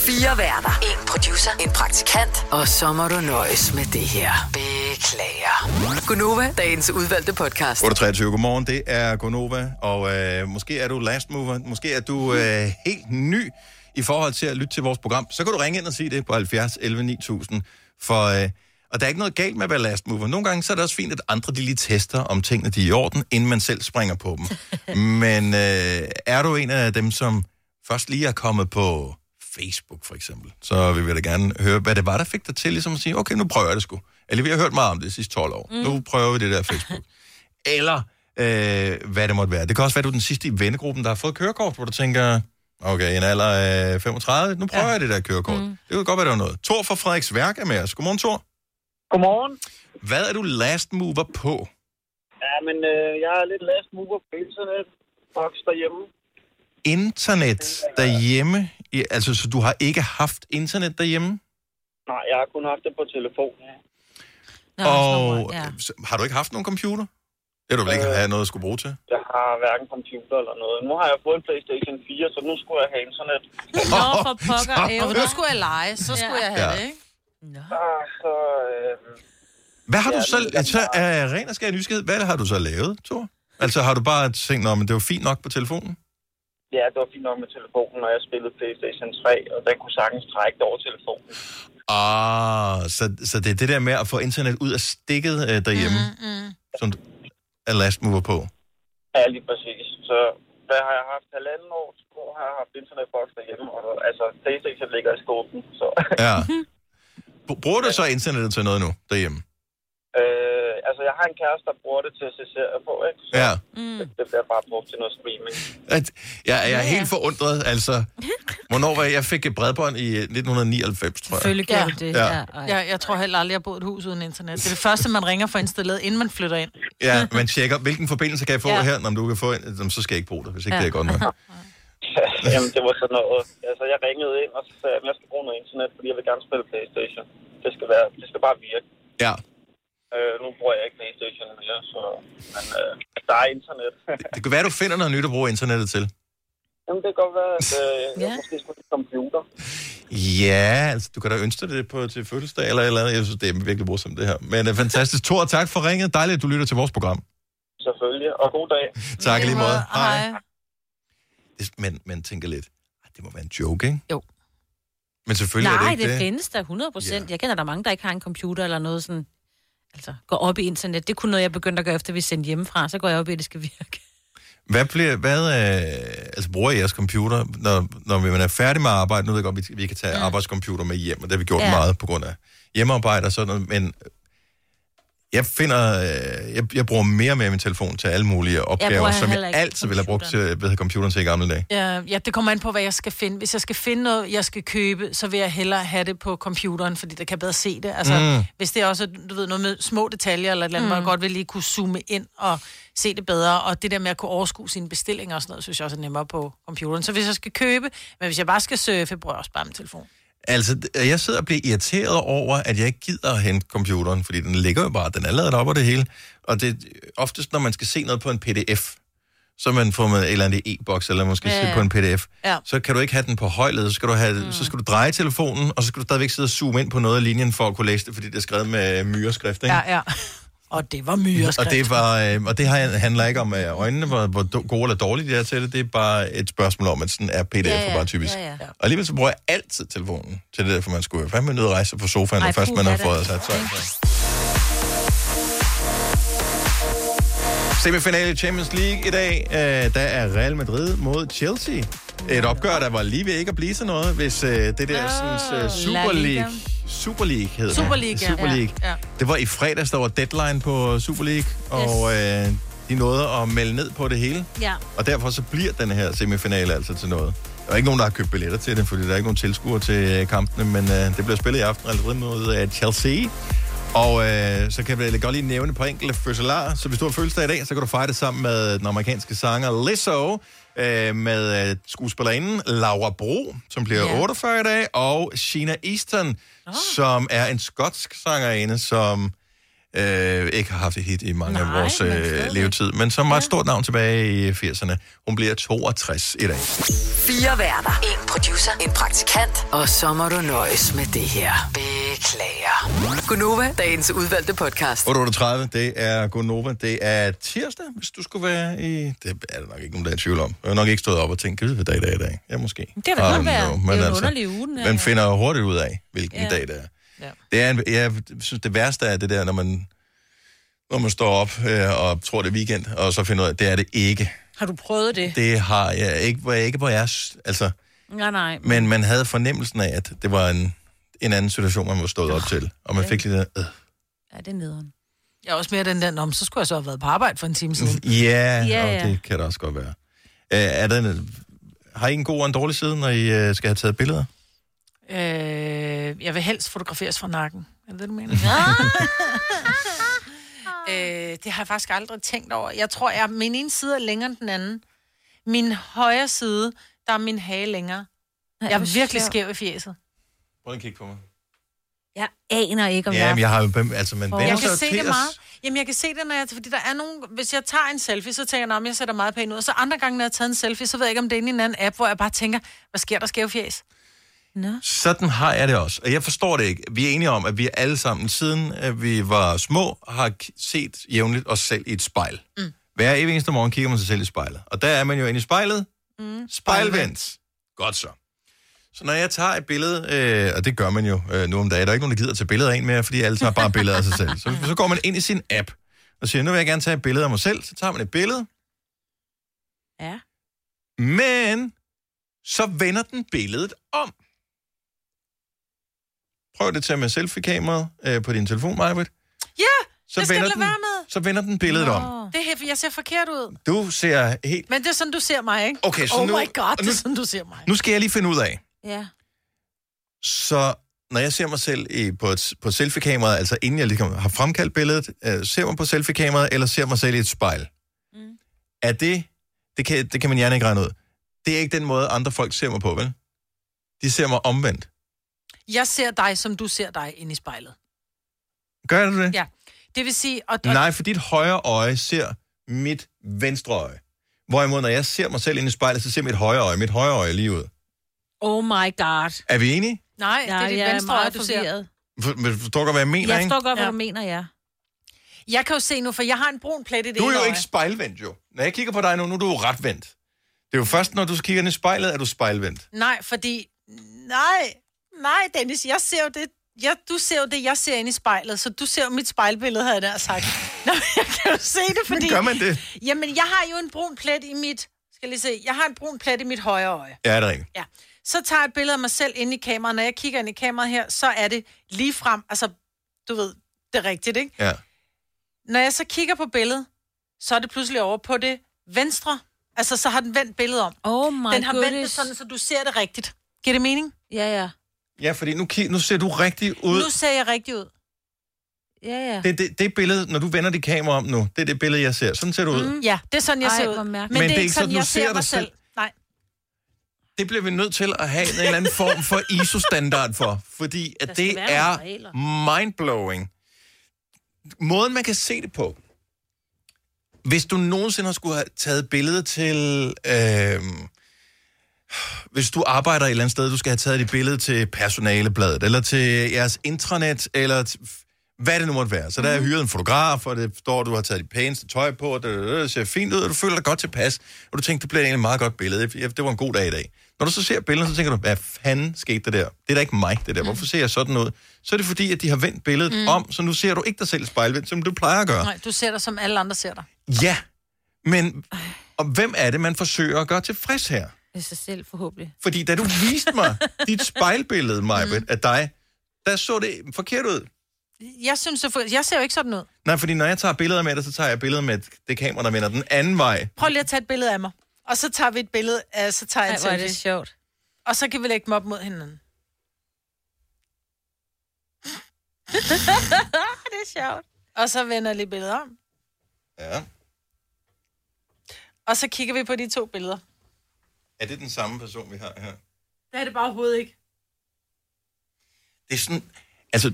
[SPEAKER 5] Fire værter. En producer. En praktikant. Og så må du nøjes med det her. Beklager. Gunova, dagens udvalgte podcast.
[SPEAKER 1] 8.23, godmorgen, det er Gonova, og øh, måske er du last mover, måske er du øh, helt ny i forhold til at lytte til vores program, så kan du ringe ind og sige det på 70 11 9000, for, øh, og der er ikke noget galt med at være last mover. Nogle gange så er det også fint, at andre de lige tester, om tingene de er i orden, inden man selv springer på dem. Men øh, er du en af dem, som først lige er kommet på Facebook for eksempel, så vil vi da gerne høre, hvad det var, der fik dig til ligesom at sige, okay, nu prøver jeg det sgu. Eller vi har hørt meget om det de sidste 12 år. Mm.
[SPEAKER 4] Mm.
[SPEAKER 1] Nu prøver vi det der <laughs> Facebook eller øh, hvad det måtte være. Det kan også være, at du er den sidste i vennegruppen, der har fået kørekort, hvor du tænker, okay, i en alder af 35, nu prøver ja. jeg det der kørekort. Mm. Det kunne godt være, der var noget. Tor fra Frederiks Værk er med os. Godmorgen, Tor.
[SPEAKER 6] Godmorgen.
[SPEAKER 1] Hvad er du last mover på?
[SPEAKER 6] Ja, men øh, jeg er lidt last mover på internet. Fox derhjemme.
[SPEAKER 1] Internet derhjemme? I, altså, så du har ikke haft internet derhjemme?
[SPEAKER 6] Nej, jeg har kun haft det på telefon.
[SPEAKER 1] Nå, og ja. har du ikke haft nogen computer? Det har du vel ikke have noget at skulle bruge til?
[SPEAKER 6] Jeg har hverken computer eller noget. Nu har jeg fået en Playstation 4, så nu skulle jeg have internet.
[SPEAKER 2] <laughs> Nå,
[SPEAKER 1] <laughs>
[SPEAKER 2] for pokker. Æv, nu skulle jeg lege, så skulle jeg have
[SPEAKER 1] Ja.
[SPEAKER 2] det, ikke?
[SPEAKER 6] Ah, så, øh,
[SPEAKER 1] Hvad har ja, du så... så er ren og skær nysgerrighed, hvad har du så lavet, Tor? Altså, har du bare tænkt, at det var fint nok på telefonen?
[SPEAKER 6] ja, det var fint nok med telefonen, når jeg spillede Playstation 3, og den kunne sagtens trække det over telefonen.
[SPEAKER 1] Ah, så, så det er det der med at få internet ud af stikket øh, derhjemme, mm, mm. som du er last mover på.
[SPEAKER 6] Ja, lige præcis. Så hvad har jeg haft? Halvanden år, to år har jeg haft internetboks derhjemme, og altså Playstation ligger i skåben, så...
[SPEAKER 1] Ja. Br- Bruger du så internettet til noget nu derhjemme?
[SPEAKER 6] Øh, altså, jeg har en kæreste, der bruger det til at se serier på, ikke? Så
[SPEAKER 1] Ja.
[SPEAKER 6] mm. det, det bliver bare brugt til noget streaming.
[SPEAKER 1] At, jeg, jeg er helt forundret, altså. Hvornår var jeg? Jeg fik et bredbånd i øh, 1999, tror jeg.
[SPEAKER 2] ja. Jeg, jeg tror heller aldrig, jeg har boet i et hus uden internet. Det er det første, man ringer for installeret, inden man flytter ind.
[SPEAKER 1] <laughs> Ja, man tjekker, hvilken forbindelse kan jeg få
[SPEAKER 2] Ja.
[SPEAKER 1] ja. her? Nå, men du kan få en, Nå, men så skal jeg ikke bruge det, hvis ikke
[SPEAKER 2] Ja.
[SPEAKER 1] ja. det er godt nok. <laughs>
[SPEAKER 6] <laughs> Jamen, det var sådan noget. Altså, jeg ringede ind, og så sagde jeg, at jeg skal bruge noget internet, fordi jeg vil gerne spille Playstation. Det skal, være, det skal bare virke.
[SPEAKER 1] Ja.
[SPEAKER 6] Øh, nu bruger jeg ikke Playstation mere, så... Men øh, der er internet.
[SPEAKER 1] Det kan være, du finder noget nyt at bruge internettet til.
[SPEAKER 6] Jamen, det kan godt være, at øh, jeg måske skulle til computer.
[SPEAKER 1] Ja, altså, du kan da ønske dig det på, til fødselsdag eller et eller andet. Jeg synes, det er virkelig morsomt, det her. Men uh, fantastisk. Tor, tak for ringet. Dejligt, at du lytter til vores program.
[SPEAKER 6] Selvfølgelig. Og god dag.
[SPEAKER 1] Tak i lige måde. Hej. Det- Men man tænker lidt, "Ej, det må være en joke, ikke?
[SPEAKER 3] Jo.
[SPEAKER 1] Men selvfølgelig
[SPEAKER 3] Nej,
[SPEAKER 1] er det ikke det.
[SPEAKER 3] findes der 100 procent. Jeg kender der mange, der ikke har en computer eller noget sådan... Altså, går op i internet. Det er kun noget, jeg begyndte at gøre, efter vi er sendt hjemmefra. Så går jeg op i, at det skal virke.
[SPEAKER 1] Hvad, bliver, hvad øh, altså, bruger I jeres computer, når, når man er færdig med arbejde? Nu ved jeg godt, vi, vi kan tage ja. arbejdscomputer med hjem, og det har vi gjort
[SPEAKER 4] Ja.
[SPEAKER 1] ja. meget på grund af hjemmearbejde og sådan noget, men jeg finder, øh, jeg, jeg bruger mere og mere min telefon til alle mulige opgaver,
[SPEAKER 2] bruger
[SPEAKER 1] som
[SPEAKER 2] heller
[SPEAKER 1] jeg
[SPEAKER 2] ikke
[SPEAKER 1] altid ville have brugt til hvad hedder computeren til i gamle dage.
[SPEAKER 2] Ja, ja, det kommer an på, hvad jeg skal finde. Hvis jeg skal finde noget, jeg skal købe, så vil jeg hellere have det på computeren, fordi der kan jeg bedre se det. Altså, mm.
[SPEAKER 1] Mm.
[SPEAKER 2] Hvis det er også du ved, noget med små detaljer eller et eller andet, mm. man godt vil lige kunne zoome ind og se det bedre. Og det der med at kunne overskue sine bestillinger og sådan noget, synes jeg også er nemmere på computeren. Så hvis jeg skal købe, men hvis jeg bare skal surfe, bruger jeg også bare min telefon.
[SPEAKER 1] Altså, d- jeg sidder og bliver irriteret over, at jeg ikke gider at hente computeren, fordi den ligger jo bare, den er lavet op og det hele. Og det er oftest, når man skal se noget på en pdf, så man får med et eller andet e-boks, eller måske
[SPEAKER 4] Ja,
[SPEAKER 1] ja,
[SPEAKER 4] ja.
[SPEAKER 1] se på en pdf,
[SPEAKER 4] Ja.
[SPEAKER 1] så kan du ikke have den på højled, så skal, du have, mm. så skal du dreje telefonen, og så skal du stadigvæk sidde og zoome ind på noget af linjen for at kunne læse det, fordi det er skrevet med myreskrift, ikke?
[SPEAKER 2] Ja, ja. Og det var myreskrift.
[SPEAKER 1] Og det, var, øh, og det har- handler ikke om øh, øjnene, hvor, hvor do- gode eller dårlige de er til det. Det er bare et spørgsmål om, at sådan er pdf
[SPEAKER 4] Ja,
[SPEAKER 1] ja,
[SPEAKER 4] ja.
[SPEAKER 1] bare typisk.
[SPEAKER 4] Ja, ja.
[SPEAKER 1] Og alligevel så bruger jeg altid telefonen til det der, for man skulle jo fandme ned og rejse sig fra sofaen,
[SPEAKER 4] Ej,
[SPEAKER 1] når først
[SPEAKER 4] puh,
[SPEAKER 1] man har
[SPEAKER 4] hvad er
[SPEAKER 1] fået
[SPEAKER 4] det?
[SPEAKER 1] sat sig. Semifinale i Champions League i dag. Øh, der er Real Madrid mod Chelsea. Et opgør, der var lige ved ikke at blive til noget, hvis øh, det der sådan, øh, Super
[SPEAKER 2] La Liga.
[SPEAKER 1] League... Super League hedder det.
[SPEAKER 2] Super League, ja.
[SPEAKER 1] Super League.
[SPEAKER 2] Ja, ja.
[SPEAKER 1] Det var i fredags, der var deadline på Super League, og øh, de nåede at melde ned på det hele.
[SPEAKER 3] Ja.
[SPEAKER 1] Og derfor så bliver den her semifinale altså til noget. Der er ikke nogen, der har købt billetter til det, fordi der er ikke nogen tilskuere til øh, kampene, men øh, det bliver spillet i aften allerede mod øh, Chelsea. Og øh, så kan vi godt lige nævne på enkelte fødselarer. Så hvis du har fødselsdag i dag, så kan du fejre det sammen med den amerikanske sanger Lizzo, øh, med øh, skuespillerinden Laura Bro, som bliver
[SPEAKER 4] Ja.
[SPEAKER 1] yeah. 48 i dag, og Sheena Easton, oh. som er en skotsk sangerinde, som øh, ikke har haft et hit i mange Nej, af vores øh, levetid, men som var et stort navn tilbage i 80'erne. Hun bliver 62 i dag.
[SPEAKER 5] Fire værter. En producer. En praktikant. Og så må du nøjes med det her. Beklager. Gunova, dagens udvalgte podcast.
[SPEAKER 1] 8.38, det er Gonova. Det er tirsdag, hvis du skulle være i... Det er der nok ikke nogen, der er i tvivl om. Jeg har nok ikke stået op og tænkt, kan vi vide, hvad dag det er i dag? Ja, måske.
[SPEAKER 3] Det kan da
[SPEAKER 1] I
[SPEAKER 3] godt
[SPEAKER 1] don't
[SPEAKER 3] være.
[SPEAKER 1] know,
[SPEAKER 3] Det er jo altså, en underlig uge, den er.
[SPEAKER 1] Man altså, finder jo hurtigt ud af, hvilken
[SPEAKER 3] Ja.
[SPEAKER 1] ja. dag det er.
[SPEAKER 3] Ja.
[SPEAKER 1] Det er en, jeg synes, det værste er det der, når man, når man står op øh, og tror, det er weekend, og så finder ud af, at det er det ikke.
[SPEAKER 3] Har du prøvet det?
[SPEAKER 1] Det har jeg ikke, hvor jeg ikke hvor jeg er s- altså,
[SPEAKER 3] Nej, nej.
[SPEAKER 1] men man havde fornemmelsen af, at det var en, en anden situation, man var stået op til. Og man fik lidt af, øh,
[SPEAKER 3] Ja, det er nederen.
[SPEAKER 2] Jeg er også mere den der, om så skulle jeg så have været på arbejde for en
[SPEAKER 1] <laughs>
[SPEAKER 2] time siden.
[SPEAKER 1] Ja,
[SPEAKER 2] Ja,
[SPEAKER 1] ja,
[SPEAKER 2] ja.
[SPEAKER 1] ja. Og det kan det også godt være. Øh, er der en, har I en god og en dårlig side, når I øh, skal have taget billeder?
[SPEAKER 2] Øh, jeg vil helst fotograferes fra nakken. Er det det, du
[SPEAKER 3] <laughs>
[SPEAKER 2] mener?
[SPEAKER 3] Ah.
[SPEAKER 2] <laughs> øh, det har jeg faktisk aldrig tænkt over. Jeg tror, at min ene side er længere end den anden. Min højre side, der er min hage længere. Jeg er
[SPEAKER 3] hvor
[SPEAKER 2] virkelig
[SPEAKER 3] sjovt.
[SPEAKER 2] skæv i fjeset.
[SPEAKER 1] Prøv lige at kigge på mig.
[SPEAKER 3] Jeg aner ikke, om
[SPEAKER 1] Ja, men
[SPEAKER 3] jeg...
[SPEAKER 1] jeg har jo... bem- Altså, man vender
[SPEAKER 2] jeg
[SPEAKER 1] sig
[SPEAKER 2] kan
[SPEAKER 1] jo
[SPEAKER 2] se
[SPEAKER 1] til
[SPEAKER 2] det
[SPEAKER 1] os.
[SPEAKER 2] meget. Jamen, jeg kan se det, når jeg... Fordi der er nogen... Hvis jeg tager en selfie, så tænker jeg, at jeg ser da meget pæn ud. Og så andre gange, når jeg har taget en selfie, så ved jeg ikke, om det er inde i en anden app, hvor jeg bare tænker, hvad sker der skæve fjes?
[SPEAKER 1] Sådan har jeg det også. Og jeg forstår det ikke. Vi er enige om, at vi alle sammen, siden at vi var små, har k- set jævnligt os selv i et spejl. Mm. Hver evig eneste morgen kigger man sig selv i spejlet. Og der er man jo inde i spejlet. Mm. Spejlvendt. Godt så. Så når jeg tager et billede, øh, og det gør man jo øh, nu om dagen, der er ikke nogen, der gider at tage billeder af en mere, fordi alle tager bare billeder af sig selv. Så, så går man ind i sin app og siger, nu vil jeg gerne tage et billede af mig selv. Så tager man et billede.
[SPEAKER 3] Ja.
[SPEAKER 1] Men så vender den billedet om. Prøv det til med selfie-kameraet øh, på din telefon, Majbrit.
[SPEAKER 2] Ja,
[SPEAKER 1] Så
[SPEAKER 2] det skal jeg
[SPEAKER 1] vender
[SPEAKER 2] lade være
[SPEAKER 1] den-
[SPEAKER 2] med.
[SPEAKER 1] så vender den billedet om.
[SPEAKER 2] Nå. Det her, jeg ser forkert ud.
[SPEAKER 1] Du ser helt...
[SPEAKER 2] Men det er sådan, du ser mig, ikke?
[SPEAKER 1] Okay, så
[SPEAKER 2] oh
[SPEAKER 1] nu-
[SPEAKER 2] my god, det
[SPEAKER 1] nu-
[SPEAKER 2] er sådan, du ser mig.
[SPEAKER 1] Nu skal jeg lige finde ud af,
[SPEAKER 3] Ja.
[SPEAKER 1] så når jeg ser mig selv i, på, et, på selfie-kameraet, altså inden jeg ligesom har fremkaldt billedet, øh, ser mig på selfie-kameraet, eller ser mig selv i et spejl, mm. er det, det kan, det kan man gerne ikke regne ud, det er ikke den måde, andre folk ser mig på, vel? De ser mig omvendt.
[SPEAKER 2] Jeg ser dig, som du ser dig inde i spejlet.
[SPEAKER 1] Gør du det?
[SPEAKER 2] Ja. Det vil sige... Og, og,
[SPEAKER 1] Nej, for dit højre øje ser mit venstre øje. Hvorimod, når jeg ser mig selv ind i spejlet, så ser mit højre øje, mit højre øje lige ud.
[SPEAKER 3] Oh my god.
[SPEAKER 1] Er vi enige?
[SPEAKER 2] Nej, det er dit
[SPEAKER 3] jeg
[SPEAKER 2] venstre øje,
[SPEAKER 3] meget
[SPEAKER 2] du ser.
[SPEAKER 3] forvirret.
[SPEAKER 1] For- men Forstår du godt, hvad jeg mener,
[SPEAKER 3] Jeg
[SPEAKER 1] ikke?
[SPEAKER 3] forstår godt, hvad
[SPEAKER 2] Ja.
[SPEAKER 3] du mener, ja.
[SPEAKER 2] Jeg kan jo se nu, for jeg har en brun plet i det
[SPEAKER 1] Du er
[SPEAKER 2] ene
[SPEAKER 1] jo
[SPEAKER 2] øje.
[SPEAKER 1] ikke spejlvendt, jo. Når jeg kigger på dig nu, nu er du jo retvendt. Det er jo først, når du kigger ind i spejlet, at du er spejlvendt.
[SPEAKER 2] Nej, fordi... Nej, nej, Dennis, jeg ser jo det... Jeg, du ser jo det, jeg ser inde i spejlet, så du ser jo mit spejlbillede, havde jeg nær sagt. <laughs> Nå, men jeg kan jo se det, fordi...
[SPEAKER 1] Men gør man det?
[SPEAKER 2] Jamen, jeg har jo en brun plet i mit... Skal jeg lige se. Jeg har en brun plet i mit højre øje.
[SPEAKER 1] Ja, det er rigtigt.
[SPEAKER 2] Ja. Så tager jeg et billede af mig selv inde i kameraet. Når jeg kigger ind i kameraet her, så er det lige frem. Altså, du ved, det er rigtigt, ikke?
[SPEAKER 1] Ja.
[SPEAKER 2] Når jeg så kigger på billedet, så er det pludselig over på det venstre. Altså, så har den vendt billedet om.
[SPEAKER 3] Oh my
[SPEAKER 2] Den har vendt det
[SPEAKER 3] goodness.
[SPEAKER 2] sådan, så du ser det rigtigt. Giver det mening?
[SPEAKER 3] Ja, ja.
[SPEAKER 1] Ja, fordi nu, ki- nu ser du rigtig ud.
[SPEAKER 2] Nu ser jeg rigtig ud.
[SPEAKER 3] Ja, ja.
[SPEAKER 1] Det, det, det billede, når du vender dit kamera om nu, det er det billede, jeg ser. Sådan ser du ud.
[SPEAKER 2] Mm. Ja, det er sådan, jeg
[SPEAKER 3] Ej,
[SPEAKER 2] ser
[SPEAKER 3] hvor
[SPEAKER 2] ud.
[SPEAKER 3] mærkeligt.
[SPEAKER 1] Men det er ikke sådan, du
[SPEAKER 2] jeg
[SPEAKER 1] ser
[SPEAKER 2] ser mig
[SPEAKER 1] dig
[SPEAKER 2] selv.
[SPEAKER 1] selv.
[SPEAKER 2] Nej.
[SPEAKER 1] Det bliver vi nødt til at have en eller anden form for ISO-standard for, fordi
[SPEAKER 3] Der
[SPEAKER 1] at
[SPEAKER 3] skal
[SPEAKER 1] det
[SPEAKER 3] være
[SPEAKER 1] er
[SPEAKER 3] nogle regler.
[SPEAKER 1] mindblowing. Måden, man kan se det på, hvis du nogensinde har skulle have taget billeder til... Øh, hvis du arbejder et eller andet sted, du skal have taget dit billede til personalebladet, eller til jeres intranet, eller t- hvad det nu måtte være. Så der er
[SPEAKER 2] Mhm.
[SPEAKER 1] hyret en fotograf, og det står, at du har taget dit pæneste tøj på, og det, øh, det ser fint ud, og du føler dig godt tilpas, og du tænker, det bliver egentlig et meget godt billede. Ja, Det var en god dag i dag. Når du så ser billedet, så tænker du, hvad fanden skete det der? Det er da ikke mig, det der. Hvorfor ser jeg sådan ud? Så er det fordi, at de har vendt billedet
[SPEAKER 2] Mm.
[SPEAKER 1] mm. om, så nu ser du ikke dig selv spejlvendt, som du plejer at gøre.
[SPEAKER 2] Nej, du ser dig, som alle andre ser dig.
[SPEAKER 1] Ja, men og hvem er det, man forsøger at gøre tilfreds her?
[SPEAKER 3] Det er sig selv, forhåbentlig.
[SPEAKER 1] Fordi da du viste mig dit spejlbillede, Majbet, mm. af dig, der så det forkert ud.
[SPEAKER 2] Jeg synes, det er for- jeg ser jo ikke sådan ud.
[SPEAKER 1] Nej, fordi når jeg tager billeder med dig, så tager jeg billeder med det kamera, der vender den anden vej.
[SPEAKER 2] Prøv lige at tage et billede af mig. Og så tager vi et billede af, så tager jeg
[SPEAKER 3] Ej,
[SPEAKER 2] et
[SPEAKER 3] hvor er
[SPEAKER 2] selfie.
[SPEAKER 3] det sjovt.
[SPEAKER 2] Og så kan vi lægge dem op mod hinanden. <laughs> det er sjovt. Og så vender jeg lige billedet om.
[SPEAKER 1] Ja.
[SPEAKER 2] Og så kigger vi på de to billeder.
[SPEAKER 1] Er det den samme person, vi har her?
[SPEAKER 2] Det er det bare overhovedet ikke.
[SPEAKER 1] Det er sådan... Altså,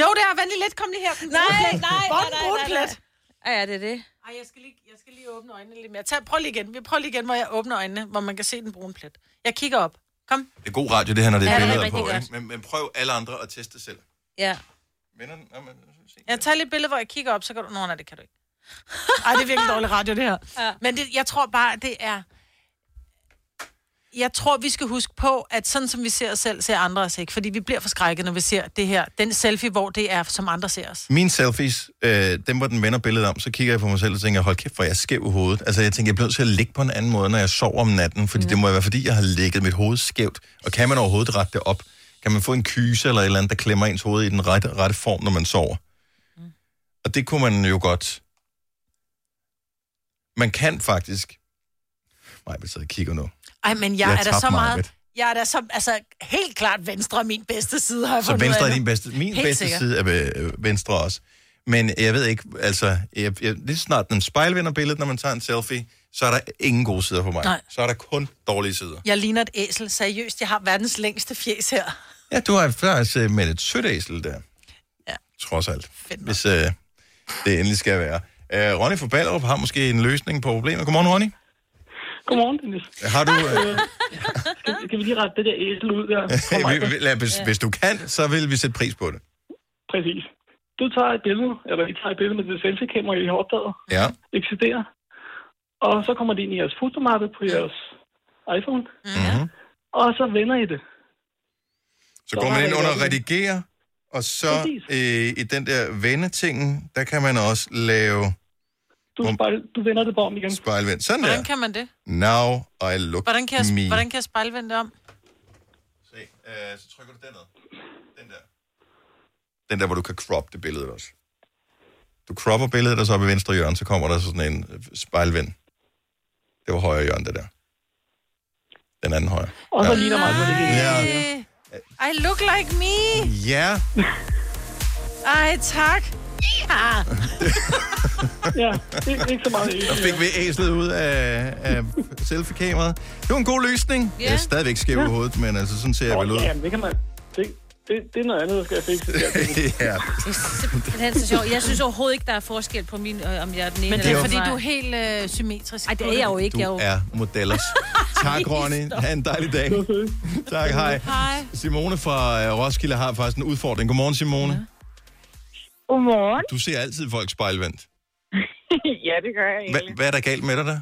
[SPEAKER 2] Jo, det er. Vent lige lidt. Kom lige her.
[SPEAKER 3] Nej, nej, nej,
[SPEAKER 2] Hvor er den
[SPEAKER 3] nej,
[SPEAKER 2] brune
[SPEAKER 3] nej,
[SPEAKER 2] plet?
[SPEAKER 3] Ja, ja, det er det.
[SPEAKER 2] Ej, jeg skal lige, jeg skal lige åbne øjnene lidt mere. Tag, prøv lige igen. Vi prøver lige igen, hvor jeg åbner øjnene, hvor man kan se den brune plet. Jeg kigger op. Kom.
[SPEAKER 1] det er god radio, det her, når det er
[SPEAKER 2] Ja, det er
[SPEAKER 1] billeder
[SPEAKER 2] rigtig
[SPEAKER 1] på.
[SPEAKER 2] godt.
[SPEAKER 1] Ikke? Men, men prøv alle andre at teste selv.
[SPEAKER 3] Ja.
[SPEAKER 1] Vender den? Jamen,
[SPEAKER 2] Jeg tager lige et billede, hvor jeg kigger op, så går du... Nå, nej, det kan du ikke. <laughs> Ej, det er virkelig dårlig radio, det her. Ja. Men det, jeg tror bare, det er... Jeg tror, vi skal huske på, at sådan som vi ser os selv, ser andre os ikke. Fordi vi bliver forskrækket, når vi ser det her. Den selfie, hvor det er, som andre ser os.
[SPEAKER 1] Mine selfies, øh, dem hvor den vender billedet om, så kigger jeg på mig selv og tænker, hold kæft, hvor jeg er skæv i hovedet. Altså jeg tænker, jeg bliver nødt til at ligge på en anden måde, når jeg sover om natten, fordi mm. det må være, fordi jeg har ligget mit hoved skævt. Og kan man overhovedet rette det op? Kan man få en kyse eller et eller andet, der klemmer ens hoved i den rette, rette form, når man sover? Mm. Og det kunne man jo godt. Man kan faktisk... Nej, vi sidder og kigger nu.
[SPEAKER 2] Ej, men jeg,
[SPEAKER 1] Jeg
[SPEAKER 2] jeg er da
[SPEAKER 1] tabte
[SPEAKER 2] så
[SPEAKER 1] mig,
[SPEAKER 2] meget...
[SPEAKER 1] Britt.
[SPEAKER 2] Jeg er da så... Altså, helt klart venstre er min bedste side, har jeg
[SPEAKER 1] Så
[SPEAKER 2] fundet ud
[SPEAKER 1] venstre
[SPEAKER 2] af
[SPEAKER 1] er
[SPEAKER 2] nu.
[SPEAKER 1] din bedste. Min
[SPEAKER 2] Helt
[SPEAKER 1] bedste
[SPEAKER 2] sikkert.
[SPEAKER 1] side er øh, venstre også. Men jeg ved ikke, altså, jeg, jeg, lige så snart den spejlvender billedet, når man tager en selfie, så er der ingen gode sider for mig.
[SPEAKER 2] Nej.
[SPEAKER 1] Så er der kun dårlige sider.
[SPEAKER 2] Jeg ligner et æsel. Seriøst, jeg har verdens længste fjes her.
[SPEAKER 1] Ja, du har faktisk øh, med et sødt æsel der.
[SPEAKER 2] Ja.
[SPEAKER 1] Trods alt. Hvis øh, det endelig skal være. Øh, Ronny fra Ballerup har måske en løsning på problemet. Godmorgen, Ronny.
[SPEAKER 4] Godmorgen, Dennis.
[SPEAKER 2] <laughs>
[SPEAKER 1] Har du...
[SPEAKER 4] <laughs>
[SPEAKER 1] Øh, <laughs>
[SPEAKER 4] Skal, skal vi lige rette det der æsel ud der? fra mig?
[SPEAKER 1] vi- vi- lad- hvis, hvis du kan, så vil vi sætte pris på det.
[SPEAKER 4] Præcis. Du tager et billede, eller I tager et billede med det selfie-kamera, I har opdaget,
[SPEAKER 1] Ja.
[SPEAKER 4] eksisterer. Og så
[SPEAKER 3] Mhm.
[SPEAKER 1] Mhm.
[SPEAKER 4] kommer det ind i jeres fotomappe på jeres iPhone. Mm-hmm. Og så vender I det.
[SPEAKER 1] Så går man ind under redigere, og så øh, i den der vendetingen, der kan man også lave...
[SPEAKER 4] Du, spejl, du vender det på om igen.
[SPEAKER 1] Spejlvend. Sådan
[SPEAKER 2] Hvordan
[SPEAKER 1] der.
[SPEAKER 2] kan man det?
[SPEAKER 1] Now I look
[SPEAKER 2] Hvordan kan jeg,
[SPEAKER 1] me.
[SPEAKER 2] hvordan kan jeg spejlvende det om?
[SPEAKER 1] Se, øh, så trykker du den ned. Den der. Den der, hvor du kan crop det billede også. Du cropper billedet, og så op i venstre hjørne, så kommer der så sådan en øh, spejlvend. Det var højre hjørne, det der. Den anden højre.
[SPEAKER 4] Og så ligner
[SPEAKER 2] Ah.
[SPEAKER 4] mig, hvor det ligner.
[SPEAKER 1] Ja.
[SPEAKER 2] I Øh, look like me.
[SPEAKER 1] Ja,
[SPEAKER 2] Ej, tak. Ah.
[SPEAKER 4] <laughs> ja, ikke, ikke så meget.
[SPEAKER 1] så fik vi æslet ud af, af selfie-kameraet. Det var en god løsning.
[SPEAKER 4] Ja.
[SPEAKER 1] Jeg er stadigvæk skæv i hovedet, men altså, sådan ser jeg vel ud.
[SPEAKER 4] Ja, men det kan man... Det, det, det er noget andet, der skal jeg fikse.
[SPEAKER 1] <laughs> ja.
[SPEAKER 3] Det er simpelthen så sjovt. Jeg synes overhovedet ikke, der er forskel på min, øh, om jeg er den ene
[SPEAKER 2] Men det er,
[SPEAKER 3] eller
[SPEAKER 2] fordi
[SPEAKER 3] den
[SPEAKER 2] du
[SPEAKER 3] anden
[SPEAKER 2] er helt øh, symmetrisk.
[SPEAKER 3] Ej, det er jeg jo ikke. Jeg er
[SPEAKER 1] Du
[SPEAKER 3] jo...
[SPEAKER 1] er
[SPEAKER 3] <laughs>
[SPEAKER 1] modellers. Tak, Ronny. Ha' en dejlig dag. tak, hej.
[SPEAKER 2] Hej.
[SPEAKER 1] Simone fra øh, Roskilde har faktisk en udfordring. Godmorgen, Simone.
[SPEAKER 11] Godmorgen.
[SPEAKER 1] Du ser altid folk spejlvendt.
[SPEAKER 11] <laughs> ja, det gør jeg
[SPEAKER 1] Hva,
[SPEAKER 11] egentlig.
[SPEAKER 1] hvad er der galt med dig der?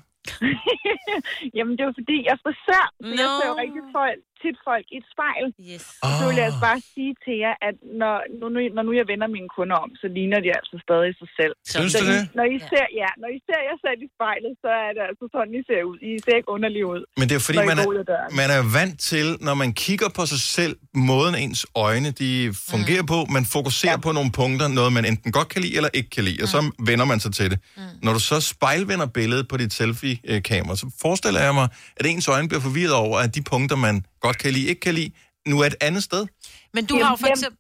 [SPEAKER 11] Jamen, det er jo fordi, jeg er frisør, så no. jeg
[SPEAKER 3] Nå.
[SPEAKER 11] ser jo rigtig folk, tit folk i et spejl.
[SPEAKER 3] Yes.
[SPEAKER 11] Og så vil jeg
[SPEAKER 1] Ah.
[SPEAKER 11] altså bare sige til jer, at når nu, nu, når nu jeg vender mine kunder om, så ligner de altså stadig sig selv.
[SPEAKER 1] Synes
[SPEAKER 11] så
[SPEAKER 1] du
[SPEAKER 11] I,
[SPEAKER 1] det?
[SPEAKER 11] Når I, ser, ja, når I ser jer selv i spejlet, så er det altså sådan, I ser ud. I ser ikke underlige ud.
[SPEAKER 1] Men det er fordi,
[SPEAKER 11] når I
[SPEAKER 1] man
[SPEAKER 11] går ud af
[SPEAKER 1] er,
[SPEAKER 11] døren.
[SPEAKER 1] man er vant til, når man kigger på sig selv, måden ens øjne de fungerer mm. på, man fokuserer ja. på nogle punkter, noget man enten godt kan lide eller ikke kan lide, mm. og så vender man sig til det. Mm. Når du så spejlvender billedet på dit selfie-kamera, så forestiller jeg mig, at ens øjne bliver forvirret over, at de punkter, man godt kan lide, ikke kan lide, nu er et andet sted.
[SPEAKER 2] Men du har jo for eksempel...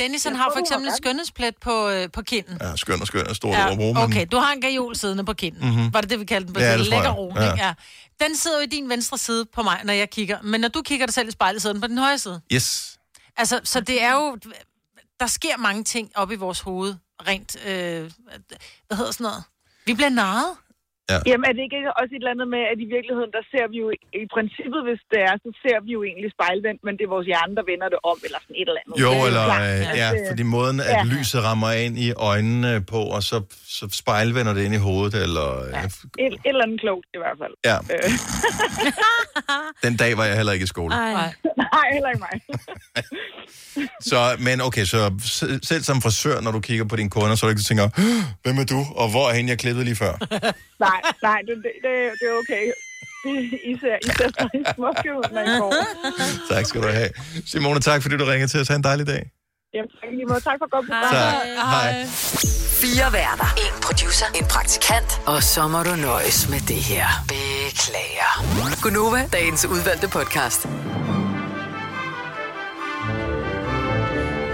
[SPEAKER 2] Dennis, han har for eksempel en skønhedsplet på, øh, på kinden.
[SPEAKER 1] Ja, skøn og skøn og stort ja, overbrug, men
[SPEAKER 2] okay, du har en gajol siddende på kinden.
[SPEAKER 1] Mhm.
[SPEAKER 2] Mm-hmm. Var det det, vi kaldte den på
[SPEAKER 1] Ja,
[SPEAKER 2] ja,
[SPEAKER 1] det tror
[SPEAKER 2] Lækker
[SPEAKER 1] jeg.
[SPEAKER 2] roen,
[SPEAKER 1] Ja.
[SPEAKER 2] ja. ikke? Ja. Den sidder jo i din venstre side på mig, når jeg kigger. Men når du kigger dig selv i spejlet, sidder den på den højre side.
[SPEAKER 1] yes.
[SPEAKER 2] Altså, så det er jo... Der sker mange ting op i vores hoved, rent... Øh, hvad hedder sådan noget? Vi bliver narret.
[SPEAKER 1] Ja.
[SPEAKER 11] Jamen, er det ikke også et eller andet med, at i virkeligheden, der ser vi jo... I princippet, hvis det er, så ser vi jo egentlig spejlvendt, men det er vores hjerne, der vender det om, eller sådan et eller andet. Det
[SPEAKER 1] Jo,
[SPEAKER 11] er
[SPEAKER 1] eller
[SPEAKER 11] klart,
[SPEAKER 1] øh,
[SPEAKER 11] at,
[SPEAKER 1] ja,
[SPEAKER 11] øh,
[SPEAKER 1] fordi måden, at
[SPEAKER 11] ja.
[SPEAKER 1] lyset rammer ind i øjnene på, og så, så spejlvender det ind i hovedet, eller øh, ja.
[SPEAKER 11] Et, et eller andet klogt, i hvert fald.
[SPEAKER 1] Ja.
[SPEAKER 11] Øh.
[SPEAKER 1] <laughs> den dag var jeg heller ikke i skole.
[SPEAKER 11] Nej. <laughs> Nej, heller ikke mig.
[SPEAKER 1] Så, men okay, så se- selv som frisør, når du kigger på dine kunder, så er du ikke tænker, "Åh, hvem er du, og hvor er hende, jeg klippede lige før?
[SPEAKER 11] nej, nej, det, det, det, det er okay. <laughs> I ser, I ser stadig smukke ud, når I går.
[SPEAKER 1] tak skal du have. Simone, tak fordi du ringede til os. Ha' en dejlig dag.
[SPEAKER 11] Jamen, tak, i lige måde. tak for godt program.
[SPEAKER 1] Tak. Hej.
[SPEAKER 5] Fire værter. En producer. En praktikant. Og så må du nøjes med det her. Beklager. Gunova, dagens udvalgte podcast.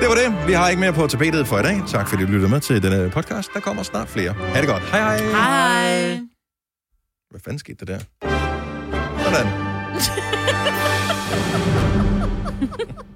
[SPEAKER 1] Det var det. Vi har ikke mere på tapetet for i dag. Tak fordi du lyttede med til denne podcast. Der kommer snart flere. Ha' det godt. Hej hej.
[SPEAKER 2] <laughs> Hej.
[SPEAKER 1] Hvad fanden skete der der? Sådan.